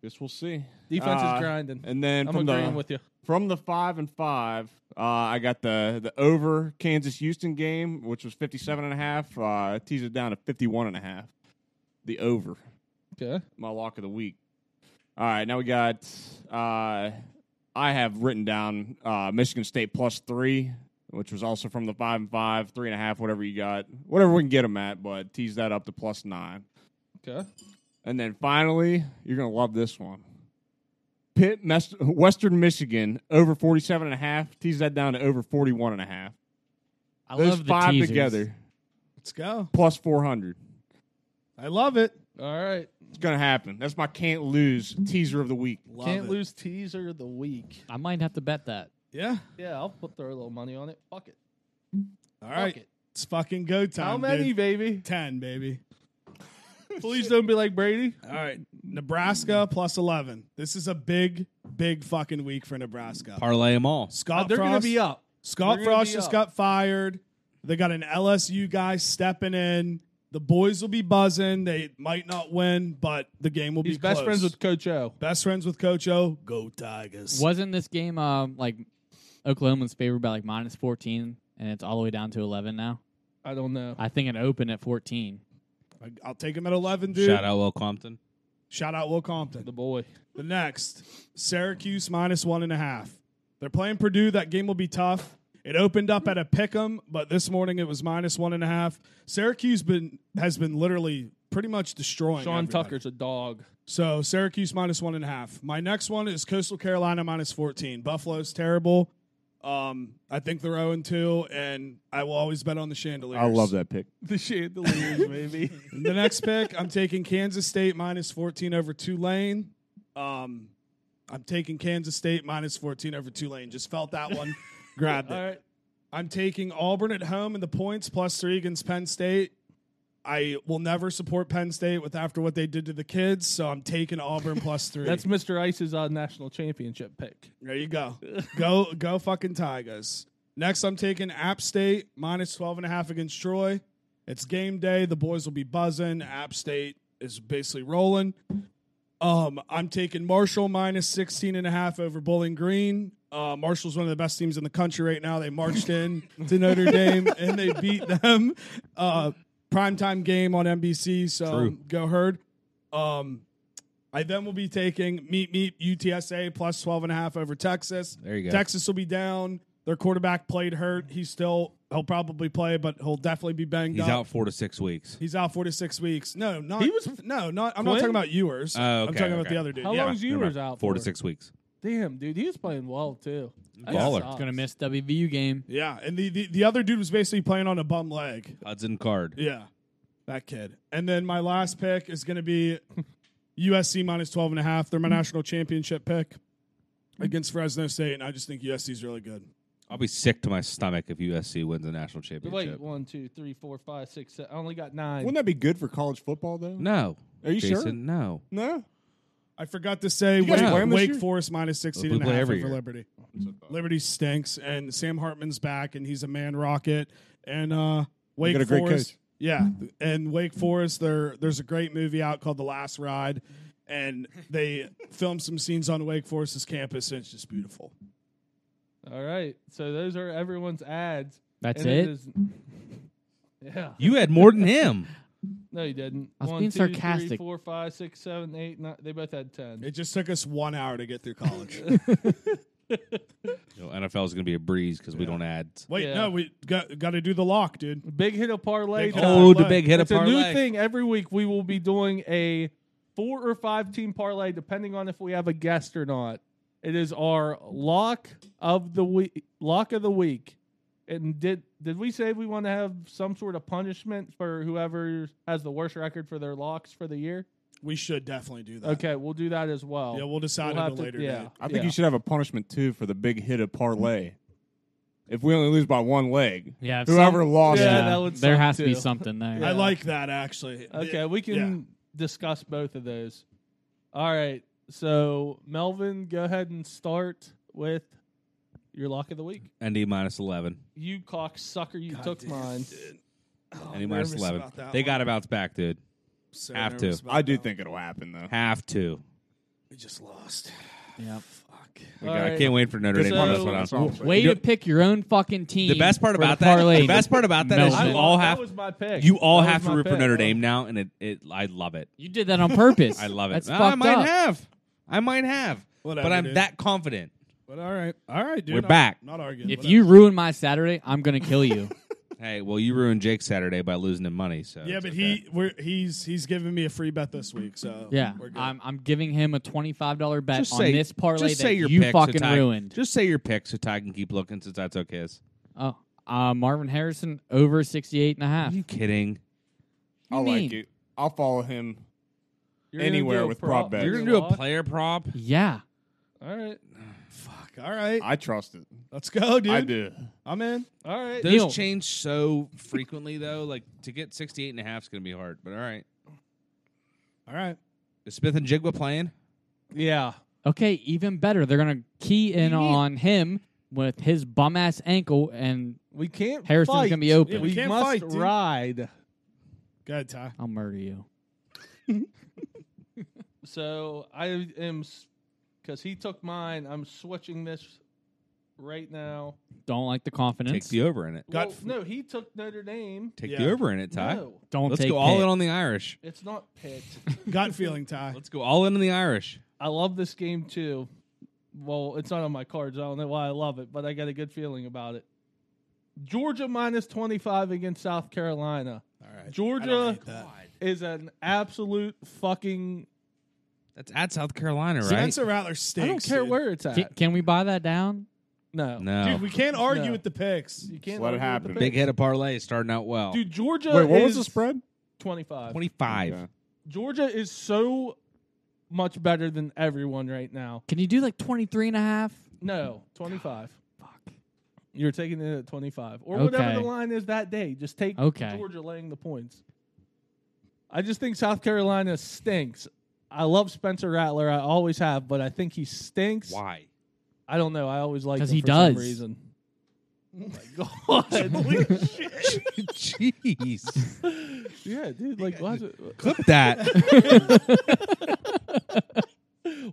[SPEAKER 5] guess we'll see.
[SPEAKER 1] defense
[SPEAKER 5] Uh,
[SPEAKER 1] is grinding.
[SPEAKER 5] And then
[SPEAKER 1] I'm
[SPEAKER 5] from the
[SPEAKER 1] agreeing with you.
[SPEAKER 5] from the five and five, uh, I got the the over Kansas Houston game, which was 57 and a half. Uh, it teased it down to 51 and a half. The over,
[SPEAKER 1] Okay.
[SPEAKER 5] my lock of the week. All right, now we got. Uh, I have written down uh, Michigan State plus three, which was also from the five and five, three and a half, whatever you got, whatever we can get them at, but tease that up to plus nine.
[SPEAKER 1] Okay.
[SPEAKER 5] And then finally, you're going to love this one. Pitt, Mes- Western Michigan, over 47 and a half. Tease that down to over 41 and a half.
[SPEAKER 4] I
[SPEAKER 5] Those
[SPEAKER 4] love the
[SPEAKER 5] five
[SPEAKER 4] teasers.
[SPEAKER 5] together,
[SPEAKER 3] Let's go.
[SPEAKER 5] plus 400.
[SPEAKER 3] I love it.
[SPEAKER 1] All right.
[SPEAKER 5] It's going to happen. That's my can't lose teaser of the week.
[SPEAKER 3] Love
[SPEAKER 1] Can't
[SPEAKER 3] it.
[SPEAKER 1] lose teaser of the week.
[SPEAKER 4] I might have to bet that.
[SPEAKER 3] Yeah.
[SPEAKER 1] Yeah, I'll put throw a little money on it. Fuck it.
[SPEAKER 3] All
[SPEAKER 1] Fuck
[SPEAKER 3] right.
[SPEAKER 1] it.
[SPEAKER 3] It's fucking go time.
[SPEAKER 1] How many,
[SPEAKER 3] dude.
[SPEAKER 1] baby?
[SPEAKER 3] Ten, baby.
[SPEAKER 1] Please don't be like Brady.
[SPEAKER 3] All right. Nebraska plus eleven. This is a big, big fucking week for Nebraska.
[SPEAKER 2] parlay them all.
[SPEAKER 3] Scott
[SPEAKER 1] Uh, They're gonna
[SPEAKER 3] Frost.
[SPEAKER 1] be up.
[SPEAKER 3] Scott
[SPEAKER 1] They're gonna
[SPEAKER 3] Frost
[SPEAKER 1] be
[SPEAKER 3] just
[SPEAKER 1] up.
[SPEAKER 3] got fired. They got an LSU guy stepping in. The boys will be buzzing. They might not win, but the game will
[SPEAKER 1] He's
[SPEAKER 3] be
[SPEAKER 1] best
[SPEAKER 3] close.
[SPEAKER 1] friends with Coach O.
[SPEAKER 3] best friends with Coach O. Go Tigers!
[SPEAKER 4] Wasn't this game um, like Oklahoma's favored by like minus 14 and it's all the way down to 11 now?
[SPEAKER 1] I don't know.
[SPEAKER 4] I think it opened at 14.
[SPEAKER 3] I- I'll take him at eleven, dude.
[SPEAKER 2] Shout out Will Compton.
[SPEAKER 3] Shout out Will Compton.
[SPEAKER 1] The boy.
[SPEAKER 3] The next, Syracuse minus one and a half. They're playing Purdue. That game will be tough. It opened up at a pick'em, but this morning it was minus one and a half. Syracuse been has been literally pretty much destroying.
[SPEAKER 1] Sean
[SPEAKER 3] everybody.
[SPEAKER 1] Tucker's a dog.
[SPEAKER 3] So Syracuse minus one and a half. My next one is Coastal Carolina minus fourteen. Buffalo's terrible. Um, I think they're 0 2, and I will always bet on the chandeliers.
[SPEAKER 5] that pick.
[SPEAKER 1] The chandeliers, baby.
[SPEAKER 3] the next pick, I'm taking Kansas State minus 14 over Tulane. Um, I'm taking Kansas State minus 14 over Tulane. Just felt that one, grabbed it.
[SPEAKER 1] All right.
[SPEAKER 3] I'm taking Auburn at home and the points plus three against Penn State. I will never support Penn State with after what they did to the kids, so I'm taking Auburn plus three.
[SPEAKER 1] That's Mr. Ice's uh, national championship pick.
[SPEAKER 3] There you go. go go fucking Tigers. Next I'm taking App State minus 12 and a half against Troy. It's game day. The boys will be buzzing. App State is basically rolling. Um, I'm taking Marshall minus 16 and a half over Bowling Green. Uh, Marshall's one of the best teams in the country right now. They marched in to Notre Dame and they beat them. Uh, primetime game on NBC. So
[SPEAKER 2] True.
[SPEAKER 3] go herd. Um, I then will be taking meet meet UTSA plus 12 and a half over Texas.
[SPEAKER 2] There you go.
[SPEAKER 3] Texas will be down. Their quarterback played hurt. He's still he'll probably play, but he'll definitely be banged
[SPEAKER 2] He's
[SPEAKER 3] up.
[SPEAKER 2] out four to six weeks.
[SPEAKER 3] He's out four to six weeks. No, not
[SPEAKER 1] He was-
[SPEAKER 3] no, not I'm not
[SPEAKER 1] Quinn?
[SPEAKER 3] talking about yours.
[SPEAKER 2] Oh,
[SPEAKER 3] I'm
[SPEAKER 2] okay,
[SPEAKER 3] talking about
[SPEAKER 2] okay.
[SPEAKER 3] the other dude.
[SPEAKER 1] How
[SPEAKER 3] yeah.
[SPEAKER 1] long's
[SPEAKER 2] Never
[SPEAKER 1] yours
[SPEAKER 2] mind.
[SPEAKER 1] out?
[SPEAKER 2] Four to
[SPEAKER 1] for?
[SPEAKER 2] six weeks.
[SPEAKER 1] Damn, dude, he was playing well too. That
[SPEAKER 2] Baller.
[SPEAKER 1] sucks.
[SPEAKER 4] It's going to miss WVU game.
[SPEAKER 3] Yeah, and the, the the other dude was basically playing on a bum leg.
[SPEAKER 2] Hudson Card.
[SPEAKER 3] Yeah. That kid. And then my last pick is going to be USC minus 12 and a half. They're my national championship pick against Fresno State and I just think USC's really good.
[SPEAKER 2] I'll be sick to my stomach if USC wins the national
[SPEAKER 1] Wait,
[SPEAKER 2] championship.
[SPEAKER 1] one, two, three, four, five, six, seven. I only got nine.
[SPEAKER 5] Wouldn't that be good for college football, though?
[SPEAKER 2] No.
[SPEAKER 5] Are you
[SPEAKER 2] Jason,
[SPEAKER 5] sure?
[SPEAKER 2] No.
[SPEAKER 5] No?
[SPEAKER 3] I forgot to say
[SPEAKER 5] guys
[SPEAKER 3] Wake,
[SPEAKER 2] play 'em
[SPEAKER 5] this
[SPEAKER 3] Wake
[SPEAKER 5] year?
[SPEAKER 3] Forest minus 16 and a
[SPEAKER 2] play
[SPEAKER 3] half
[SPEAKER 2] every
[SPEAKER 3] over
[SPEAKER 2] year.
[SPEAKER 3] Liberty. Liberty stinks and Sam Hartman's back and he's a man rocket and uh Wake
[SPEAKER 5] got a great
[SPEAKER 3] Forest
[SPEAKER 5] coach.
[SPEAKER 3] yeah and Wake Forest there there's a great movie out called The Last Ride and they filmed some scenes on Wake Forest's campus and it's just beautiful.
[SPEAKER 1] All right. So those are everyone's ads.
[SPEAKER 4] That's
[SPEAKER 1] And
[SPEAKER 4] it?
[SPEAKER 1] is- yeah.
[SPEAKER 2] You had more than him.
[SPEAKER 1] No, you didn't.
[SPEAKER 4] I was
[SPEAKER 1] One,
[SPEAKER 4] being
[SPEAKER 1] two, three,
[SPEAKER 4] sarcastic.
[SPEAKER 1] four, five, six, seven, eight, nine. They both had ten.
[SPEAKER 3] It just took us 1 hour to get through college.
[SPEAKER 2] You know, NFL is going to be a breeze because we don't add.
[SPEAKER 3] Wait,
[SPEAKER 1] Yeah.
[SPEAKER 3] no, we got got to do the lock, dude.
[SPEAKER 1] Big hit a parlay.
[SPEAKER 3] Big hit a
[SPEAKER 1] time.
[SPEAKER 2] Oh,
[SPEAKER 3] parlay.
[SPEAKER 2] the big hit
[SPEAKER 1] it's
[SPEAKER 2] of
[SPEAKER 1] a
[SPEAKER 2] parlay.
[SPEAKER 1] new thing every week. We will be doing a four or five team parlay, depending on if we have a guest or not. It is our lock of the week. Lock of the week. And did did we say we want to have some sort of punishment for whoever has the worst record for their locks for the year?
[SPEAKER 3] We should definitely do that.
[SPEAKER 1] Okay, we'll do that as well.
[SPEAKER 3] Yeah, we'll decide
[SPEAKER 1] We'll
[SPEAKER 3] at
[SPEAKER 1] have
[SPEAKER 3] a
[SPEAKER 1] to-
[SPEAKER 3] later
[SPEAKER 1] yeah.
[SPEAKER 3] date.
[SPEAKER 5] I think
[SPEAKER 1] Yeah.
[SPEAKER 5] you should have a punishment, too, for the big hit of parlay. If we only lose by one leg,
[SPEAKER 4] Yeah. if
[SPEAKER 5] whoever
[SPEAKER 4] some-
[SPEAKER 5] lost
[SPEAKER 1] Yeah,
[SPEAKER 4] Yeah,
[SPEAKER 1] that would
[SPEAKER 4] there
[SPEAKER 1] suck
[SPEAKER 4] has to be
[SPEAKER 1] too.
[SPEAKER 4] something there.
[SPEAKER 1] Yeah.
[SPEAKER 3] I like that actually.
[SPEAKER 1] Okay, we can
[SPEAKER 3] yeah.
[SPEAKER 1] discuss both of those. All right. So, Melvin, go ahead and start with your lock of the week.
[SPEAKER 2] ND minus 11.
[SPEAKER 1] You cocksucker, you
[SPEAKER 3] God
[SPEAKER 1] took
[SPEAKER 3] damn,
[SPEAKER 1] mine.
[SPEAKER 3] dude.
[SPEAKER 2] Any minus
[SPEAKER 3] Oh, nervous
[SPEAKER 2] 11.
[SPEAKER 3] about that
[SPEAKER 2] They
[SPEAKER 3] one.
[SPEAKER 2] got to bounce back, dude.
[SPEAKER 3] So
[SPEAKER 2] have
[SPEAKER 3] nervous
[SPEAKER 2] to.
[SPEAKER 3] about
[SPEAKER 5] I do
[SPEAKER 3] that
[SPEAKER 5] think it'll happen though.
[SPEAKER 2] Have to.
[SPEAKER 3] one. we just lost.
[SPEAKER 4] Yeah.
[SPEAKER 3] Fuck.
[SPEAKER 2] We
[SPEAKER 1] All
[SPEAKER 2] got- I
[SPEAKER 1] right.
[SPEAKER 2] can't wait for Notre
[SPEAKER 1] Just
[SPEAKER 2] Dame.
[SPEAKER 1] so-
[SPEAKER 2] That's what I'm
[SPEAKER 5] That's all I'm saying.
[SPEAKER 4] Way
[SPEAKER 2] You
[SPEAKER 4] to pick your own fucking team.
[SPEAKER 2] The best part
[SPEAKER 4] for the
[SPEAKER 2] about that.
[SPEAKER 4] parlay.
[SPEAKER 2] The best part about that is
[SPEAKER 4] Milton.
[SPEAKER 2] you all
[SPEAKER 1] That
[SPEAKER 2] have
[SPEAKER 1] was my pick.
[SPEAKER 2] you all
[SPEAKER 1] That
[SPEAKER 2] have
[SPEAKER 1] was
[SPEAKER 2] to
[SPEAKER 1] my
[SPEAKER 2] root for
[SPEAKER 1] pick.
[SPEAKER 2] Notre Dame now, and it, it I love it.
[SPEAKER 4] You did that on purpose.
[SPEAKER 2] I love it.
[SPEAKER 4] That's
[SPEAKER 2] I,
[SPEAKER 4] fucked
[SPEAKER 2] might
[SPEAKER 4] up.
[SPEAKER 2] have. I might have.
[SPEAKER 3] Whatever,
[SPEAKER 2] but I'm
[SPEAKER 3] dude.
[SPEAKER 2] that confident.
[SPEAKER 3] But all right, all right, dude.
[SPEAKER 2] We're
[SPEAKER 3] I'm
[SPEAKER 2] back.
[SPEAKER 3] Not arguing.
[SPEAKER 4] If
[SPEAKER 3] whatever.
[SPEAKER 4] you ruin my Saturday, I'm gonna kill you.
[SPEAKER 2] Hey, well, you ruined Jake's Saturday by losing him money. So
[SPEAKER 3] yeah,
[SPEAKER 2] it's
[SPEAKER 3] but
[SPEAKER 2] okay.
[SPEAKER 3] he we're, he's he's giving me a free bet this week, so
[SPEAKER 4] yeah,
[SPEAKER 3] we're good.
[SPEAKER 4] I'm, I'm giving him a twenty five dollar bet
[SPEAKER 2] Just
[SPEAKER 4] on
[SPEAKER 2] say-
[SPEAKER 4] this parlay
[SPEAKER 2] just
[SPEAKER 4] that
[SPEAKER 2] say your
[SPEAKER 4] you
[SPEAKER 2] pick so
[SPEAKER 4] fucking
[SPEAKER 2] Ty-
[SPEAKER 4] ruined.
[SPEAKER 2] Just say your pick so Ty can keep looking since I took his.
[SPEAKER 4] Oh, uh, Marvin Harrison over 68 and a half.
[SPEAKER 2] Are you kidding?
[SPEAKER 5] I like
[SPEAKER 4] mean?
[SPEAKER 5] it. I'll follow him.
[SPEAKER 1] You're gonna
[SPEAKER 5] Anywhere
[SPEAKER 1] do a
[SPEAKER 5] with
[SPEAKER 1] prop
[SPEAKER 5] prop bets.
[SPEAKER 2] You're
[SPEAKER 5] You're
[SPEAKER 2] gonna do a
[SPEAKER 1] lot?
[SPEAKER 2] player prop.
[SPEAKER 4] Yeah.
[SPEAKER 1] All right.
[SPEAKER 3] Fuck. All right,
[SPEAKER 5] I trust it.
[SPEAKER 3] let's go, dude.
[SPEAKER 5] I do.
[SPEAKER 3] I'm in.
[SPEAKER 1] All right.
[SPEAKER 2] Those
[SPEAKER 4] Neil.
[SPEAKER 2] change so frequently though. Like to get 68 and a half is gonna be hard. But all right,
[SPEAKER 3] All right.
[SPEAKER 2] is Smith and Jigba playing?
[SPEAKER 1] yeah.
[SPEAKER 4] Okay, even better. They're going to key in on him with his bum ass ankle and
[SPEAKER 1] We can't.
[SPEAKER 4] Harrison's
[SPEAKER 1] fight.
[SPEAKER 4] gonna be open.
[SPEAKER 3] Yeah, we
[SPEAKER 1] we
[SPEAKER 3] can't
[SPEAKER 1] must
[SPEAKER 3] fight, dude.
[SPEAKER 1] ride.
[SPEAKER 3] Go ahead, Ty.
[SPEAKER 4] I'll murder you.
[SPEAKER 1] So I am, because he took mine. I'm switching this right now.
[SPEAKER 4] Don't like the
[SPEAKER 2] Take
[SPEAKER 4] confidence.
[SPEAKER 2] the over in it.
[SPEAKER 3] Got
[SPEAKER 1] well,
[SPEAKER 3] f-
[SPEAKER 1] no, he took Notre Dame.
[SPEAKER 2] Take
[SPEAKER 3] Yeah.
[SPEAKER 2] the over in it, Ty.
[SPEAKER 1] No,
[SPEAKER 4] Don't
[SPEAKER 2] Let's
[SPEAKER 4] take
[SPEAKER 2] go all
[SPEAKER 4] Pitt.
[SPEAKER 2] in on the Irish.
[SPEAKER 1] it's not Pitt.
[SPEAKER 3] Gut feeling, Ty.
[SPEAKER 2] Let's go all in on the Irish.
[SPEAKER 1] I love this game too. Well, it's not on my cards. I don't know why I love it, but I got a good feeling about it. Georgia minus 25 against South Carolina.
[SPEAKER 3] All right. I don't
[SPEAKER 1] Georgia
[SPEAKER 3] hate that.
[SPEAKER 1] is an absolute fucking.
[SPEAKER 2] That's at South Carolina, right?
[SPEAKER 3] Spencer Rattler
[SPEAKER 1] I
[SPEAKER 3] stinks.
[SPEAKER 1] don't care
[SPEAKER 3] dude.
[SPEAKER 1] where it's at.
[SPEAKER 4] Ca- can we buy that down?
[SPEAKER 1] no.
[SPEAKER 2] No,
[SPEAKER 3] Dude, we can't argue
[SPEAKER 1] No.
[SPEAKER 3] with the picks.
[SPEAKER 1] You can't
[SPEAKER 5] Let
[SPEAKER 1] argue with
[SPEAKER 5] it
[SPEAKER 1] the
[SPEAKER 5] happen.
[SPEAKER 2] big
[SPEAKER 1] picks.
[SPEAKER 2] head of parlay is starting out well.
[SPEAKER 1] Dude, Georgia.
[SPEAKER 5] Wait, what was
[SPEAKER 1] is
[SPEAKER 5] the spread?
[SPEAKER 1] 25.
[SPEAKER 2] 25.
[SPEAKER 5] Okay.
[SPEAKER 1] Georgia is so much better than everyone right now.
[SPEAKER 4] Can you do like 23 and a half?
[SPEAKER 1] No, 25.
[SPEAKER 4] Fuck.
[SPEAKER 1] You're taking it at 25 or whatever
[SPEAKER 4] Okay.
[SPEAKER 1] the line is that day. Just take
[SPEAKER 4] Okay.
[SPEAKER 1] Georgia laying the points. I just think South Carolina stinks. I love Spencer Rattler. I always have, but I think he stinks.
[SPEAKER 2] Why?
[SPEAKER 1] I don't know. I always like
[SPEAKER 4] 'Cause
[SPEAKER 1] because for
[SPEAKER 4] he does.
[SPEAKER 1] Some reason. Oh my god!
[SPEAKER 2] Jeez.
[SPEAKER 1] yeah, dude. Like, why does it?
[SPEAKER 2] Clip that.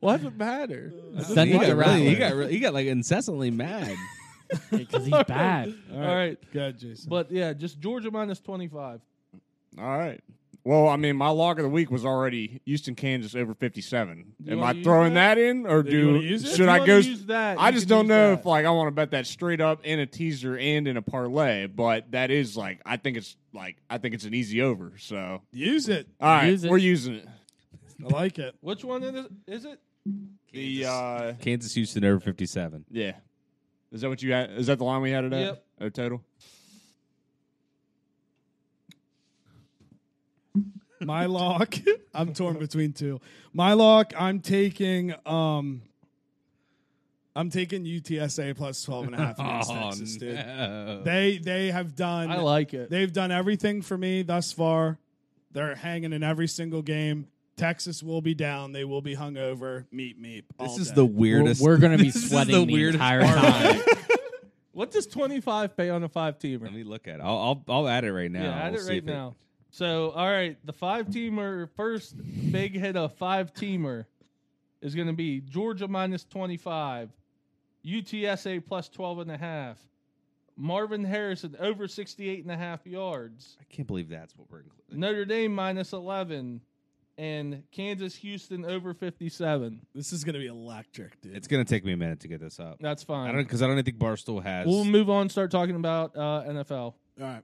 [SPEAKER 1] Why does it
[SPEAKER 5] Uh,
[SPEAKER 1] matter?
[SPEAKER 4] Send
[SPEAKER 2] he,
[SPEAKER 4] it to
[SPEAKER 2] got really, he,
[SPEAKER 4] Rattler.
[SPEAKER 2] got, really- he got like incessantly mad.
[SPEAKER 4] Because he's bad.
[SPEAKER 1] All right,
[SPEAKER 3] Good, Jason.
[SPEAKER 1] but yeah, just Georgia minus twenty-five.
[SPEAKER 5] All right. Well, I mean, my log of the week was already Houston, Kansas over 57.
[SPEAKER 1] You
[SPEAKER 5] Am
[SPEAKER 1] wanna
[SPEAKER 5] I
[SPEAKER 1] use
[SPEAKER 5] throwing
[SPEAKER 1] that?
[SPEAKER 5] that, in, or
[SPEAKER 3] you wanna
[SPEAKER 5] do
[SPEAKER 3] use it?
[SPEAKER 1] If
[SPEAKER 5] should
[SPEAKER 1] you
[SPEAKER 5] I
[SPEAKER 1] wanna
[SPEAKER 5] go?
[SPEAKER 1] use that?
[SPEAKER 5] I
[SPEAKER 1] you
[SPEAKER 5] just
[SPEAKER 1] can
[SPEAKER 5] don't
[SPEAKER 1] use
[SPEAKER 5] know
[SPEAKER 1] that.
[SPEAKER 5] if like I want to bet that straight up in a teaser and in a parlay, but that is like I think it's like I think it's an easy over. So all
[SPEAKER 3] Use it.
[SPEAKER 5] right,
[SPEAKER 4] Use it.
[SPEAKER 5] we're using it.
[SPEAKER 3] I like it.
[SPEAKER 1] Which one is it? Is it?
[SPEAKER 5] The uh,
[SPEAKER 2] Kansas Houston over 57.
[SPEAKER 5] yeah, is that what you had? Is that the line we had it at?
[SPEAKER 1] Yep.
[SPEAKER 5] Oh, total.
[SPEAKER 3] My lock. I'm torn between two. My lock. I'm taking. Um, I'm taking UTSA plus 12 and a half against
[SPEAKER 2] Oh,
[SPEAKER 3] Texas, dude.
[SPEAKER 2] no.
[SPEAKER 3] They they have done.
[SPEAKER 1] I like it.
[SPEAKER 3] They've done everything for me thus far. They're hanging in every single game. Texas will be down. They will be hungover. Meep meep. all
[SPEAKER 2] This is
[SPEAKER 3] day.
[SPEAKER 2] the
[SPEAKER 4] We're,
[SPEAKER 2] weirdest.
[SPEAKER 4] we're going to be
[SPEAKER 2] this is the
[SPEAKER 4] sweating the,
[SPEAKER 2] weirdest
[SPEAKER 4] entire
[SPEAKER 2] part of
[SPEAKER 4] time.
[SPEAKER 1] What does 25 pay on a five
[SPEAKER 2] Let
[SPEAKER 1] teamer?
[SPEAKER 2] me look at it. I'll, I'll, I'll add it right now.
[SPEAKER 1] yeah, add
[SPEAKER 2] We'll
[SPEAKER 1] it
[SPEAKER 2] see
[SPEAKER 1] right
[SPEAKER 2] if it-
[SPEAKER 1] now. So, all right, the five teamer, first big hit of five teamer is going to be Georgia minus 25, UTSA plus 12 and a half, Marvin Harrison over 68 and a half yards,
[SPEAKER 2] I can't believe that's what we're including.
[SPEAKER 1] Notre Dame minus 11, and Kansas Houston over 57.
[SPEAKER 3] This is gonna be electric, dude.
[SPEAKER 2] It's going to take me a minute to get this up.
[SPEAKER 1] That's fine.
[SPEAKER 2] I don't because I don't think Barstool has.
[SPEAKER 1] we'll move on, start talking about uh, NFL.
[SPEAKER 3] all right.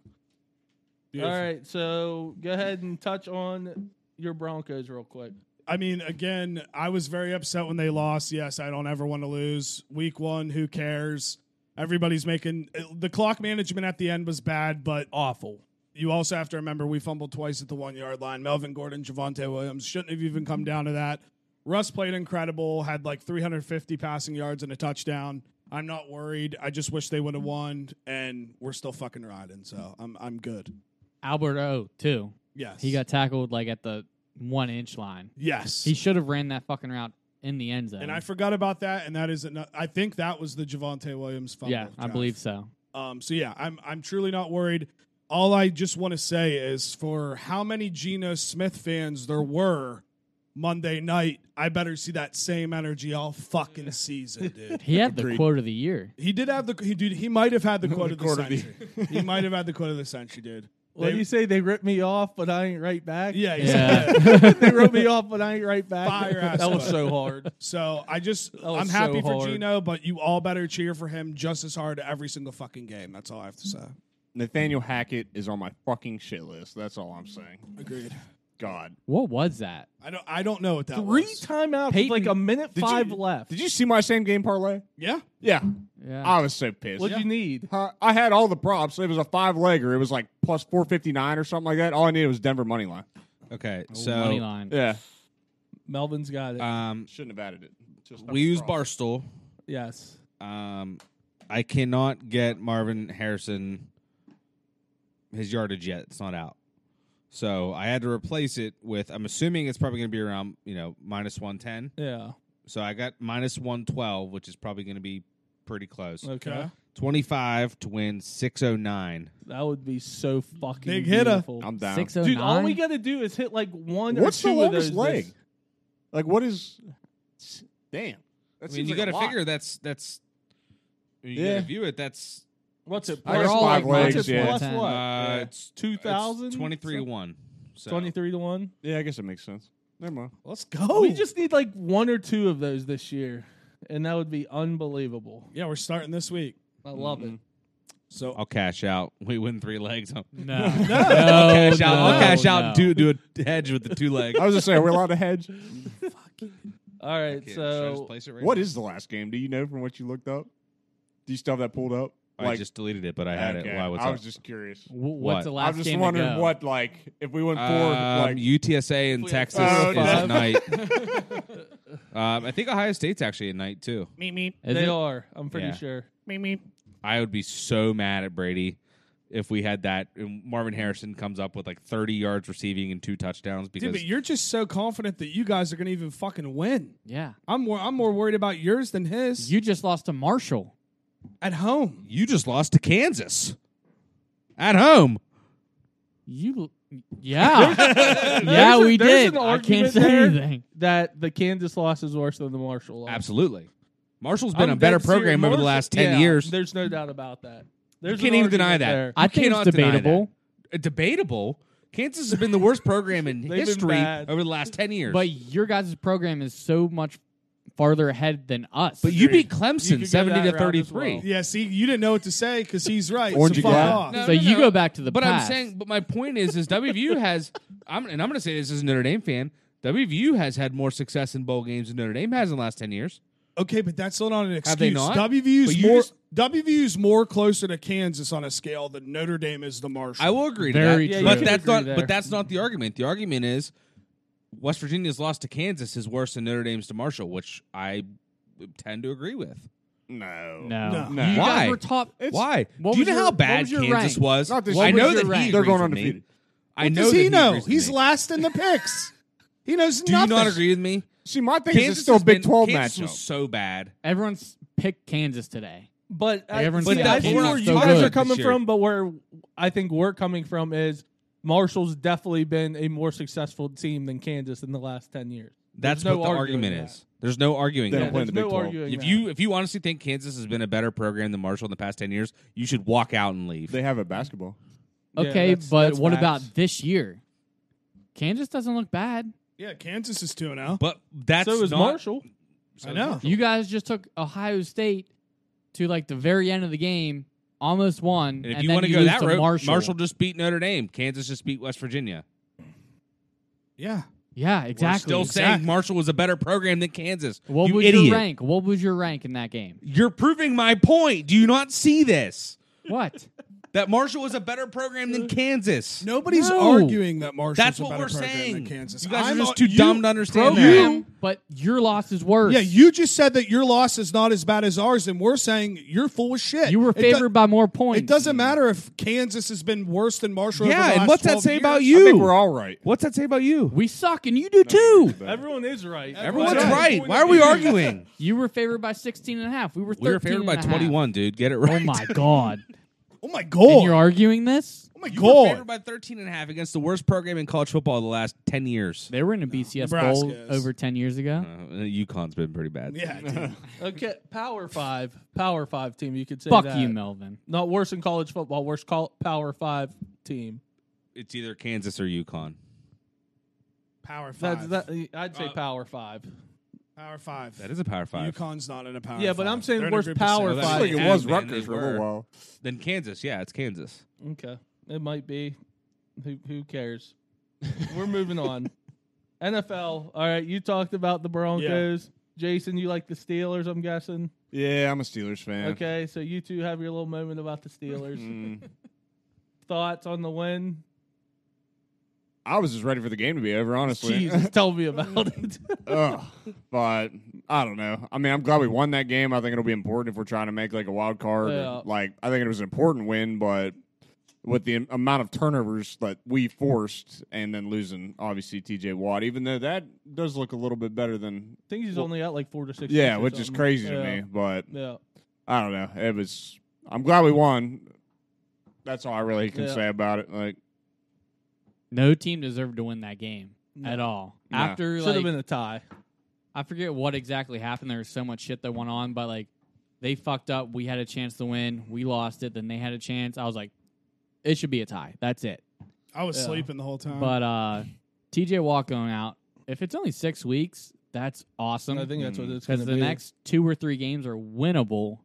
[SPEAKER 1] All right, so go ahead and touch on your Broncos real quick.
[SPEAKER 3] I mean, again, I was very upset when they lost. Yes, I don't ever want to lose. Week one, who cares? Everybody's making the clock management at the end was bad, but
[SPEAKER 1] Awful.
[SPEAKER 3] you also have to remember we fumbled twice at the one yard line. Melvin Gordon, Javante Williams shouldn't have even come down to that. Russ played incredible, had like 350 passing yards and a touchdown. I'm not worried. I just wish they would have won, and we're still fucking riding. So I'm I'm good.
[SPEAKER 4] Albert O, too.
[SPEAKER 3] Yes,
[SPEAKER 4] He got tackled like at the one inch line.
[SPEAKER 3] yes.
[SPEAKER 4] He should have ran that fucking route in the end zone.
[SPEAKER 3] and I forgot about that. And that is ano- I think that was the Javante Williams fumble.
[SPEAKER 4] yeah, I
[SPEAKER 3] drive.
[SPEAKER 4] believe so.
[SPEAKER 3] Um, so yeah, I'm I'm truly not worried. all I just want to say is for how many Geno Smith fans there were Monday night, I better see that same energy all fucking season, dude.
[SPEAKER 4] He had the
[SPEAKER 5] Agreed.
[SPEAKER 4] quote of the year.
[SPEAKER 3] He did have the he dude. He might have had the quote of the
[SPEAKER 5] quote of the-
[SPEAKER 3] century. he might have had the quote of the century, dude.
[SPEAKER 1] Well,
[SPEAKER 3] They-
[SPEAKER 1] you say they ripped me off, but I ain't right back.
[SPEAKER 3] yeah,
[SPEAKER 4] Yeah.
[SPEAKER 3] yeah.
[SPEAKER 1] they wrote me off, but I ain't right back.
[SPEAKER 3] Fire ass
[SPEAKER 1] that was
[SPEAKER 3] up.
[SPEAKER 1] so hard.
[SPEAKER 3] So I just
[SPEAKER 1] was
[SPEAKER 3] I'm happy
[SPEAKER 1] so
[SPEAKER 3] for
[SPEAKER 1] hard.
[SPEAKER 3] Gino, but you all better cheer for him just as hard every single fucking game. That's all I have to say.
[SPEAKER 5] Nathaniel Hackett is on my fucking shit list. That's all I'm saying.
[SPEAKER 3] Agreed.
[SPEAKER 5] God.
[SPEAKER 4] What was that?
[SPEAKER 3] I don't I don't know what that
[SPEAKER 1] Three
[SPEAKER 3] was.
[SPEAKER 1] timeouts, with
[SPEAKER 4] Peyton,
[SPEAKER 1] like a minute
[SPEAKER 5] did
[SPEAKER 1] five
[SPEAKER 5] you-
[SPEAKER 1] left.
[SPEAKER 5] Did you see my same game parlay?
[SPEAKER 3] Yeah.
[SPEAKER 5] Yeah.
[SPEAKER 4] Yeah.
[SPEAKER 5] I was so pissed.
[SPEAKER 1] What'd you need?
[SPEAKER 5] Uh, I had all the props. It was a five legger. It was like plus 459 or something like that. All I needed was Denver money line.
[SPEAKER 2] Okay, so
[SPEAKER 4] Money line.
[SPEAKER 5] Yeah.
[SPEAKER 1] Melvin's got
[SPEAKER 5] Uh,
[SPEAKER 1] it.
[SPEAKER 2] um,
[SPEAKER 5] Shouldn't have added it. Just
[SPEAKER 2] we use Barstool.
[SPEAKER 1] yes.
[SPEAKER 2] Um, I cannot get Marvin Harrison his yardage yet. It's not out. So I had to replace it with. I'm assuming it's probably going to be around you know minus one ten.
[SPEAKER 1] Yeah.
[SPEAKER 2] So I got minus one twelve, which is probably going to be pretty close.
[SPEAKER 1] Okay.
[SPEAKER 3] Okay.
[SPEAKER 2] Twenty five to win six oh nine.
[SPEAKER 1] That would be so fucking
[SPEAKER 3] Big hitter.
[SPEAKER 1] beautiful.
[SPEAKER 5] I'm down.
[SPEAKER 4] Six oh nine.
[SPEAKER 1] Dude, all we got to do is hit like one
[SPEAKER 5] What's
[SPEAKER 1] or
[SPEAKER 5] the
[SPEAKER 1] two of those.
[SPEAKER 5] longest leg?
[SPEAKER 1] this-
[SPEAKER 5] Like, what is. Damn. That
[SPEAKER 2] I mean,
[SPEAKER 5] seems
[SPEAKER 2] you
[SPEAKER 5] like a
[SPEAKER 2] got to
[SPEAKER 5] lot.
[SPEAKER 2] figure that's that's. You
[SPEAKER 5] Yeah.
[SPEAKER 2] got to view it. That's
[SPEAKER 1] What's it?
[SPEAKER 5] I
[SPEAKER 1] plus-
[SPEAKER 5] guess five
[SPEAKER 1] what's
[SPEAKER 5] legs,
[SPEAKER 1] it
[SPEAKER 5] yeah.
[SPEAKER 1] plus
[SPEAKER 4] Ten.
[SPEAKER 1] what?
[SPEAKER 2] uh,
[SPEAKER 1] Yeah.
[SPEAKER 2] it's
[SPEAKER 1] two thousand
[SPEAKER 2] twenty three to one. So.
[SPEAKER 1] Twenty three to one.
[SPEAKER 5] Yeah, I guess that makes sense. Never mind.
[SPEAKER 3] Let's go.
[SPEAKER 1] We just need like one or two of those this year, and that would be unbelievable.
[SPEAKER 3] yeah, we're starting this week.
[SPEAKER 1] I love it.
[SPEAKER 3] So
[SPEAKER 2] I'll cash out. We win three legs. I'll
[SPEAKER 4] No. no.
[SPEAKER 2] I'll cash out. I'll
[SPEAKER 4] no,
[SPEAKER 2] cash out
[SPEAKER 4] no.
[SPEAKER 2] and do do a hedge with the two legs.
[SPEAKER 5] I was just saying, are we allowed to hedge?
[SPEAKER 1] All right, so
[SPEAKER 5] What is the last game? Do you know from what you looked up? Do you still have that pulled up?
[SPEAKER 2] I just deleted it, but I had
[SPEAKER 5] okay.
[SPEAKER 2] it. Why
[SPEAKER 5] I was
[SPEAKER 2] was
[SPEAKER 5] just curious.
[SPEAKER 4] Wh- What's
[SPEAKER 2] What?
[SPEAKER 4] the
[SPEAKER 5] I'm
[SPEAKER 4] last
[SPEAKER 5] just
[SPEAKER 4] game? to
[SPEAKER 5] wondering
[SPEAKER 4] go?
[SPEAKER 5] what, like, if we went
[SPEAKER 2] um,
[SPEAKER 5] forward, like,
[SPEAKER 2] UTSA in
[SPEAKER 1] we had
[SPEAKER 2] Texas
[SPEAKER 5] four or
[SPEAKER 2] is
[SPEAKER 5] five.
[SPEAKER 2] at night. um, I think Ohio State's actually at night too.
[SPEAKER 4] Is
[SPEAKER 1] they
[SPEAKER 4] it-
[SPEAKER 1] are. I'm pretty
[SPEAKER 2] Yeah.
[SPEAKER 1] sure.
[SPEAKER 2] I would be so mad at Brady if we had that. And Marvin Harrison comes up with like 30 yards receiving and two touchdowns
[SPEAKER 3] Dude,
[SPEAKER 2] because
[SPEAKER 3] but you're just so confident that you guys are going to even fucking win.
[SPEAKER 4] Yeah.
[SPEAKER 3] I'm more I'm more worried about yours than his
[SPEAKER 4] You just lost to Marshall.
[SPEAKER 3] at home.
[SPEAKER 2] you just lost to Kansas at home.
[SPEAKER 4] You. Yeah. yeah,
[SPEAKER 1] There's a-
[SPEAKER 4] we
[SPEAKER 1] there's an
[SPEAKER 4] did. I can't
[SPEAKER 1] argument
[SPEAKER 4] say
[SPEAKER 1] there
[SPEAKER 4] anything.
[SPEAKER 1] That the Kansas loss is worse than the Marshall loss.
[SPEAKER 2] Absolutely. Marshall's been
[SPEAKER 1] I'm
[SPEAKER 2] a better
[SPEAKER 1] dead serious.
[SPEAKER 2] program over the
[SPEAKER 1] Marshall-
[SPEAKER 2] last 10
[SPEAKER 1] yeah,
[SPEAKER 2] years.
[SPEAKER 1] There's no doubt about that.
[SPEAKER 2] You
[SPEAKER 1] There's
[SPEAKER 2] can't
[SPEAKER 1] an
[SPEAKER 2] even deny
[SPEAKER 1] argument
[SPEAKER 2] that.
[SPEAKER 1] there.
[SPEAKER 4] I
[SPEAKER 2] You
[SPEAKER 4] think it's
[SPEAKER 2] cannot deny that.
[SPEAKER 4] debatable.
[SPEAKER 2] Uh, debatable. Kansas has been the worst program in
[SPEAKER 1] They've been
[SPEAKER 2] history
[SPEAKER 1] bad.
[SPEAKER 2] over the last 10 years.
[SPEAKER 4] But your guys' program is so much farther ahead than us.
[SPEAKER 2] But you beat
[SPEAKER 1] You
[SPEAKER 2] Clemson
[SPEAKER 1] could go
[SPEAKER 2] 70
[SPEAKER 1] that
[SPEAKER 2] to
[SPEAKER 1] route as
[SPEAKER 2] 33.
[SPEAKER 1] well.
[SPEAKER 3] Yeah, see, you didn't know what to say because he's right. so
[SPEAKER 5] Orange you
[SPEAKER 3] fuck
[SPEAKER 5] glad?
[SPEAKER 3] off.
[SPEAKER 2] No,
[SPEAKER 4] so
[SPEAKER 2] no,
[SPEAKER 4] you
[SPEAKER 2] no.
[SPEAKER 4] go back to the
[SPEAKER 2] But
[SPEAKER 4] past.
[SPEAKER 2] I'm saying, but my point is, is WVU has, I'm, and I'm going to say this as a Notre Dame fan, WVU has had more success in bowl games than Notre Dame has in the last 10 years.
[SPEAKER 3] Okay, but that's still not an excuse.
[SPEAKER 2] Have they not? But
[SPEAKER 3] WVU's
[SPEAKER 2] you
[SPEAKER 3] more
[SPEAKER 2] just-
[SPEAKER 3] WVU's more closer to Kansas on a scale than Notre Dame is the Marshall.
[SPEAKER 2] I will agree to
[SPEAKER 4] Very
[SPEAKER 2] that.
[SPEAKER 4] true.
[SPEAKER 2] But
[SPEAKER 1] Yeah,
[SPEAKER 2] that's
[SPEAKER 1] you
[SPEAKER 2] not
[SPEAKER 1] agree there.
[SPEAKER 2] but that's not the argument. The argument is West Virginia's loss to Kansas is worse than Notre Dame's to Marshall, which I tend to agree with.
[SPEAKER 5] no.
[SPEAKER 4] no.
[SPEAKER 5] No.
[SPEAKER 4] You
[SPEAKER 2] Why?
[SPEAKER 4] guys were top.
[SPEAKER 2] Why?
[SPEAKER 4] what
[SPEAKER 2] Do you
[SPEAKER 4] was
[SPEAKER 2] know
[SPEAKER 4] your-
[SPEAKER 2] how
[SPEAKER 4] what
[SPEAKER 2] bad
[SPEAKER 4] was your
[SPEAKER 2] Kansas
[SPEAKER 4] rank?
[SPEAKER 2] was?
[SPEAKER 5] Not this
[SPEAKER 2] I
[SPEAKER 5] year.
[SPEAKER 2] know
[SPEAKER 5] What was
[SPEAKER 2] that
[SPEAKER 5] your
[SPEAKER 2] he
[SPEAKER 5] rank? They're
[SPEAKER 2] agrees with
[SPEAKER 5] going
[SPEAKER 2] me.
[SPEAKER 5] undefeated.
[SPEAKER 2] I
[SPEAKER 3] What
[SPEAKER 2] know
[SPEAKER 3] does
[SPEAKER 2] that
[SPEAKER 3] he know?
[SPEAKER 2] agrees with
[SPEAKER 3] he's
[SPEAKER 2] me.
[SPEAKER 3] last in the picks. he knows
[SPEAKER 2] Do
[SPEAKER 3] nothing.
[SPEAKER 2] you not agree with me?
[SPEAKER 5] See, my thing is
[SPEAKER 2] Kansas
[SPEAKER 5] it's still a
[SPEAKER 2] has
[SPEAKER 5] Big
[SPEAKER 2] been-
[SPEAKER 5] 12
[SPEAKER 2] Kansas
[SPEAKER 5] matchup.
[SPEAKER 2] was so bad.
[SPEAKER 4] Everyone's picked Kansas today.
[SPEAKER 1] But uh, I,
[SPEAKER 4] everyone's
[SPEAKER 1] but
[SPEAKER 4] saying
[SPEAKER 1] that's
[SPEAKER 4] Kansas
[SPEAKER 1] where
[SPEAKER 4] is
[SPEAKER 1] you
[SPEAKER 4] so
[SPEAKER 1] guys
[SPEAKER 4] good
[SPEAKER 1] are
[SPEAKER 4] this
[SPEAKER 1] coming
[SPEAKER 2] year.
[SPEAKER 1] from. But where I think we're coming from is Marshall's definitely been a more successful team than Kansas in the last ten years.
[SPEAKER 2] That's
[SPEAKER 1] There's
[SPEAKER 2] what
[SPEAKER 1] no
[SPEAKER 2] the
[SPEAKER 1] arguing
[SPEAKER 2] argument
[SPEAKER 1] that.
[SPEAKER 2] is. There's no arguing
[SPEAKER 5] They
[SPEAKER 2] that.
[SPEAKER 5] don't play in
[SPEAKER 1] There's
[SPEAKER 5] the
[SPEAKER 1] no
[SPEAKER 5] Big 12.
[SPEAKER 1] arguing
[SPEAKER 2] If
[SPEAKER 1] that.
[SPEAKER 2] you if you honestly think Kansas has been a better program than Marshall in the past ten years, you should walk out and leave.
[SPEAKER 5] They have a basketball.
[SPEAKER 1] Yeah,
[SPEAKER 4] Okay,
[SPEAKER 1] that's-
[SPEAKER 4] but
[SPEAKER 1] that's
[SPEAKER 4] what
[SPEAKER 1] facts.
[SPEAKER 4] about this year? Kansas doesn't look bad.
[SPEAKER 3] Yeah, Kansas is two and oh. zero.
[SPEAKER 2] but that's
[SPEAKER 1] so is
[SPEAKER 2] not,
[SPEAKER 1] Marshall.
[SPEAKER 3] I know.
[SPEAKER 4] You guys just took Ohio State to like the very end of the game, almost won.
[SPEAKER 2] And if
[SPEAKER 4] and
[SPEAKER 2] you
[SPEAKER 4] then
[SPEAKER 2] want to
[SPEAKER 4] you
[SPEAKER 2] go
[SPEAKER 4] lose
[SPEAKER 2] that route,
[SPEAKER 4] Marshall.
[SPEAKER 2] Marshall. just beat Notre Dame. Kansas just beat West Virginia.
[SPEAKER 3] Yeah,
[SPEAKER 4] yeah, exactly.
[SPEAKER 2] We're still saying
[SPEAKER 3] Exactly.
[SPEAKER 2] Marshall was a better program than Kansas.
[SPEAKER 4] what
[SPEAKER 2] you
[SPEAKER 4] was
[SPEAKER 2] idiot.
[SPEAKER 4] your rank? What was your rank in that game?
[SPEAKER 2] You're proving my point. Do you not see this?
[SPEAKER 4] What?
[SPEAKER 2] That Marshall was a better program than Kansas.
[SPEAKER 3] nobody's
[SPEAKER 4] No.
[SPEAKER 3] arguing that Marshall's
[SPEAKER 2] That's
[SPEAKER 3] a
[SPEAKER 2] what
[SPEAKER 3] better
[SPEAKER 2] we're
[SPEAKER 3] program
[SPEAKER 2] saying.
[SPEAKER 3] than Kansas.
[SPEAKER 2] You guys
[SPEAKER 3] I'm
[SPEAKER 2] are just
[SPEAKER 3] a-
[SPEAKER 2] too
[SPEAKER 3] you-
[SPEAKER 2] dumb to understand that.
[SPEAKER 4] Program, but your loss is worse.
[SPEAKER 3] Yeah, you just said that your loss is not as bad as ours, and we're saying you're full of shit.
[SPEAKER 4] You were
[SPEAKER 3] It do-
[SPEAKER 4] favored by more points.
[SPEAKER 3] It doesn't matter if Kansas has been worse than Marshall. over the
[SPEAKER 2] Yeah, and
[SPEAKER 3] last
[SPEAKER 2] what's that
[SPEAKER 3] 12
[SPEAKER 2] say
[SPEAKER 3] years.
[SPEAKER 2] about
[SPEAKER 5] I think
[SPEAKER 2] you?
[SPEAKER 5] we're all right.
[SPEAKER 2] What's that say about you?
[SPEAKER 4] We suck, and you do too.
[SPEAKER 1] Everyone is right.
[SPEAKER 2] Everyone's
[SPEAKER 3] That's
[SPEAKER 2] right. Why are we arguing?
[SPEAKER 4] You were favored by 16 and a half. We were 13
[SPEAKER 2] We were favored by
[SPEAKER 4] and a half.
[SPEAKER 2] 21, dude. Get it right.
[SPEAKER 4] Oh my god.
[SPEAKER 3] Oh my
[SPEAKER 4] and you're
[SPEAKER 3] god!
[SPEAKER 4] arguing this?
[SPEAKER 3] Oh my
[SPEAKER 2] You were
[SPEAKER 3] god!
[SPEAKER 2] favored by 13 and a half against the worst program in college football of the last 10 years.
[SPEAKER 4] They were in a BCS bowl
[SPEAKER 3] Nebraska is.
[SPEAKER 4] over ten years ago.
[SPEAKER 2] Uh, UConn's been pretty bad.
[SPEAKER 3] Yeah, dude.
[SPEAKER 1] Okay, Power Five, Power Five team. You could say
[SPEAKER 4] Fuck
[SPEAKER 1] that.
[SPEAKER 4] you, Melvin.
[SPEAKER 1] Not worse in college football. Worse call, Power Five team.
[SPEAKER 2] It's either Kansas or UConn.
[SPEAKER 3] Power five.
[SPEAKER 1] That's that. I'd say
[SPEAKER 2] Uh,
[SPEAKER 1] Power Five.
[SPEAKER 3] power five.
[SPEAKER 2] That is a power five.
[SPEAKER 3] UConn's not in a power.
[SPEAKER 1] Yeah, but I'm
[SPEAKER 3] five.
[SPEAKER 1] saying
[SPEAKER 3] They're in a
[SPEAKER 1] worst
[SPEAKER 3] group of
[SPEAKER 1] power
[SPEAKER 3] six.
[SPEAKER 1] five.
[SPEAKER 5] I think it
[SPEAKER 2] Yeah,
[SPEAKER 5] was
[SPEAKER 2] man,
[SPEAKER 5] Rutgers
[SPEAKER 2] they
[SPEAKER 5] for a
[SPEAKER 2] were.
[SPEAKER 5] little while.
[SPEAKER 2] Then Kansas. Yeah, it's Kansas.
[SPEAKER 1] Okay, it might be. Who who cares? We're moving on. NFL. All right, you talked about the Broncos. Jason, you like the Steelers, I'm guessing.
[SPEAKER 5] Yeah, I'm a Steelers fan.
[SPEAKER 1] Okay, so you two have your little moment about the Steelers.
[SPEAKER 5] Mm.
[SPEAKER 1] Thoughts on the win?
[SPEAKER 5] I was just ready for the game to be over, honestly.
[SPEAKER 1] Jesus, tell me about it.
[SPEAKER 5] Ugh. But I don't know. I mean, I'm glad we won that game. I think it'll be important if we're trying to make like a wild card. or,
[SPEAKER 1] Yeah.
[SPEAKER 5] like I think it was an important win, but with the am- amount of turnovers that we forced and then losing obviously TJ Watt, even though that does look a little bit better than
[SPEAKER 1] I think he's
[SPEAKER 5] Well,
[SPEAKER 1] only out like four to six.
[SPEAKER 5] yeah,
[SPEAKER 1] weeks or
[SPEAKER 5] which is
[SPEAKER 1] something.
[SPEAKER 5] crazy to
[SPEAKER 1] Yeah,
[SPEAKER 5] me. But
[SPEAKER 1] Yeah.
[SPEAKER 5] I don't know. It was. I'm glad we won. That's all I really can
[SPEAKER 1] Yeah.
[SPEAKER 5] say about it. Like
[SPEAKER 4] No team deserved to win that game
[SPEAKER 1] No.
[SPEAKER 4] at all.
[SPEAKER 5] No.
[SPEAKER 4] After
[SPEAKER 1] Should
[SPEAKER 4] like,
[SPEAKER 1] have been a tie.
[SPEAKER 4] I forget what exactly happened. There was so much shit that went on, but like they fucked up. We had a chance to win. We lost it. Then they had a chance. I was like, it should be a tie. That's it.
[SPEAKER 3] I was
[SPEAKER 1] Yeah.
[SPEAKER 3] sleeping the whole
[SPEAKER 1] Uh-huh.
[SPEAKER 3] time.
[SPEAKER 4] But uh TJ Watt going out. If it's only six weeks, that's awesome.
[SPEAKER 1] I think that's what
[SPEAKER 5] Mm.
[SPEAKER 1] it's going
[SPEAKER 4] because
[SPEAKER 1] to
[SPEAKER 4] the
[SPEAKER 1] be.
[SPEAKER 4] next two or three games are winnable.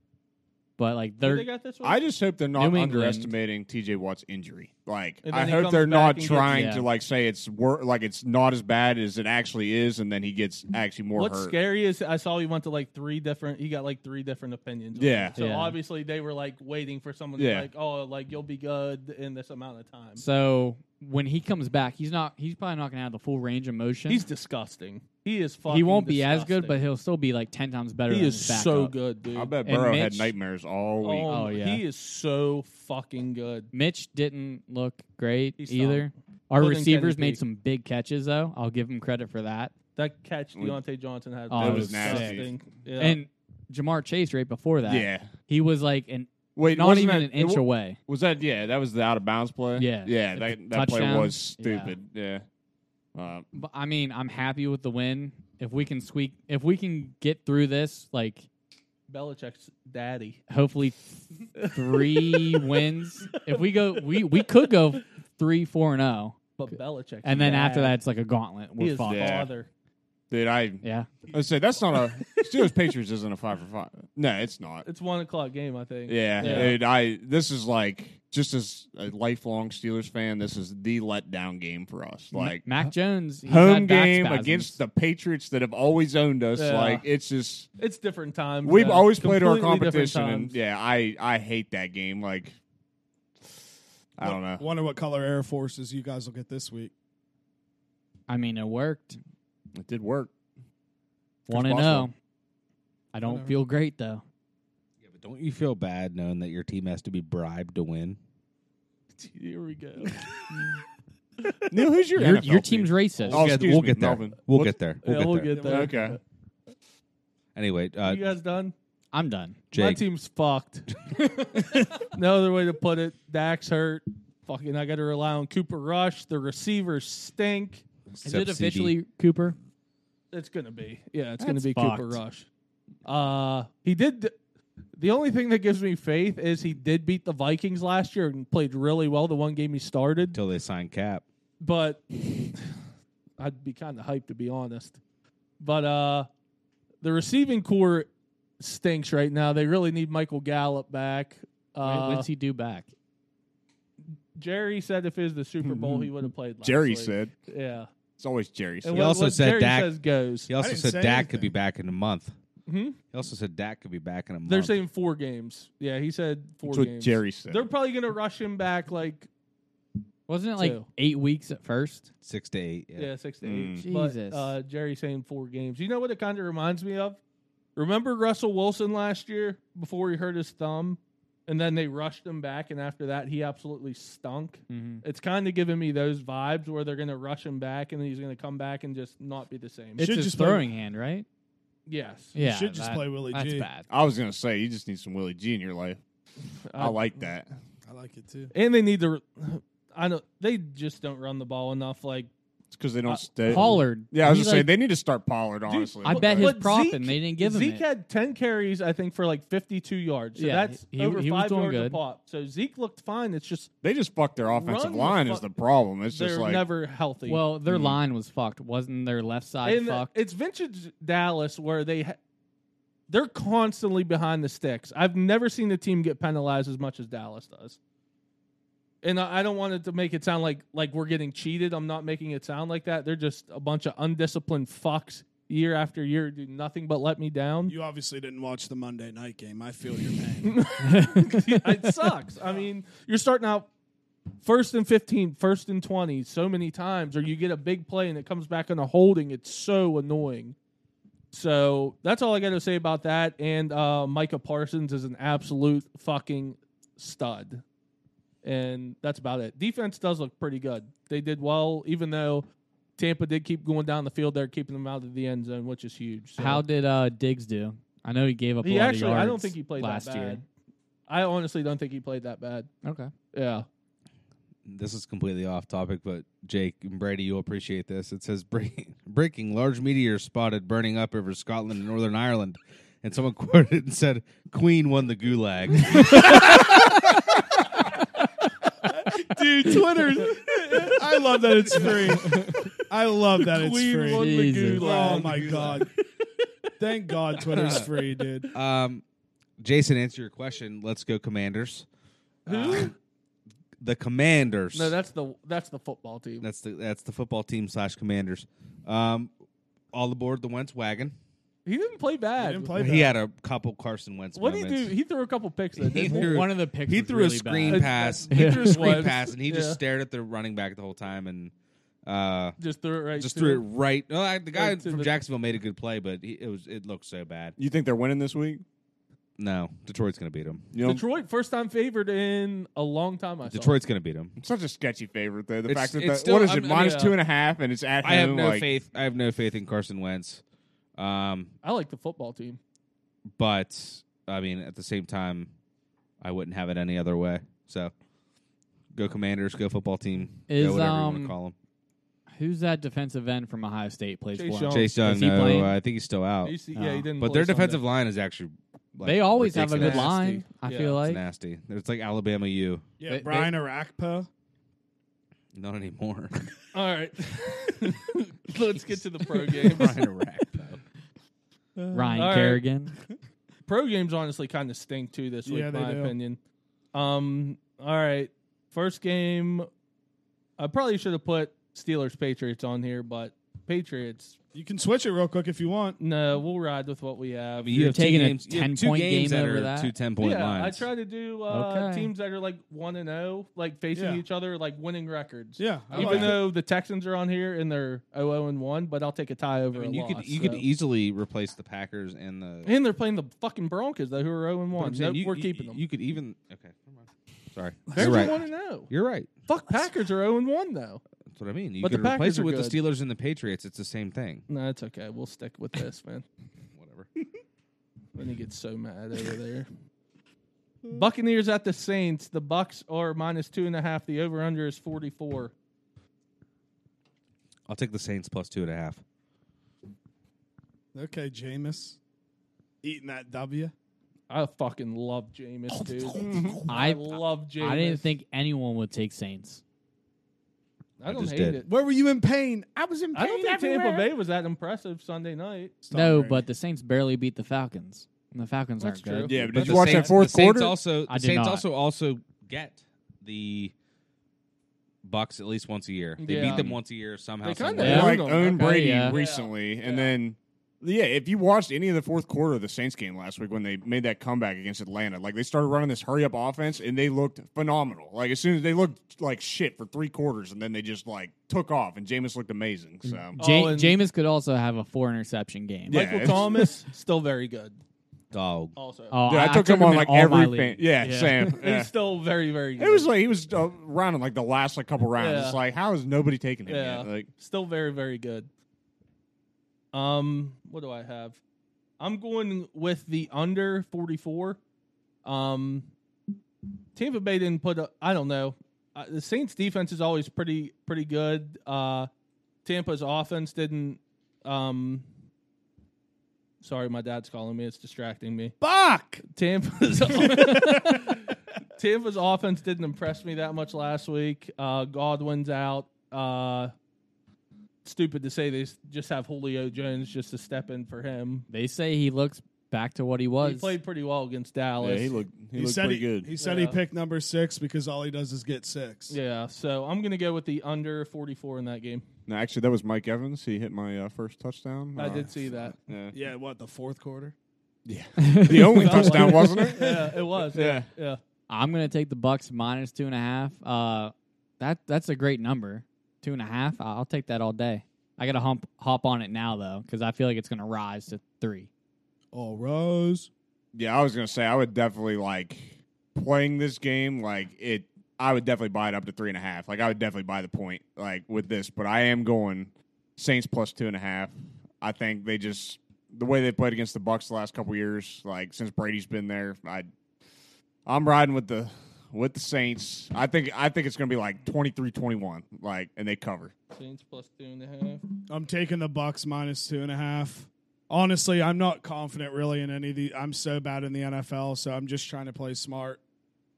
[SPEAKER 4] But like
[SPEAKER 1] Who
[SPEAKER 4] they're
[SPEAKER 1] they got this one?
[SPEAKER 5] I just hope they're not
[SPEAKER 4] New England.
[SPEAKER 5] underestimating TJ Watt's injury. Like
[SPEAKER 1] And then
[SPEAKER 5] I
[SPEAKER 1] he
[SPEAKER 5] hope
[SPEAKER 1] comes
[SPEAKER 5] they're
[SPEAKER 1] back
[SPEAKER 5] not
[SPEAKER 1] and gets-
[SPEAKER 5] trying
[SPEAKER 4] Yeah.
[SPEAKER 5] to like say it's wor- like it's not as bad as it actually is, and then he gets actually more
[SPEAKER 1] What's
[SPEAKER 5] hurt.
[SPEAKER 1] scary is I saw you went to like three different. You got like three different opinions. on
[SPEAKER 5] Yeah.
[SPEAKER 1] it. So
[SPEAKER 4] Yeah.
[SPEAKER 1] obviously they were like waiting for someone to be
[SPEAKER 5] Yeah.
[SPEAKER 1] like, oh, like you'll be good in this amount of time.
[SPEAKER 4] so when he comes back, he's not he's probably not gonna have the full range of motion.
[SPEAKER 1] He's disgusting. He is fucking.
[SPEAKER 4] he won't be as good, but
[SPEAKER 1] disgusting.
[SPEAKER 4] he'll still be like ten times better.
[SPEAKER 1] he
[SPEAKER 4] than
[SPEAKER 1] is
[SPEAKER 4] his backup.
[SPEAKER 1] so good, dude.
[SPEAKER 5] I bet
[SPEAKER 4] And
[SPEAKER 5] Burrow had
[SPEAKER 4] Mitch-
[SPEAKER 5] nightmares all week.
[SPEAKER 1] Oh,
[SPEAKER 4] Oh, yeah.
[SPEAKER 1] he is so fucking good.
[SPEAKER 4] Mitch didn't look great
[SPEAKER 1] He stunk.
[SPEAKER 4] either. Our
[SPEAKER 1] Other than
[SPEAKER 4] receivers
[SPEAKER 1] Kenny P.
[SPEAKER 4] made some big catches though. I'll give him credit for that.
[SPEAKER 1] That catch
[SPEAKER 5] We-
[SPEAKER 1] Deontay Johnson had
[SPEAKER 4] Oh, it was
[SPEAKER 5] nasty.
[SPEAKER 1] disgusting. Yeah.
[SPEAKER 4] And Jamar Chase right before that.
[SPEAKER 5] yeah.
[SPEAKER 4] He was like an
[SPEAKER 5] Wait,
[SPEAKER 4] not
[SPEAKER 5] wasn't
[SPEAKER 4] even an
[SPEAKER 5] that-
[SPEAKER 4] inch
[SPEAKER 5] it wa-
[SPEAKER 4] away.
[SPEAKER 5] Was that yeah? That was the out of bounds play.
[SPEAKER 4] Yeah.
[SPEAKER 5] yeah.
[SPEAKER 4] The
[SPEAKER 5] That that play
[SPEAKER 4] touchdown.
[SPEAKER 5] was
[SPEAKER 4] Yeah.
[SPEAKER 5] stupid. Yeah. Uh,
[SPEAKER 4] But I mean, I'm happy with the win. If we can squeak if we can get through this, like
[SPEAKER 1] Belichick's daddy.
[SPEAKER 4] hopefully three wins. If we go we we could go three, four and oh.
[SPEAKER 1] But Belichick.
[SPEAKER 4] And then after that it's like a gauntlet.
[SPEAKER 1] he
[SPEAKER 4] We're
[SPEAKER 1] is
[SPEAKER 4] fucked.
[SPEAKER 5] Yeah.
[SPEAKER 1] father.
[SPEAKER 5] dude, I
[SPEAKER 4] yeah.
[SPEAKER 5] I say that's not a Steelers Patriots isn't a five for five. No, it's not.
[SPEAKER 1] It's one o'clock game, I think.
[SPEAKER 5] Yeah,
[SPEAKER 1] Yeah.
[SPEAKER 5] dude. I this is like just as a lifelong Steelers fan, this is the letdown game for us. Like
[SPEAKER 4] Mac Jones he's
[SPEAKER 5] home
[SPEAKER 4] had back
[SPEAKER 5] game
[SPEAKER 4] spasms.
[SPEAKER 5] against the Patriots that have always owned us.
[SPEAKER 1] Yeah.
[SPEAKER 5] Like it's just
[SPEAKER 1] It's different times.
[SPEAKER 5] we've
[SPEAKER 1] now.
[SPEAKER 5] always played our
[SPEAKER 1] Completely different
[SPEAKER 5] competition, and
[SPEAKER 1] times.
[SPEAKER 5] yeah, I I hate that game. Like I don't know.
[SPEAKER 3] Wonder what color Air Forces you guys will get this week.
[SPEAKER 4] I mean it worked.
[SPEAKER 5] It did work.
[SPEAKER 4] One and oh.
[SPEAKER 5] possible.
[SPEAKER 4] zero. I don't
[SPEAKER 3] Whatever.
[SPEAKER 4] feel great though.
[SPEAKER 2] Yeah, but don't you feel bad knowing that your team has to be bribed to win?
[SPEAKER 1] Here we go.
[SPEAKER 5] Neil, who's your
[SPEAKER 4] Your,
[SPEAKER 5] NFL
[SPEAKER 4] your team's
[SPEAKER 5] team?
[SPEAKER 4] racist.
[SPEAKER 5] Oh,
[SPEAKER 2] Yeah,
[SPEAKER 5] excuse
[SPEAKER 2] we'll
[SPEAKER 5] me,
[SPEAKER 2] get there.
[SPEAKER 5] Melvin.
[SPEAKER 2] We'll
[SPEAKER 5] What's-
[SPEAKER 2] get there. We'll
[SPEAKER 1] yeah,
[SPEAKER 2] get
[SPEAKER 1] we'll
[SPEAKER 2] there.
[SPEAKER 1] get there.
[SPEAKER 5] Okay.
[SPEAKER 2] Anyway, uh,
[SPEAKER 1] you guys done?
[SPEAKER 4] I'm done.
[SPEAKER 1] My
[SPEAKER 2] Jake,
[SPEAKER 1] team's fucked. no other way to put it. Dax hurt. Fucking, I got to rely on Cooper Rush. The receivers stink.
[SPEAKER 4] Is
[SPEAKER 2] Sub
[SPEAKER 4] it
[SPEAKER 2] CD.
[SPEAKER 4] officially Cooper?
[SPEAKER 1] It's gonna be. Yeah, it's gonna
[SPEAKER 4] That's
[SPEAKER 1] be Cooper
[SPEAKER 4] fucked.
[SPEAKER 1] Rush. Uh, he did. The only thing that gives me faith is he did beat the Vikings last year and played really well the one game he started.
[SPEAKER 2] until they sign Cap?
[SPEAKER 1] But I'd be kind of hyped to be honest. But uh, the receiving core stinks right now. They really need Michael Gallup back.
[SPEAKER 4] When-
[SPEAKER 1] Uh,
[SPEAKER 4] When's he due back?
[SPEAKER 1] Jerry said if it was the Super Bowl, he would have played. Last
[SPEAKER 5] Jerry
[SPEAKER 1] week.
[SPEAKER 5] said.
[SPEAKER 1] "Yeah."
[SPEAKER 5] It's always Jerry said.
[SPEAKER 1] And
[SPEAKER 2] He
[SPEAKER 1] what,
[SPEAKER 2] also
[SPEAKER 1] what
[SPEAKER 2] said
[SPEAKER 1] Jerry
[SPEAKER 2] Dak-
[SPEAKER 1] says goes.
[SPEAKER 2] He also
[SPEAKER 3] didn't
[SPEAKER 2] said
[SPEAKER 3] say
[SPEAKER 2] Dak could be
[SPEAKER 3] anything.
[SPEAKER 2] back in a month.
[SPEAKER 1] Hmm?
[SPEAKER 2] He also said Dak could be back in a month.
[SPEAKER 1] They're saying four games. Yeah, he said four
[SPEAKER 5] That's what
[SPEAKER 1] games.
[SPEAKER 5] Jerry said.
[SPEAKER 1] They're probably gonna rush him back like
[SPEAKER 4] Wasn't it like
[SPEAKER 1] Two.
[SPEAKER 4] eight weeks at first?
[SPEAKER 2] six to eight. Yeah.
[SPEAKER 1] yeah, six to eight.
[SPEAKER 4] Mm.
[SPEAKER 1] But,
[SPEAKER 4] Jesus.
[SPEAKER 1] uh, Jerry saying four games. You know what it kind of reminds me of? Remember Russell Wilson last year before he hurt his thumb, and then they rushed him back, and after that he absolutely stunk.
[SPEAKER 4] Mm-hmm.
[SPEAKER 1] It's kind of giving me those vibes where they're gonna rush him back, and then he's gonna come back and just not be the same.
[SPEAKER 4] It's
[SPEAKER 3] should
[SPEAKER 4] his
[SPEAKER 3] just play-
[SPEAKER 4] throwing hand, right?
[SPEAKER 1] yes,
[SPEAKER 3] You
[SPEAKER 4] Yeah.
[SPEAKER 3] should just
[SPEAKER 4] that-
[SPEAKER 3] play Willie
[SPEAKER 4] That's
[SPEAKER 3] G.
[SPEAKER 4] bad.
[SPEAKER 2] Uh,
[SPEAKER 4] Oh,
[SPEAKER 5] I was gonna say you just need some Willie G in your life. I like that.
[SPEAKER 3] I I like it too.
[SPEAKER 1] and they need to. I know they just don't run the ball enough. Like
[SPEAKER 5] It's because they don't
[SPEAKER 1] Uh,
[SPEAKER 5] stay.
[SPEAKER 4] Pollard.
[SPEAKER 5] Yeah, I was
[SPEAKER 4] He,
[SPEAKER 5] just saying
[SPEAKER 4] like-
[SPEAKER 5] they need to start Pollard. Honestly,
[SPEAKER 4] I
[SPEAKER 5] But-
[SPEAKER 4] bet his
[SPEAKER 1] But
[SPEAKER 4] prop
[SPEAKER 1] Zeke-
[SPEAKER 4] and they didn't give him
[SPEAKER 1] Zeke
[SPEAKER 4] it.
[SPEAKER 1] had ten carries, I think, for like fifty-two yards. So
[SPEAKER 4] Yeah,
[SPEAKER 1] that's
[SPEAKER 4] he- he-
[SPEAKER 1] over
[SPEAKER 4] he was
[SPEAKER 1] five
[SPEAKER 4] doing
[SPEAKER 1] yards a
[SPEAKER 4] good.
[SPEAKER 1] pop. So Zeke looked fine. It's just
[SPEAKER 5] they just fucked their offensive
[SPEAKER 1] Run the
[SPEAKER 5] line
[SPEAKER 1] fuck-
[SPEAKER 5] is the problem. It's just
[SPEAKER 1] they're
[SPEAKER 5] like
[SPEAKER 1] never healthy.
[SPEAKER 4] well, their line was fucked. Wasn't their left side
[SPEAKER 1] Mm-hmm. And uh,
[SPEAKER 4] fucked?
[SPEAKER 1] it's vintage Dallas where they ha- they're constantly behind the sticks. I've never seen the team get penalized as much as Dallas does. And I I don't want it to make it sound like like we're getting cheated. I'm not making it sound like that. They're just a bunch of undisciplined fucks year after year do nothing but let me down.
[SPEAKER 3] You obviously didn't watch the Monday night game. I feel your pain.
[SPEAKER 1] it sucks. I mean, you're starting out first and 15, first and 20 so many times, or you get a big play and it comes back on a holding. It's so annoying. So that's all I got to say about that. And uh, Micah Parsons is an absolute fucking stud. And that's about it. Defense does look pretty good. They did well, even though Tampa did keep going down the field there, keeping them out of the end zone, which is huge. So.
[SPEAKER 4] How did uh, Diggs do? I know he gave up. a
[SPEAKER 1] he
[SPEAKER 4] lot
[SPEAKER 1] actually?
[SPEAKER 4] of yards
[SPEAKER 1] I don't think he played
[SPEAKER 4] last
[SPEAKER 1] that bad.
[SPEAKER 4] year.
[SPEAKER 1] I honestly don't think he played that bad.
[SPEAKER 4] Okay.
[SPEAKER 1] Yeah.
[SPEAKER 2] This is completely off topic, but Jake and Brady, you'll appreciate this. It says "Bre- breaking large meteor spotted burning up over Scotland and Northern Ireland, and someone quoted it and said Queen won the Gulag.
[SPEAKER 3] Dude, Twitter's. I love that it's free. I love that it's
[SPEAKER 1] Queen won
[SPEAKER 3] free.
[SPEAKER 1] the
[SPEAKER 4] Jesus.
[SPEAKER 1] gulag.
[SPEAKER 3] Oh my god! Thank God Twitter's free, dude.
[SPEAKER 2] um, Jason, answer your question. Let's go Commanders.
[SPEAKER 1] Who?
[SPEAKER 2] The Commanders.
[SPEAKER 1] Ah. No, that's the that's the football team.
[SPEAKER 2] that's the that's the football team slash Commanders. Um, all aboard the Wentz wagon.
[SPEAKER 1] He didn't play bad.
[SPEAKER 3] He didn't play
[SPEAKER 2] He
[SPEAKER 3] bad.
[SPEAKER 2] had a couple Carson Wentz.
[SPEAKER 1] what did he do?
[SPEAKER 2] moments.
[SPEAKER 1] He threw a couple picks. Though,
[SPEAKER 2] He
[SPEAKER 1] didn't
[SPEAKER 2] threw-
[SPEAKER 4] One of the picks.
[SPEAKER 2] he
[SPEAKER 4] was
[SPEAKER 2] threw
[SPEAKER 4] really
[SPEAKER 2] a screen
[SPEAKER 4] bad.
[SPEAKER 2] pass.
[SPEAKER 1] It-
[SPEAKER 2] He threw a screen
[SPEAKER 1] was.
[SPEAKER 2] pass, and he just
[SPEAKER 1] Yeah.
[SPEAKER 2] stared at the running back the whole time, and uh,
[SPEAKER 1] he? Just threw it right.
[SPEAKER 2] just
[SPEAKER 1] to
[SPEAKER 2] threw it
[SPEAKER 1] him.
[SPEAKER 2] right. Well, I, the guy
[SPEAKER 1] Right to
[SPEAKER 2] from
[SPEAKER 1] the-
[SPEAKER 2] Jacksonville made a good play, but he, it was it looked so bad.
[SPEAKER 5] you think they're winning this week?
[SPEAKER 2] No, Detroit's gonna beat him.
[SPEAKER 5] You know,
[SPEAKER 1] Detroit first time favored in a long time. I saw.
[SPEAKER 2] Detroit's gonna beat him.
[SPEAKER 5] it's such a sketchy favorite though. The
[SPEAKER 2] It's-
[SPEAKER 5] fact that
[SPEAKER 2] it's
[SPEAKER 5] the,
[SPEAKER 2] still-
[SPEAKER 5] what is
[SPEAKER 2] I
[SPEAKER 5] it
[SPEAKER 2] mean,
[SPEAKER 5] minus
[SPEAKER 1] yeah.
[SPEAKER 5] two and a half, and it's at
[SPEAKER 2] I have
[SPEAKER 5] home,
[SPEAKER 2] no
[SPEAKER 5] like,
[SPEAKER 2] faith. I have no faith in Carson Wentz. Um,
[SPEAKER 1] I like the football team.
[SPEAKER 2] but I mean, at the same time, I wouldn't have it any other way. So, go Commanders, go football team,
[SPEAKER 4] Is,
[SPEAKER 2] go whatever you want
[SPEAKER 4] um,
[SPEAKER 2] to call him.
[SPEAKER 4] Who's that defensive end from Ohio State plays
[SPEAKER 1] Chase
[SPEAKER 4] for?
[SPEAKER 1] Young.
[SPEAKER 4] him?
[SPEAKER 2] Chase Young,
[SPEAKER 4] oh, Is he
[SPEAKER 2] no,
[SPEAKER 4] playing?
[SPEAKER 2] I think he's still out.
[SPEAKER 1] You see- yeah, he
[SPEAKER 4] Oh.
[SPEAKER 1] didn't.
[SPEAKER 2] But
[SPEAKER 1] play
[SPEAKER 2] their defensive
[SPEAKER 1] Sunday.
[SPEAKER 2] line is actually like,
[SPEAKER 4] they always have a
[SPEAKER 2] ridiculous.
[SPEAKER 4] good line. I
[SPEAKER 1] Yeah.
[SPEAKER 4] feel
[SPEAKER 2] It's
[SPEAKER 4] like
[SPEAKER 2] nasty. It's like Alabama U.
[SPEAKER 3] Yeah,
[SPEAKER 4] They-
[SPEAKER 3] Brian Arakpo.
[SPEAKER 2] Not anymore.
[SPEAKER 1] All right. Let's get to the pro games.
[SPEAKER 2] Brian Iraq.
[SPEAKER 3] Uh,
[SPEAKER 4] Ryan
[SPEAKER 1] All right.
[SPEAKER 4] Kerrigan.
[SPEAKER 1] pro games honestly kind of stink too this week,
[SPEAKER 3] Yeah,
[SPEAKER 1] in
[SPEAKER 3] they
[SPEAKER 1] my
[SPEAKER 3] do.
[SPEAKER 1] opinion. Um, all right, first game. I probably should have put Steelers Patriots on here, but Patriots.
[SPEAKER 3] You can switch it real quick if you want.
[SPEAKER 1] No, we'll ride with what we have.
[SPEAKER 2] I mean, you
[SPEAKER 4] You're
[SPEAKER 2] have two
[SPEAKER 4] taking a
[SPEAKER 2] games, you have
[SPEAKER 4] 10
[SPEAKER 2] two
[SPEAKER 4] point
[SPEAKER 2] games
[SPEAKER 4] game
[SPEAKER 2] that
[SPEAKER 4] over
[SPEAKER 2] are
[SPEAKER 4] that?
[SPEAKER 2] two 10 point
[SPEAKER 1] yeah,
[SPEAKER 2] lines.
[SPEAKER 1] I try to do uh,
[SPEAKER 4] Okay.
[SPEAKER 1] teams that are like one and zero, like facing
[SPEAKER 3] Yeah.
[SPEAKER 1] each other, like winning records.
[SPEAKER 3] Yeah, I
[SPEAKER 1] Even
[SPEAKER 3] like it.
[SPEAKER 1] though the Texans are on here and they're 0 and 1, but I'll take a tie over
[SPEAKER 2] I mean,
[SPEAKER 1] a
[SPEAKER 2] you
[SPEAKER 1] loss.
[SPEAKER 2] could you
[SPEAKER 1] so.
[SPEAKER 2] could e easily replace the Packers and the
[SPEAKER 1] and they're playing the fucking Broncos though, who are 0 and
[SPEAKER 2] But I'm
[SPEAKER 1] 1.
[SPEAKER 2] saying
[SPEAKER 1] Nope,
[SPEAKER 2] you-
[SPEAKER 1] we're
[SPEAKER 2] you-
[SPEAKER 1] keeping them.
[SPEAKER 2] You could even okay. never mind. Sorry,
[SPEAKER 1] They're
[SPEAKER 2] you're
[SPEAKER 1] one
[SPEAKER 2] right.
[SPEAKER 1] and 0.
[SPEAKER 2] You're right.
[SPEAKER 1] Fuck, Packers are 0 and 1 though.
[SPEAKER 2] That's what I mean. You
[SPEAKER 1] But the
[SPEAKER 2] could replace
[SPEAKER 1] Packers
[SPEAKER 2] it
[SPEAKER 1] are
[SPEAKER 2] with the
[SPEAKER 1] good.
[SPEAKER 2] Steelers and the Patriots. It's the same thing.
[SPEAKER 1] No, it's okay. We'll stick with this, man.
[SPEAKER 2] Whatever.
[SPEAKER 1] When he gets so mad over there. Buccaneers at the Saints. The Bucks are minus two and a half. The over under is 44.
[SPEAKER 2] I'll take the Saints plus two and a half.
[SPEAKER 3] Okay, Jameis, eating that W.
[SPEAKER 1] I fucking love
[SPEAKER 5] Oh,
[SPEAKER 1] Jameis, dude. I,
[SPEAKER 4] I
[SPEAKER 1] love Jameis.
[SPEAKER 4] I didn't think anyone would take Saints.
[SPEAKER 1] I don't
[SPEAKER 2] just
[SPEAKER 1] hate
[SPEAKER 2] did.
[SPEAKER 1] it.
[SPEAKER 3] Where were you in pain? I was in pain.
[SPEAKER 1] I don't think
[SPEAKER 3] everywhere.
[SPEAKER 1] Tampa Bay was that impressive Sunday night.
[SPEAKER 3] Stop
[SPEAKER 4] no,
[SPEAKER 3] Brady.
[SPEAKER 4] but the Saints barely beat the Falcons, and the Falcons
[SPEAKER 1] That's
[SPEAKER 4] aren't good.
[SPEAKER 1] true.
[SPEAKER 5] Yeah, but
[SPEAKER 2] But
[SPEAKER 5] did you
[SPEAKER 2] the
[SPEAKER 5] watch
[SPEAKER 2] Saints-
[SPEAKER 5] that fourth
[SPEAKER 2] the Saints
[SPEAKER 5] quarter?
[SPEAKER 2] Also, the
[SPEAKER 4] I did
[SPEAKER 2] Saints
[SPEAKER 4] not.
[SPEAKER 2] also also get the Bucks at least once a year. They
[SPEAKER 1] Yeah.
[SPEAKER 2] beat them once a year somehow.
[SPEAKER 1] They
[SPEAKER 2] some
[SPEAKER 1] kinda
[SPEAKER 2] way.
[SPEAKER 4] Yeah.
[SPEAKER 5] like
[SPEAKER 1] Owned 'em.
[SPEAKER 5] owned
[SPEAKER 1] Okay,
[SPEAKER 5] Brady
[SPEAKER 4] yeah.
[SPEAKER 5] recently, and
[SPEAKER 1] Yeah.
[SPEAKER 5] then yeah, if you watched any of the fourth quarter of the Saints game last week when they made that comeback against Atlanta, like they started running this hurry up offense and they looked phenomenal. Like as soon as they looked like shit for three quarters, and then they just like took off, and Jameis looked amazing. So
[SPEAKER 4] Ja-
[SPEAKER 1] Oh, and-
[SPEAKER 4] Jameis could also have a four interception game.
[SPEAKER 5] Yeah,
[SPEAKER 1] Michael
[SPEAKER 5] it's-
[SPEAKER 1] Thomas still very good.
[SPEAKER 2] Dog.
[SPEAKER 1] Also,
[SPEAKER 4] Oh,
[SPEAKER 5] Dude, I, took, him
[SPEAKER 4] in
[SPEAKER 5] on like
[SPEAKER 4] all my
[SPEAKER 5] every fan.
[SPEAKER 4] leagues.
[SPEAKER 5] Yeah, Sam. Yeah.
[SPEAKER 1] he's still very very. good.
[SPEAKER 5] It was like he was uh, running like the last like couple rounds.
[SPEAKER 1] Yeah.
[SPEAKER 5] It's like how is nobody taking him?
[SPEAKER 1] Yeah.
[SPEAKER 5] Yet? Like
[SPEAKER 1] still very very good. Um, what do I have? I'm going with the under 44. Um, Tampa Bay didn't put. up I don't know. Uh, the Saints defense is always pretty pretty good. Uh, Tampa's offense didn't. Um, sorry, my dad's calling me. It's distracting me.
[SPEAKER 3] Fuck.
[SPEAKER 1] Tampa's Tampa's offense didn't impress me that much last week. Uh, Godwin's out. Uh, stupid to say they s- just have Julio Jones just to step in for him.
[SPEAKER 4] They say he looks back to what he was.
[SPEAKER 1] He played pretty well against
[SPEAKER 5] Yeah,
[SPEAKER 1] Dallas.
[SPEAKER 5] he looked he,
[SPEAKER 3] He
[SPEAKER 5] looked
[SPEAKER 3] said
[SPEAKER 5] pretty
[SPEAKER 3] he,
[SPEAKER 5] good.
[SPEAKER 3] he said he
[SPEAKER 1] Yeah.
[SPEAKER 3] picked number six because all he does is get six.
[SPEAKER 1] Yeah, so I'm gonna go with the under 44 in that game.
[SPEAKER 5] no, actually, that was Mike Evans. He hit my uh, first touchdown.
[SPEAKER 1] I
[SPEAKER 5] Uh,
[SPEAKER 1] did see that.
[SPEAKER 5] Yeah.
[SPEAKER 3] Yeah, what the fourth quarter?
[SPEAKER 5] the only
[SPEAKER 1] Felt like
[SPEAKER 5] touchdown,
[SPEAKER 1] it.
[SPEAKER 5] wasn't it?
[SPEAKER 1] yeah, it was. Yeah, yeah.
[SPEAKER 4] I'm gonna take the Bucks minus two and a half. Uh, that that's a great number, two and a half. I- I'll take that all day. I gotta hump hop on it now though, because I feel like it's gonna rise to three.
[SPEAKER 3] All rose.
[SPEAKER 5] Yeah, I was gonna say I would definitely like playing this game. Like it, I would definitely buy it up to three and a half. Like I would definitely buy the point. Like with this, but I am going Saints plus two and a half. I think they just the way they played against the Bucks the last couple years. Like since Brady's been there, I I'm riding with the with the Saints. I think I think it's gonna be like 23-21, Like and they cover.
[SPEAKER 1] Saints plus two and a half.
[SPEAKER 3] I'm taking the Bucks minus two and a half. Honestly, I'm not confident really in any of the. I'm so bad in the NFL, so I'm just trying to play smart.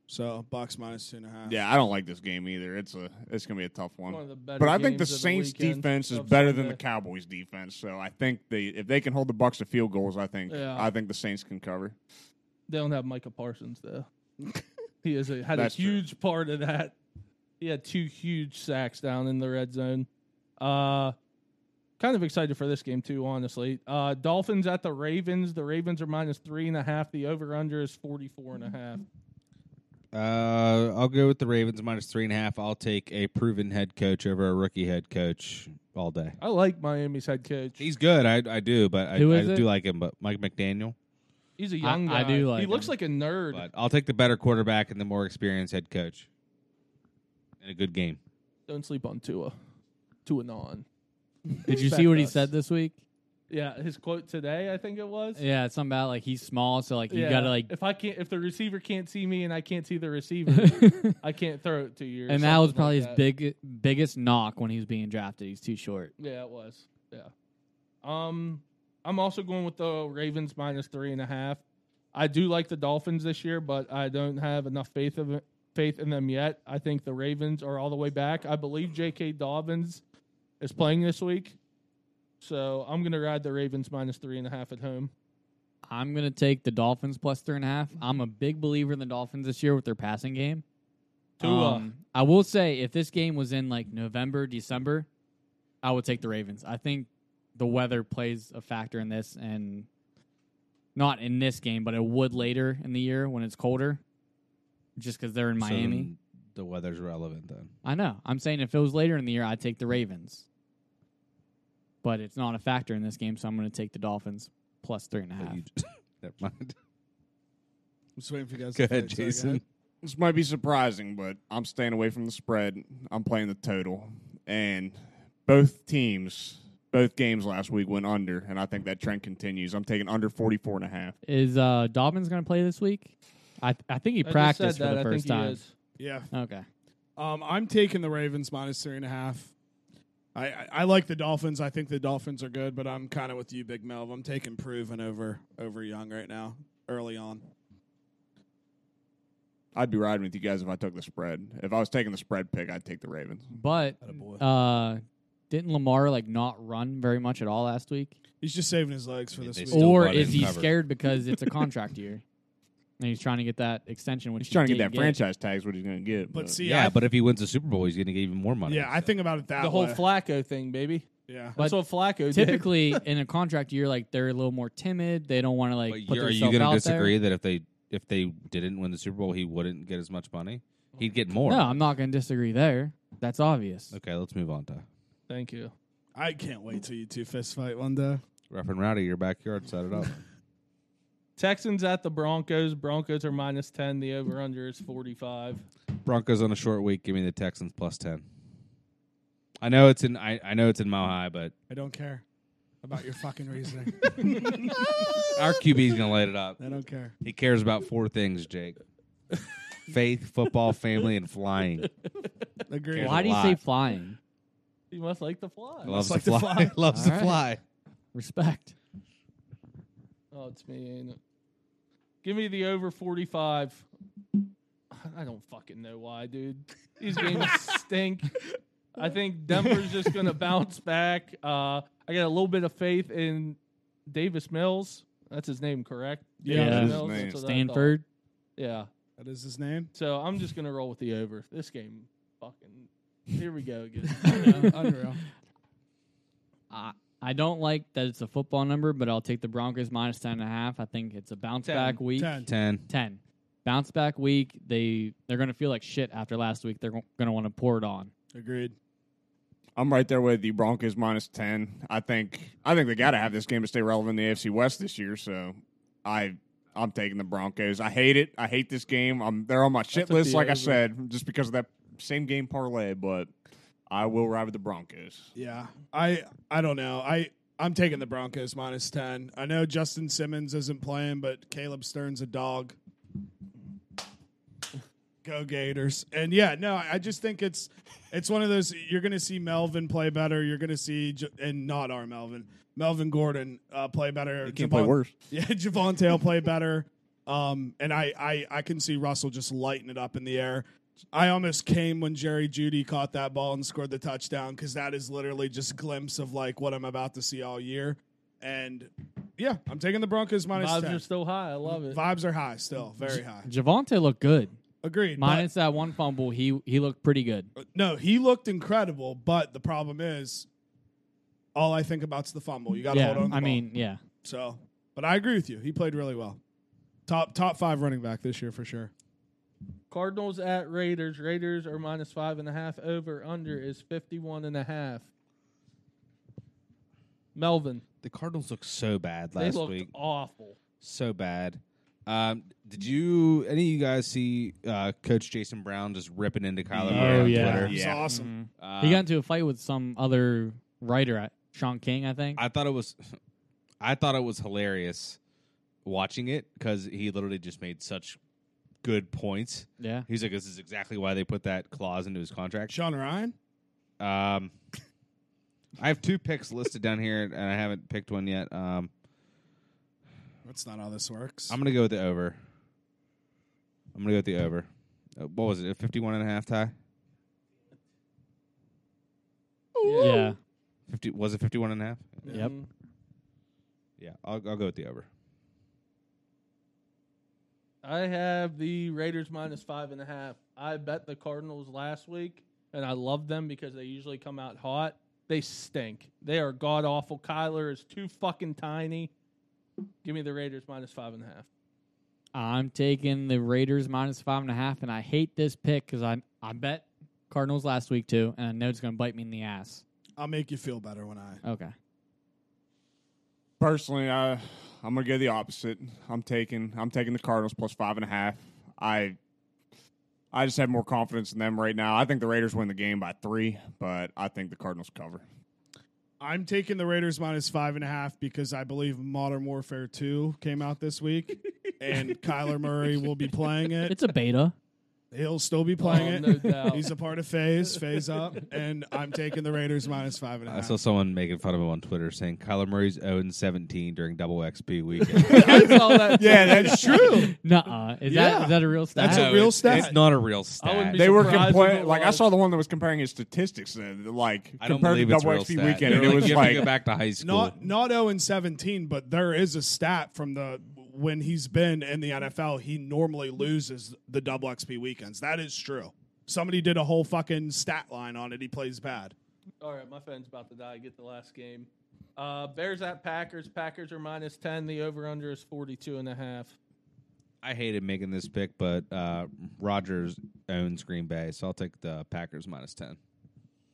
[SPEAKER 3] So Bucks minus two and a half.
[SPEAKER 5] Yeah, I don't like this game either. It's a it's gonna be a tough
[SPEAKER 1] One
[SPEAKER 5] one.
[SPEAKER 1] of the better
[SPEAKER 5] But I think the
[SPEAKER 1] games of
[SPEAKER 5] Saints
[SPEAKER 1] weekend
[SPEAKER 5] defense is
[SPEAKER 1] of
[SPEAKER 5] better than the
[SPEAKER 1] Sunday.
[SPEAKER 5] Cowboys defense. So I think they if they can hold the Bucks to field goals, I think
[SPEAKER 1] Yeah.
[SPEAKER 5] I think the Saints can cover.
[SPEAKER 1] They don't have Micah Parsons though. he is a, had
[SPEAKER 5] That's
[SPEAKER 1] a
[SPEAKER 5] true.
[SPEAKER 1] huge part of that. He had two huge sacks down in the red zone. Uh, kind of excited for this game too, honestly. Uh, Dolphins at the Ravens. The Ravens are minus three and a half. The over under is forty four and a half.
[SPEAKER 2] Uh, I'll go with the Ravens minus three and a half. I'll take a proven head coach over a rookie head coach all day.
[SPEAKER 1] I like Miami's head coach.
[SPEAKER 2] He's good. I I do, but I,
[SPEAKER 4] Who
[SPEAKER 2] I
[SPEAKER 4] is it?
[SPEAKER 2] do like him. But Mike McDaniel.
[SPEAKER 1] He's a young
[SPEAKER 4] I
[SPEAKER 1] guy.
[SPEAKER 4] do
[SPEAKER 1] He
[SPEAKER 4] like
[SPEAKER 1] looks
[SPEAKER 4] him.
[SPEAKER 1] like a nerd.
[SPEAKER 2] But I'll take the better quarterback and the more experienced head coach. And a good game.
[SPEAKER 1] Don't sleep on Tua. Tua non.
[SPEAKER 4] Did you see
[SPEAKER 1] Respect
[SPEAKER 4] what he
[SPEAKER 1] us.
[SPEAKER 4] said this week?
[SPEAKER 1] Yeah, his quote today, I think it was.
[SPEAKER 4] Yeah, it's something about like he's small, so like you
[SPEAKER 1] Yeah,
[SPEAKER 4] gotta like.
[SPEAKER 1] if I can't if the receiver can't see me and I can't see the receiver, I can't throw it to you. or
[SPEAKER 4] and that was
[SPEAKER 1] something
[SPEAKER 4] probably
[SPEAKER 1] like
[SPEAKER 4] his
[SPEAKER 1] that.
[SPEAKER 4] big biggest knock when he was being drafted. He's too short.
[SPEAKER 1] Yeah, it was. Yeah. Um, I'm also going with the Ravens minus three and a half. I do like the Dolphins this year, but I don't have enough faith of faith in them yet. I think the Ravens are all the way back. I believe J.K. Dobbins is playing this week, so I'm gonna ride the Ravens minus three and a half at home.
[SPEAKER 4] I'm gonna take the Dolphins plus three and a half. I'm a big believer in the Dolphins this year with their passing game.
[SPEAKER 1] Tua.
[SPEAKER 4] Um, I will say, if this game was in like November, December, I would take the Ravens. I think the weather plays a factor in this, and not in this game, but it would later in the year when it's colder, just because they're in
[SPEAKER 2] So
[SPEAKER 4] Miami.
[SPEAKER 2] then the weather's relevant then.
[SPEAKER 4] I know. I'm saying if it was later in the year, I'd take the Ravens. But it's not a factor in this game, so I'm going to take the Dolphins plus three and a
[SPEAKER 2] But
[SPEAKER 4] half.
[SPEAKER 2] you just- never mind.
[SPEAKER 3] I'm just waiting for you guys.
[SPEAKER 2] Go
[SPEAKER 3] to
[SPEAKER 2] ahead,
[SPEAKER 3] finish. Sorry,
[SPEAKER 2] Jason.
[SPEAKER 5] This might be surprising, but I'm staying away from the spread. I'm playing the total. And both teams, both games last week went under, and I think that trend continues. I'm taking under 44 and a half.
[SPEAKER 4] Is uh, Dobbins going to play this week? I th- I think he
[SPEAKER 1] I just
[SPEAKER 4] practiced
[SPEAKER 1] said
[SPEAKER 4] for the
[SPEAKER 1] that. I
[SPEAKER 4] first
[SPEAKER 1] think he
[SPEAKER 4] time.
[SPEAKER 1] is.
[SPEAKER 3] Yeah,
[SPEAKER 4] Okay.
[SPEAKER 3] um, I'm taking the Ravens minus three and a half. I, I, I like the Dolphins. I think the Dolphins are good, but I'm kind of with you, Big Melv. I'm taking Proven over over Young right now, early on.
[SPEAKER 5] I'd be riding with you guys if I took the spread. If I was taking the spread pick, I'd take the Ravens.
[SPEAKER 4] But
[SPEAKER 3] Attaboy.
[SPEAKER 4] uh, didn't Lamar like not run very much at all last week?
[SPEAKER 3] He's just saving his legs for
[SPEAKER 2] Yeah,
[SPEAKER 3] this
[SPEAKER 2] they
[SPEAKER 3] week.
[SPEAKER 2] Still
[SPEAKER 4] or
[SPEAKER 2] brought
[SPEAKER 4] is
[SPEAKER 2] in
[SPEAKER 4] he
[SPEAKER 2] cover.
[SPEAKER 4] scared because it's a contract year and he's trying to get that extension? Which
[SPEAKER 5] He's trying to get that
[SPEAKER 4] didn't
[SPEAKER 5] franchise tag's what he's going to get.
[SPEAKER 3] But see,
[SPEAKER 2] yeah,
[SPEAKER 3] I-
[SPEAKER 2] but if he wins the Super Bowl, he's going to get even more money.
[SPEAKER 3] yeah, I think about it that
[SPEAKER 1] The whole
[SPEAKER 3] way.
[SPEAKER 1] Flacco thing, baby.
[SPEAKER 3] yeah,
[SPEAKER 1] That's
[SPEAKER 4] But
[SPEAKER 1] what Flacco did.
[SPEAKER 4] Typically, in a contract year, like they're a little more timid. They don't want to like
[SPEAKER 2] But
[SPEAKER 4] put
[SPEAKER 2] you- are you
[SPEAKER 4] themselves
[SPEAKER 2] gonna
[SPEAKER 4] out there.
[SPEAKER 2] disagree that if they if they didn't win the Super Bowl, he wouldn't get as much money? He'd get more.
[SPEAKER 4] No, I'm not going to disagree there. That's obvious.
[SPEAKER 2] Okay, let's move on to
[SPEAKER 1] Thank you.
[SPEAKER 3] I can't wait till you two fist fight one day.
[SPEAKER 2] rough and rowdy. Your backyard, set it up.
[SPEAKER 1] Texans at the Broncos. Broncos are minus ten. The over under is forty five.
[SPEAKER 2] Broncos on a short week. Give me the Texans plus ten. I know it's in. I, I know it's in Mile High, but
[SPEAKER 3] I don't care about your fucking reasoning.
[SPEAKER 2] our QB's gonna light it up.
[SPEAKER 3] I don't care.
[SPEAKER 2] He cares about four things, Jake. faith, football, family, and flying.
[SPEAKER 3] Agreed.
[SPEAKER 4] Why do you
[SPEAKER 2] lot.
[SPEAKER 4] say flying?
[SPEAKER 1] You must like the fly.
[SPEAKER 2] Loves
[SPEAKER 3] like
[SPEAKER 2] to
[SPEAKER 3] to
[SPEAKER 2] fly.
[SPEAKER 3] fly.
[SPEAKER 2] Loves
[SPEAKER 4] All
[SPEAKER 2] to
[SPEAKER 4] right.
[SPEAKER 2] fly.
[SPEAKER 4] Respect.
[SPEAKER 1] Oh, it's me, ain't it? Give me the over 45. I don't fucking know why, dude. These games stink. I think Denver's just going to bounce back. Uh, I got a little bit of faith in Davis Mills. That's his name, correct?
[SPEAKER 3] Yeah,
[SPEAKER 1] Davis
[SPEAKER 4] that's his
[SPEAKER 1] Mills,
[SPEAKER 5] name.
[SPEAKER 1] that's what I thought.
[SPEAKER 4] Stanford.
[SPEAKER 1] Yeah.
[SPEAKER 3] That is his name.
[SPEAKER 1] So I'm just going to roll with the over. This game, fucking. Here we go again.
[SPEAKER 3] Unreal.
[SPEAKER 4] I, I don't like that it's a football number, but I'll take the Broncos minus ten and a half. I think it's a bounce
[SPEAKER 1] Ten.
[SPEAKER 4] back week.
[SPEAKER 3] Ten.
[SPEAKER 2] Ten.
[SPEAKER 4] Ten. Bounce back week. They they're gonna feel like shit after last week. They're gon- gonna want to pour it on.
[SPEAKER 3] Agreed.
[SPEAKER 5] I'm right there with the Broncos minus ten. I think I think they got to have this game to stay relevant in the AFC West this year. So I I'm taking the Broncos. I hate it. I hate this game. I'm they're on my shit
[SPEAKER 1] took
[SPEAKER 5] list,
[SPEAKER 1] the
[SPEAKER 5] like I
[SPEAKER 1] over.
[SPEAKER 5] said, just because of that same game parlay. But I will ride with the Broncos.
[SPEAKER 3] Yeah. I I don't know. I I'm taking the Broncos minus ten. I know Justin Simmons isn't playing, but Caleb Stern's a dog. Go Gators. And yeah, no, I I just think it's it's one of those you're going to see Melvin play better. You're going to see J- and not our Melvin, Melvin Gordon uh, play better.
[SPEAKER 5] You can't play
[SPEAKER 3] Javon-
[SPEAKER 5] worse.
[SPEAKER 3] Yeah, Javon Tail play better. Um, and I, I, I can see Russell just lighting it up in the air. I almost came when Jerry Judy caught that ball and scored the touchdown because that is literally just a glimpse of like what I'm about to see all year. And yeah, I'm taking the Broncos minus
[SPEAKER 1] Vibes
[SPEAKER 3] 10.
[SPEAKER 1] are still high. I love it.
[SPEAKER 3] Vibes are high still, very high.
[SPEAKER 4] Javante looked good.
[SPEAKER 3] Agreed. but-
[SPEAKER 4] Minus that one fumble, he he looked pretty good.
[SPEAKER 3] no, he looked incredible, but the problem is all I think about is the fumble. You got to
[SPEAKER 4] yeah,
[SPEAKER 3] hold on. to the
[SPEAKER 4] I
[SPEAKER 3] ball.
[SPEAKER 4] mean, yeah.
[SPEAKER 3] so, but I agree with you. He played really well. Top top five running back this year for sure.
[SPEAKER 1] Cardinals at Raiders. Raiders are minus five and a half. Over under is fifty one and a half. Melvin,
[SPEAKER 2] The Cardinals looked so bad
[SPEAKER 1] they
[SPEAKER 2] last
[SPEAKER 1] looked
[SPEAKER 2] week.
[SPEAKER 1] awful.
[SPEAKER 2] So bad. Um, did you any of you guys see uh, Coach Jason Brown just ripping into Kyler
[SPEAKER 5] Yeah.
[SPEAKER 2] Murray
[SPEAKER 4] Oh,
[SPEAKER 2] on
[SPEAKER 4] yeah.
[SPEAKER 2] Twitter?
[SPEAKER 3] It's
[SPEAKER 5] Yeah.
[SPEAKER 3] awesome.
[SPEAKER 2] Uh,
[SPEAKER 4] he got into a fight with some other writer at Sean King, I think.
[SPEAKER 2] I thought it was, I thought it was hilarious watching it because he literally just made such good points.
[SPEAKER 4] yeah.
[SPEAKER 2] He's like, "This is exactly why they put that clause into his contract."
[SPEAKER 3] Sean Ryan?
[SPEAKER 2] Um, I have two picks listed down here, and I haven't picked one yet. Um,
[SPEAKER 3] That's not how this works.
[SPEAKER 2] I'm gonna go with the over. I'm gonna go with the over. Uh, what was it? A 51 and a half tie?
[SPEAKER 4] Yeah.
[SPEAKER 2] 50 was it 51 and a half?
[SPEAKER 4] Yep.
[SPEAKER 1] Mhm.
[SPEAKER 2] Yeah, I'll, I'll go with the over.
[SPEAKER 1] I have the Raiders minus five and a half. I bet the Cardinals last week, and I love them because they usually come out hot. They stink. They are god awful. Kyler is too fucking tiny. Give me the Raiders minus five and a half.
[SPEAKER 4] I'm taking the Raiders minus five and a half, and I hate this pick because I I bet Cardinals last week too, and I know it's going to bite me in the ass.
[SPEAKER 3] I'll make you feel better when I.
[SPEAKER 4] Okay.
[SPEAKER 5] Personally, I I'm gonna go the opposite. I'm taking I'm taking the Cardinals plus five and a half. I I just have more confidence in them right now. I think the Raiders win the game by three, but I think the Cardinals cover.
[SPEAKER 3] I'm taking the Raiders minus five and a half because I believe Modern Warfare 2 came out this week and Kyler Murray will be playing it.
[SPEAKER 4] It's a beta.
[SPEAKER 3] He'll still be playing
[SPEAKER 1] Oh,
[SPEAKER 3] it.
[SPEAKER 1] no doubt.
[SPEAKER 3] He's a part of phase, phase up, and I'm taking the Raiders minus five and a
[SPEAKER 2] I
[SPEAKER 3] half.
[SPEAKER 2] saw someone making fun of him on Twitter saying Kyler Murray's 0 and 17 during double XP weekend.
[SPEAKER 1] I saw that.
[SPEAKER 5] Yeah, that's
[SPEAKER 3] True.
[SPEAKER 4] Nuh-uh. Is that
[SPEAKER 3] Yeah.
[SPEAKER 4] is that a real stat?
[SPEAKER 3] That's a
[SPEAKER 2] No,
[SPEAKER 3] real
[SPEAKER 2] it's-
[SPEAKER 3] stat.
[SPEAKER 2] It's not a real stat.
[SPEAKER 1] wouldn't be
[SPEAKER 5] They were
[SPEAKER 1] surprised if it
[SPEAKER 5] comparing. Like I
[SPEAKER 1] was.
[SPEAKER 5] saw the one that was comparing his statistics, and like
[SPEAKER 2] I don't
[SPEAKER 5] compared to
[SPEAKER 2] believe it's
[SPEAKER 5] double
[SPEAKER 2] a real
[SPEAKER 5] XP
[SPEAKER 2] stat.
[SPEAKER 5] weekend,
[SPEAKER 2] They're
[SPEAKER 5] and it was
[SPEAKER 2] you have to go
[SPEAKER 5] like
[SPEAKER 2] back to high school.
[SPEAKER 3] Not not 0 and 17, but there is a stat from the when he's been in the NFL, he normally loses the double XP weekends. That is true. Somebody did a whole fucking stat line on it. He plays bad.
[SPEAKER 1] All right, my phone's about to die. Get the last game. Uh, Bears at Packers. Packers are minus 10. The over under is 42 and a half.
[SPEAKER 2] I hated making this pick, but uh, Rogers owns Green Bay, so I'll take the Packers minus 10.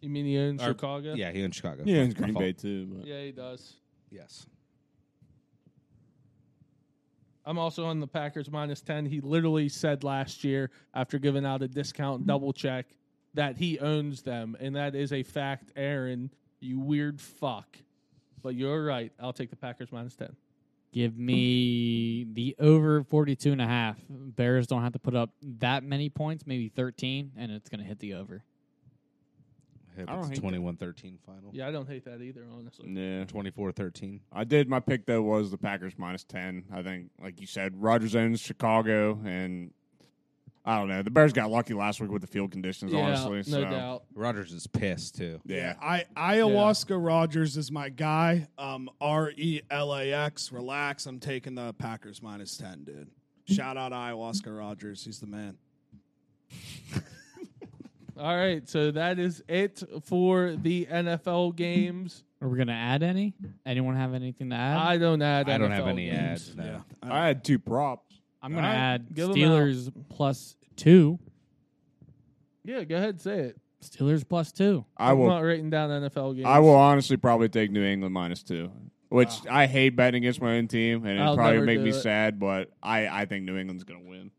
[SPEAKER 1] You mean he owns
[SPEAKER 2] Or-
[SPEAKER 1] Chicago?
[SPEAKER 2] Yeah, he owns Chicago.
[SPEAKER 5] yeah, it's
[SPEAKER 2] My
[SPEAKER 5] Green
[SPEAKER 2] fault.
[SPEAKER 5] Bay too. But.
[SPEAKER 1] Yeah, he does.
[SPEAKER 2] Yes.
[SPEAKER 1] I'm also on the Packers minus 10. He literally said last year, after giving out a discount double check, that he owns them. And that is a fact, Aaron. You weird fuck. But you're right. I'll take the Packers minus 10.
[SPEAKER 4] Give me the over 42 and a half. Bears don't have to put up that many points, maybe 13, and it's going to hit the over.
[SPEAKER 2] I
[SPEAKER 5] I don't
[SPEAKER 2] hope it's
[SPEAKER 5] hate that.
[SPEAKER 2] 21 13 final.
[SPEAKER 1] Yeah, I don't hate that either, honestly.
[SPEAKER 5] Yeah.
[SPEAKER 2] 24 13.
[SPEAKER 5] I did. My pick though was the Packers minus ten. I think, like you said, Rogers owns Chicago, and I don't know. The Bears got lucky last week with the field conditions.
[SPEAKER 1] yeah,
[SPEAKER 5] honestly,
[SPEAKER 1] no
[SPEAKER 5] so,
[SPEAKER 1] doubt.
[SPEAKER 2] Rogers is pissed, too.
[SPEAKER 5] Yeah,
[SPEAKER 3] I ayahuasca Rogers is my guy. Um, R E L A X. Relax. I'm taking the Packers minus ten, dude. Shout out ayahuasca Rogers. He's the man.
[SPEAKER 1] All right, so that is it for the NFL games.
[SPEAKER 4] Are we going to add any? Anyone have anything to add?
[SPEAKER 1] I don't add.
[SPEAKER 2] I don't have
[SPEAKER 1] NFL
[SPEAKER 2] any
[SPEAKER 1] games.
[SPEAKER 2] ads. No.
[SPEAKER 5] I had two props.
[SPEAKER 4] I'm going to
[SPEAKER 1] All right,
[SPEAKER 4] add
[SPEAKER 1] give 'em
[SPEAKER 4] Steelers plus two.
[SPEAKER 1] Yeah, go ahead, say it.
[SPEAKER 4] Steelers plus two.
[SPEAKER 5] I
[SPEAKER 1] I'm
[SPEAKER 5] will.
[SPEAKER 1] not writing down NFL games.
[SPEAKER 5] I will honestly probably take New England minus two, which I hate betting against my own team, and it
[SPEAKER 1] I'll
[SPEAKER 5] will probably
[SPEAKER 1] never
[SPEAKER 5] would make
[SPEAKER 1] do
[SPEAKER 5] me
[SPEAKER 1] it.
[SPEAKER 5] sad. But I, I think New England's gonna win.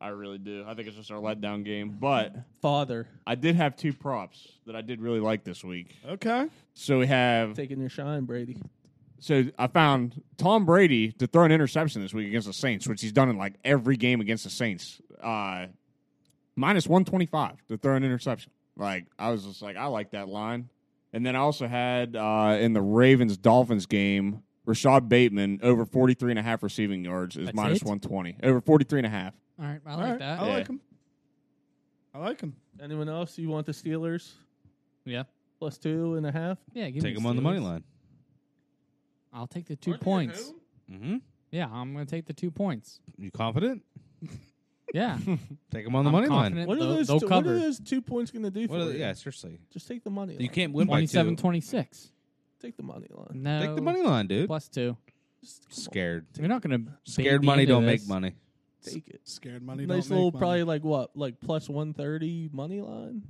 [SPEAKER 5] I really do. I think it's just our letdown game. But
[SPEAKER 1] Father
[SPEAKER 5] I did have two props that I did really like this week.
[SPEAKER 3] Okay.
[SPEAKER 5] So we have
[SPEAKER 1] taking your shine, Brady.
[SPEAKER 5] so I found Tom Brady to throw an interception this week against the Saints, which he's done in like every game against the Saints. Uh, minus one twenty five to throw an interception. Like I was just like, I like that line. And then I also had uh, in the Ravens Dolphins game, Rashad Bateman over 43 and a half receiving yards is
[SPEAKER 4] That's
[SPEAKER 5] minus
[SPEAKER 4] it?
[SPEAKER 5] 120. Over 43 and a half.
[SPEAKER 4] All right, I
[SPEAKER 3] All
[SPEAKER 4] like
[SPEAKER 3] right.
[SPEAKER 4] that.
[SPEAKER 3] I
[SPEAKER 5] Yeah.
[SPEAKER 3] like him. I like him.
[SPEAKER 1] Anyone else? You want the Steelers
[SPEAKER 4] yeah.
[SPEAKER 1] plus two and a half?
[SPEAKER 4] Yeah, give
[SPEAKER 2] Take
[SPEAKER 4] me
[SPEAKER 2] him on the money
[SPEAKER 4] Steelers.
[SPEAKER 2] line.
[SPEAKER 4] I'll take the 2 points.
[SPEAKER 2] Mm-hmm.
[SPEAKER 4] Yeah, I'm going to take the two points.
[SPEAKER 2] You confident?
[SPEAKER 4] Yeah.
[SPEAKER 2] Take him on the
[SPEAKER 4] I'm
[SPEAKER 2] money
[SPEAKER 4] confident
[SPEAKER 1] What are
[SPEAKER 4] they'll-
[SPEAKER 1] those?
[SPEAKER 4] they'll
[SPEAKER 1] two, What
[SPEAKER 4] cover.
[SPEAKER 1] are those two points going to do
[SPEAKER 2] line.
[SPEAKER 1] for
[SPEAKER 2] What are-
[SPEAKER 1] you?
[SPEAKER 2] yeah, seriously.
[SPEAKER 1] Just take the money.
[SPEAKER 2] You
[SPEAKER 1] line.
[SPEAKER 2] can't win by two.
[SPEAKER 4] 27 26.
[SPEAKER 1] take the money line.
[SPEAKER 4] No.
[SPEAKER 2] Take the money line, dude.
[SPEAKER 4] Plus two.
[SPEAKER 1] Just come on,
[SPEAKER 2] Scared.
[SPEAKER 4] You're not going to.
[SPEAKER 2] Scared money don't make money.
[SPEAKER 1] take it.
[SPEAKER 3] Scared money.
[SPEAKER 1] nice
[SPEAKER 3] don't
[SPEAKER 1] little,
[SPEAKER 3] make
[SPEAKER 1] probably
[SPEAKER 3] money.
[SPEAKER 1] like what, like plus one thirty money line.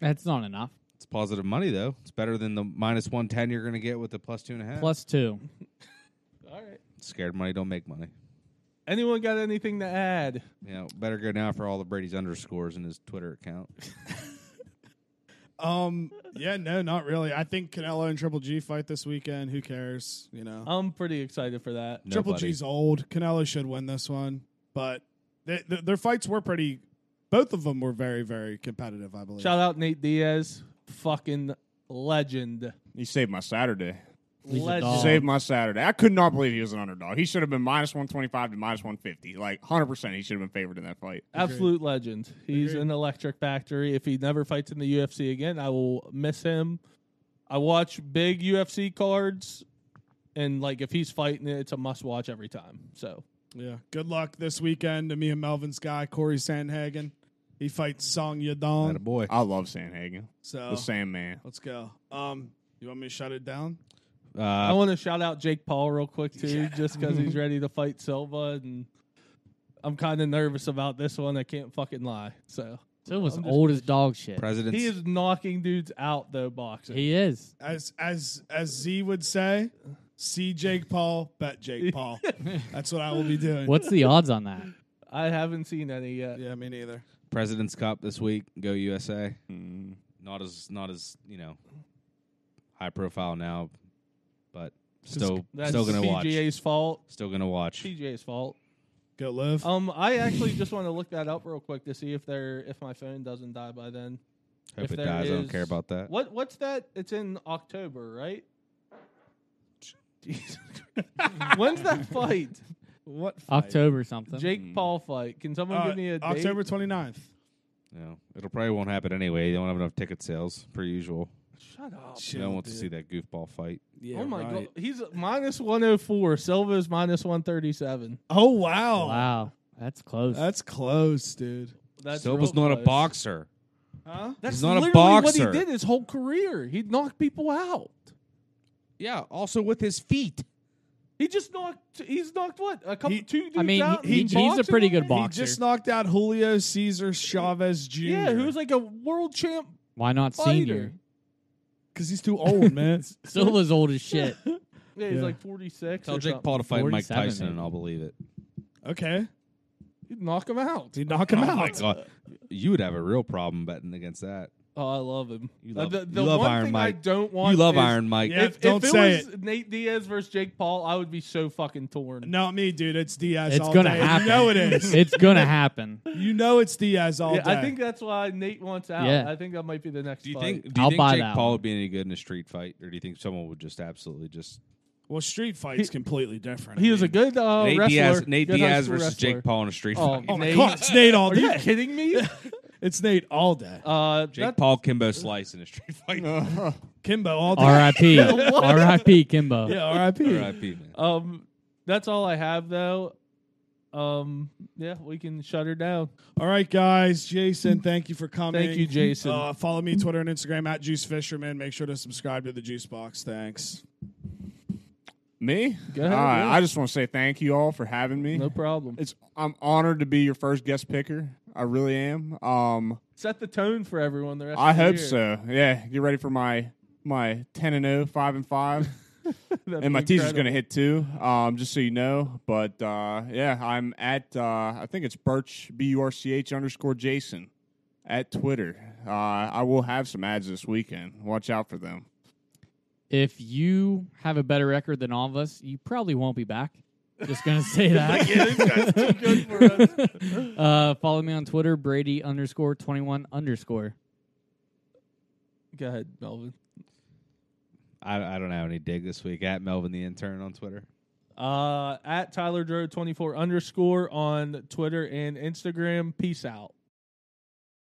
[SPEAKER 4] That's not enough.
[SPEAKER 2] It's positive money though. It's better than the minus one ten you're gonna get with the plus two and a half.
[SPEAKER 4] Plus two.
[SPEAKER 1] All right.
[SPEAKER 2] scared money don't make money.
[SPEAKER 1] Anyone got anything to add?
[SPEAKER 2] You know, better go now for all the Brady's underscores in his Twitter account.
[SPEAKER 3] Um. Yeah. No. Not really. I think Canelo and Triple G fight this weekend. Who cares? You know.
[SPEAKER 1] I'm pretty excited for that.
[SPEAKER 3] Triple
[SPEAKER 2] Nobody.
[SPEAKER 3] G's old. Canelo should win this one, but they, th their fights were pretty. Both of them were very, very competitive. I believe.
[SPEAKER 1] Shout out Nate Diaz, fucking legend.
[SPEAKER 5] He saved my Saturday.
[SPEAKER 4] He's a
[SPEAKER 1] Legend.
[SPEAKER 4] dog.
[SPEAKER 5] Saved my Saturday. I could not believe he was an underdog. He should have been minus 125 to minus 150. Like 100% he should have been favored in that fight.
[SPEAKER 1] Absolute legend. He's
[SPEAKER 3] Agreed.
[SPEAKER 1] an electric factory. If he never fights in the UFC again, I will miss him. I watch big UFC cards, and like if he's fighting it, it's a must watch every time. So
[SPEAKER 3] Yeah. Good luck this weekend to me and Melvin's guy Corey Sandhagen. He fights Song
[SPEAKER 2] That a
[SPEAKER 3] Yadong.
[SPEAKER 2] boy.
[SPEAKER 5] I love Sanhagen.
[SPEAKER 3] So
[SPEAKER 1] Oh.
[SPEAKER 5] The Sandman.
[SPEAKER 3] let's go. Um. You want me to shut it down?
[SPEAKER 1] I
[SPEAKER 2] Uh,
[SPEAKER 1] want to shout out Jake Paul real quick too, just because he's ready to fight Silva, and I'm kind of nervous about this one. I can't fucking lie. So
[SPEAKER 4] Still was
[SPEAKER 1] I'm just
[SPEAKER 4] old as dog shit.
[SPEAKER 2] presidents.
[SPEAKER 1] he is knocking dudes out though boxing.
[SPEAKER 4] He is.
[SPEAKER 3] As as as Z would say, see Jake Paul, bet Jake Paul. That's what I will be doing.
[SPEAKER 4] What's the odds on that?
[SPEAKER 1] I haven't seen any yet.
[SPEAKER 3] Yeah, me neither.
[SPEAKER 2] President's Cup this week. Go USA.
[SPEAKER 5] Mm.
[SPEAKER 2] Not as not as you know high profile now, but still
[SPEAKER 1] That's
[SPEAKER 2] still gonna watch.
[SPEAKER 1] PGA's fault.
[SPEAKER 2] Still gonna watch.
[SPEAKER 1] PGA's fault.
[SPEAKER 3] Go live.
[SPEAKER 1] Um, I actually just want to look that up real quick to see if there if my phone doesn't die by then.
[SPEAKER 2] Hope
[SPEAKER 1] if
[SPEAKER 2] it
[SPEAKER 1] there
[SPEAKER 2] dies. I don't
[SPEAKER 1] is-
[SPEAKER 2] care about that.
[SPEAKER 1] What what's that? It's in October, right? Jesus Christ. When's that fight?
[SPEAKER 3] what?
[SPEAKER 4] October something.
[SPEAKER 1] Jake Paul fight. Can someone
[SPEAKER 3] Uh,
[SPEAKER 1] give me a date?
[SPEAKER 3] October 29th.
[SPEAKER 2] No, it'll probably won't happen anyway. They don't have enough ticket sales per usual.
[SPEAKER 1] Shut up.
[SPEAKER 2] no one wants to see that goofball fight.
[SPEAKER 3] Yeah,
[SPEAKER 1] oh my god. He's minus one oh four. Silva's minus one thirty seven.
[SPEAKER 3] Oh wow.
[SPEAKER 4] Wow. That's close.
[SPEAKER 3] That's close, dude.
[SPEAKER 1] That's
[SPEAKER 2] Silva's
[SPEAKER 1] real
[SPEAKER 2] not a
[SPEAKER 1] close.
[SPEAKER 2] boxer.
[SPEAKER 3] Huh?
[SPEAKER 1] That's
[SPEAKER 2] He's not a
[SPEAKER 1] literally
[SPEAKER 2] boxer.
[SPEAKER 1] what he did his whole career. He knocked people out.
[SPEAKER 2] Yeah, also with his feet.
[SPEAKER 1] He just knocked. He's knocked what? A couple,
[SPEAKER 3] He-
[SPEAKER 1] two dudes
[SPEAKER 4] I mean,
[SPEAKER 1] out.
[SPEAKER 4] he-
[SPEAKER 1] in
[SPEAKER 4] he- he's a
[SPEAKER 1] boxing
[SPEAKER 4] pretty good
[SPEAKER 1] already?
[SPEAKER 4] boxer.
[SPEAKER 3] He just knocked out Julio Cesar Chavez Jr.
[SPEAKER 1] Yeah, who's like a world champ
[SPEAKER 4] Why not
[SPEAKER 1] fighter.
[SPEAKER 4] senior?
[SPEAKER 3] because he's too old, man.
[SPEAKER 4] Silva's old as shit.
[SPEAKER 1] Yeah, he's
[SPEAKER 3] Yeah.
[SPEAKER 1] like forty six.
[SPEAKER 2] Tell Jake Paul to fight Mike
[SPEAKER 4] 47
[SPEAKER 2] Tyson, and
[SPEAKER 4] maybe.
[SPEAKER 2] I'll believe it.
[SPEAKER 3] okay,
[SPEAKER 1] He'd knock him out.
[SPEAKER 3] he knock him
[SPEAKER 2] My
[SPEAKER 1] Oh
[SPEAKER 3] out.
[SPEAKER 2] God, you would have a real problem betting against that.
[SPEAKER 1] Oh, I love him.
[SPEAKER 2] You love-
[SPEAKER 1] the
[SPEAKER 2] you
[SPEAKER 1] the
[SPEAKER 2] love
[SPEAKER 1] one
[SPEAKER 2] Iron
[SPEAKER 1] thing I
[SPEAKER 2] Mike.
[SPEAKER 1] don't want.
[SPEAKER 2] You love
[SPEAKER 1] is-
[SPEAKER 2] Iron Mike.
[SPEAKER 3] Yeah.
[SPEAKER 1] If,
[SPEAKER 3] don't
[SPEAKER 1] if
[SPEAKER 3] say
[SPEAKER 1] it was Nate Diaz versus Jake Paul, I would be so fucking torn.
[SPEAKER 3] Not me, dude. It's Diaz.
[SPEAKER 4] It's
[SPEAKER 3] all
[SPEAKER 4] gonna
[SPEAKER 3] day.
[SPEAKER 4] happen.
[SPEAKER 3] You know it is.
[SPEAKER 4] It's gonna happen.
[SPEAKER 3] you know it's Diaz all
[SPEAKER 1] Yeah,
[SPEAKER 3] day.
[SPEAKER 1] I think that's why Nate wants out.
[SPEAKER 4] Yeah.
[SPEAKER 1] I think that might be the next.
[SPEAKER 2] Do you
[SPEAKER 1] fight.
[SPEAKER 2] think? Do you
[SPEAKER 4] I'll
[SPEAKER 2] think
[SPEAKER 4] buy
[SPEAKER 2] Jake
[SPEAKER 4] that
[SPEAKER 2] Paul
[SPEAKER 4] one.
[SPEAKER 2] would be any good in a street fight, or do you think someone would just absolutely just
[SPEAKER 3] Well, street fight's completely different.
[SPEAKER 1] he was a good uh,
[SPEAKER 2] Nate
[SPEAKER 1] wrestler?
[SPEAKER 2] Diaz? Nate
[SPEAKER 1] good high
[SPEAKER 2] Diaz
[SPEAKER 1] school
[SPEAKER 2] versus
[SPEAKER 1] wrestler.
[SPEAKER 2] Jake Paul in a street
[SPEAKER 1] Oh,
[SPEAKER 2] fight.
[SPEAKER 3] Oh my
[SPEAKER 1] Nate-
[SPEAKER 3] god, it's Nate all
[SPEAKER 1] Are you
[SPEAKER 3] day.
[SPEAKER 1] kidding me?
[SPEAKER 3] It's Nate all day.
[SPEAKER 1] Uh,
[SPEAKER 2] Jake
[SPEAKER 1] that-
[SPEAKER 2] Paul Kimbo Slice in a street fight.
[SPEAKER 3] Kimbo all day.
[SPEAKER 4] R.I.P. R.I.P. Kimbo.
[SPEAKER 3] Yeah, R.I.P.
[SPEAKER 2] R.I.P. Man.
[SPEAKER 1] Um, that's all I have though. Um, yeah, we can shut her down.
[SPEAKER 3] All right, guys. Jason, thank you for coming.
[SPEAKER 1] Thank you, Jason.
[SPEAKER 3] Uh, follow me Twitter and Instagram at Juice Fisherman. Make sure to subscribe to the Juice Box. Thanks.
[SPEAKER 5] Me?
[SPEAKER 1] Go ahead,
[SPEAKER 5] Uh,
[SPEAKER 1] yeah.
[SPEAKER 5] I just want to say thank you all for having me.
[SPEAKER 1] No problem.
[SPEAKER 5] It's I'm honored to be your first guest picker. I really am. Um,
[SPEAKER 1] Set the tone for everyone. The rest.
[SPEAKER 5] I
[SPEAKER 1] of the
[SPEAKER 5] hope
[SPEAKER 1] year.
[SPEAKER 5] so. Yeah, get ready for my my ten and 0, 5 and five,
[SPEAKER 1] That'd
[SPEAKER 5] and my
[SPEAKER 1] be
[SPEAKER 5] teaser's gonna
[SPEAKER 1] incredible.
[SPEAKER 5] hit too. Um, just so you know. But uh, yeah, I'm at uh, I think it's Birch B U R C H underscore Jason at Twitter. Uh, I will have some ads this weekend. Watch out for them.
[SPEAKER 4] If you have a better record than all of us, you probably won't be back. Just gonna say that.
[SPEAKER 1] yeah, this guy's too good for us.
[SPEAKER 4] uh, follow me on Twitter, Brady underscore twenty one underscore.
[SPEAKER 1] Go ahead, Melvin.
[SPEAKER 2] I, I don't have any dig this week. At Melvin the intern on Twitter.
[SPEAKER 1] Uh, at Tyler Drew twenty four underscore on Twitter and Instagram. Peace out.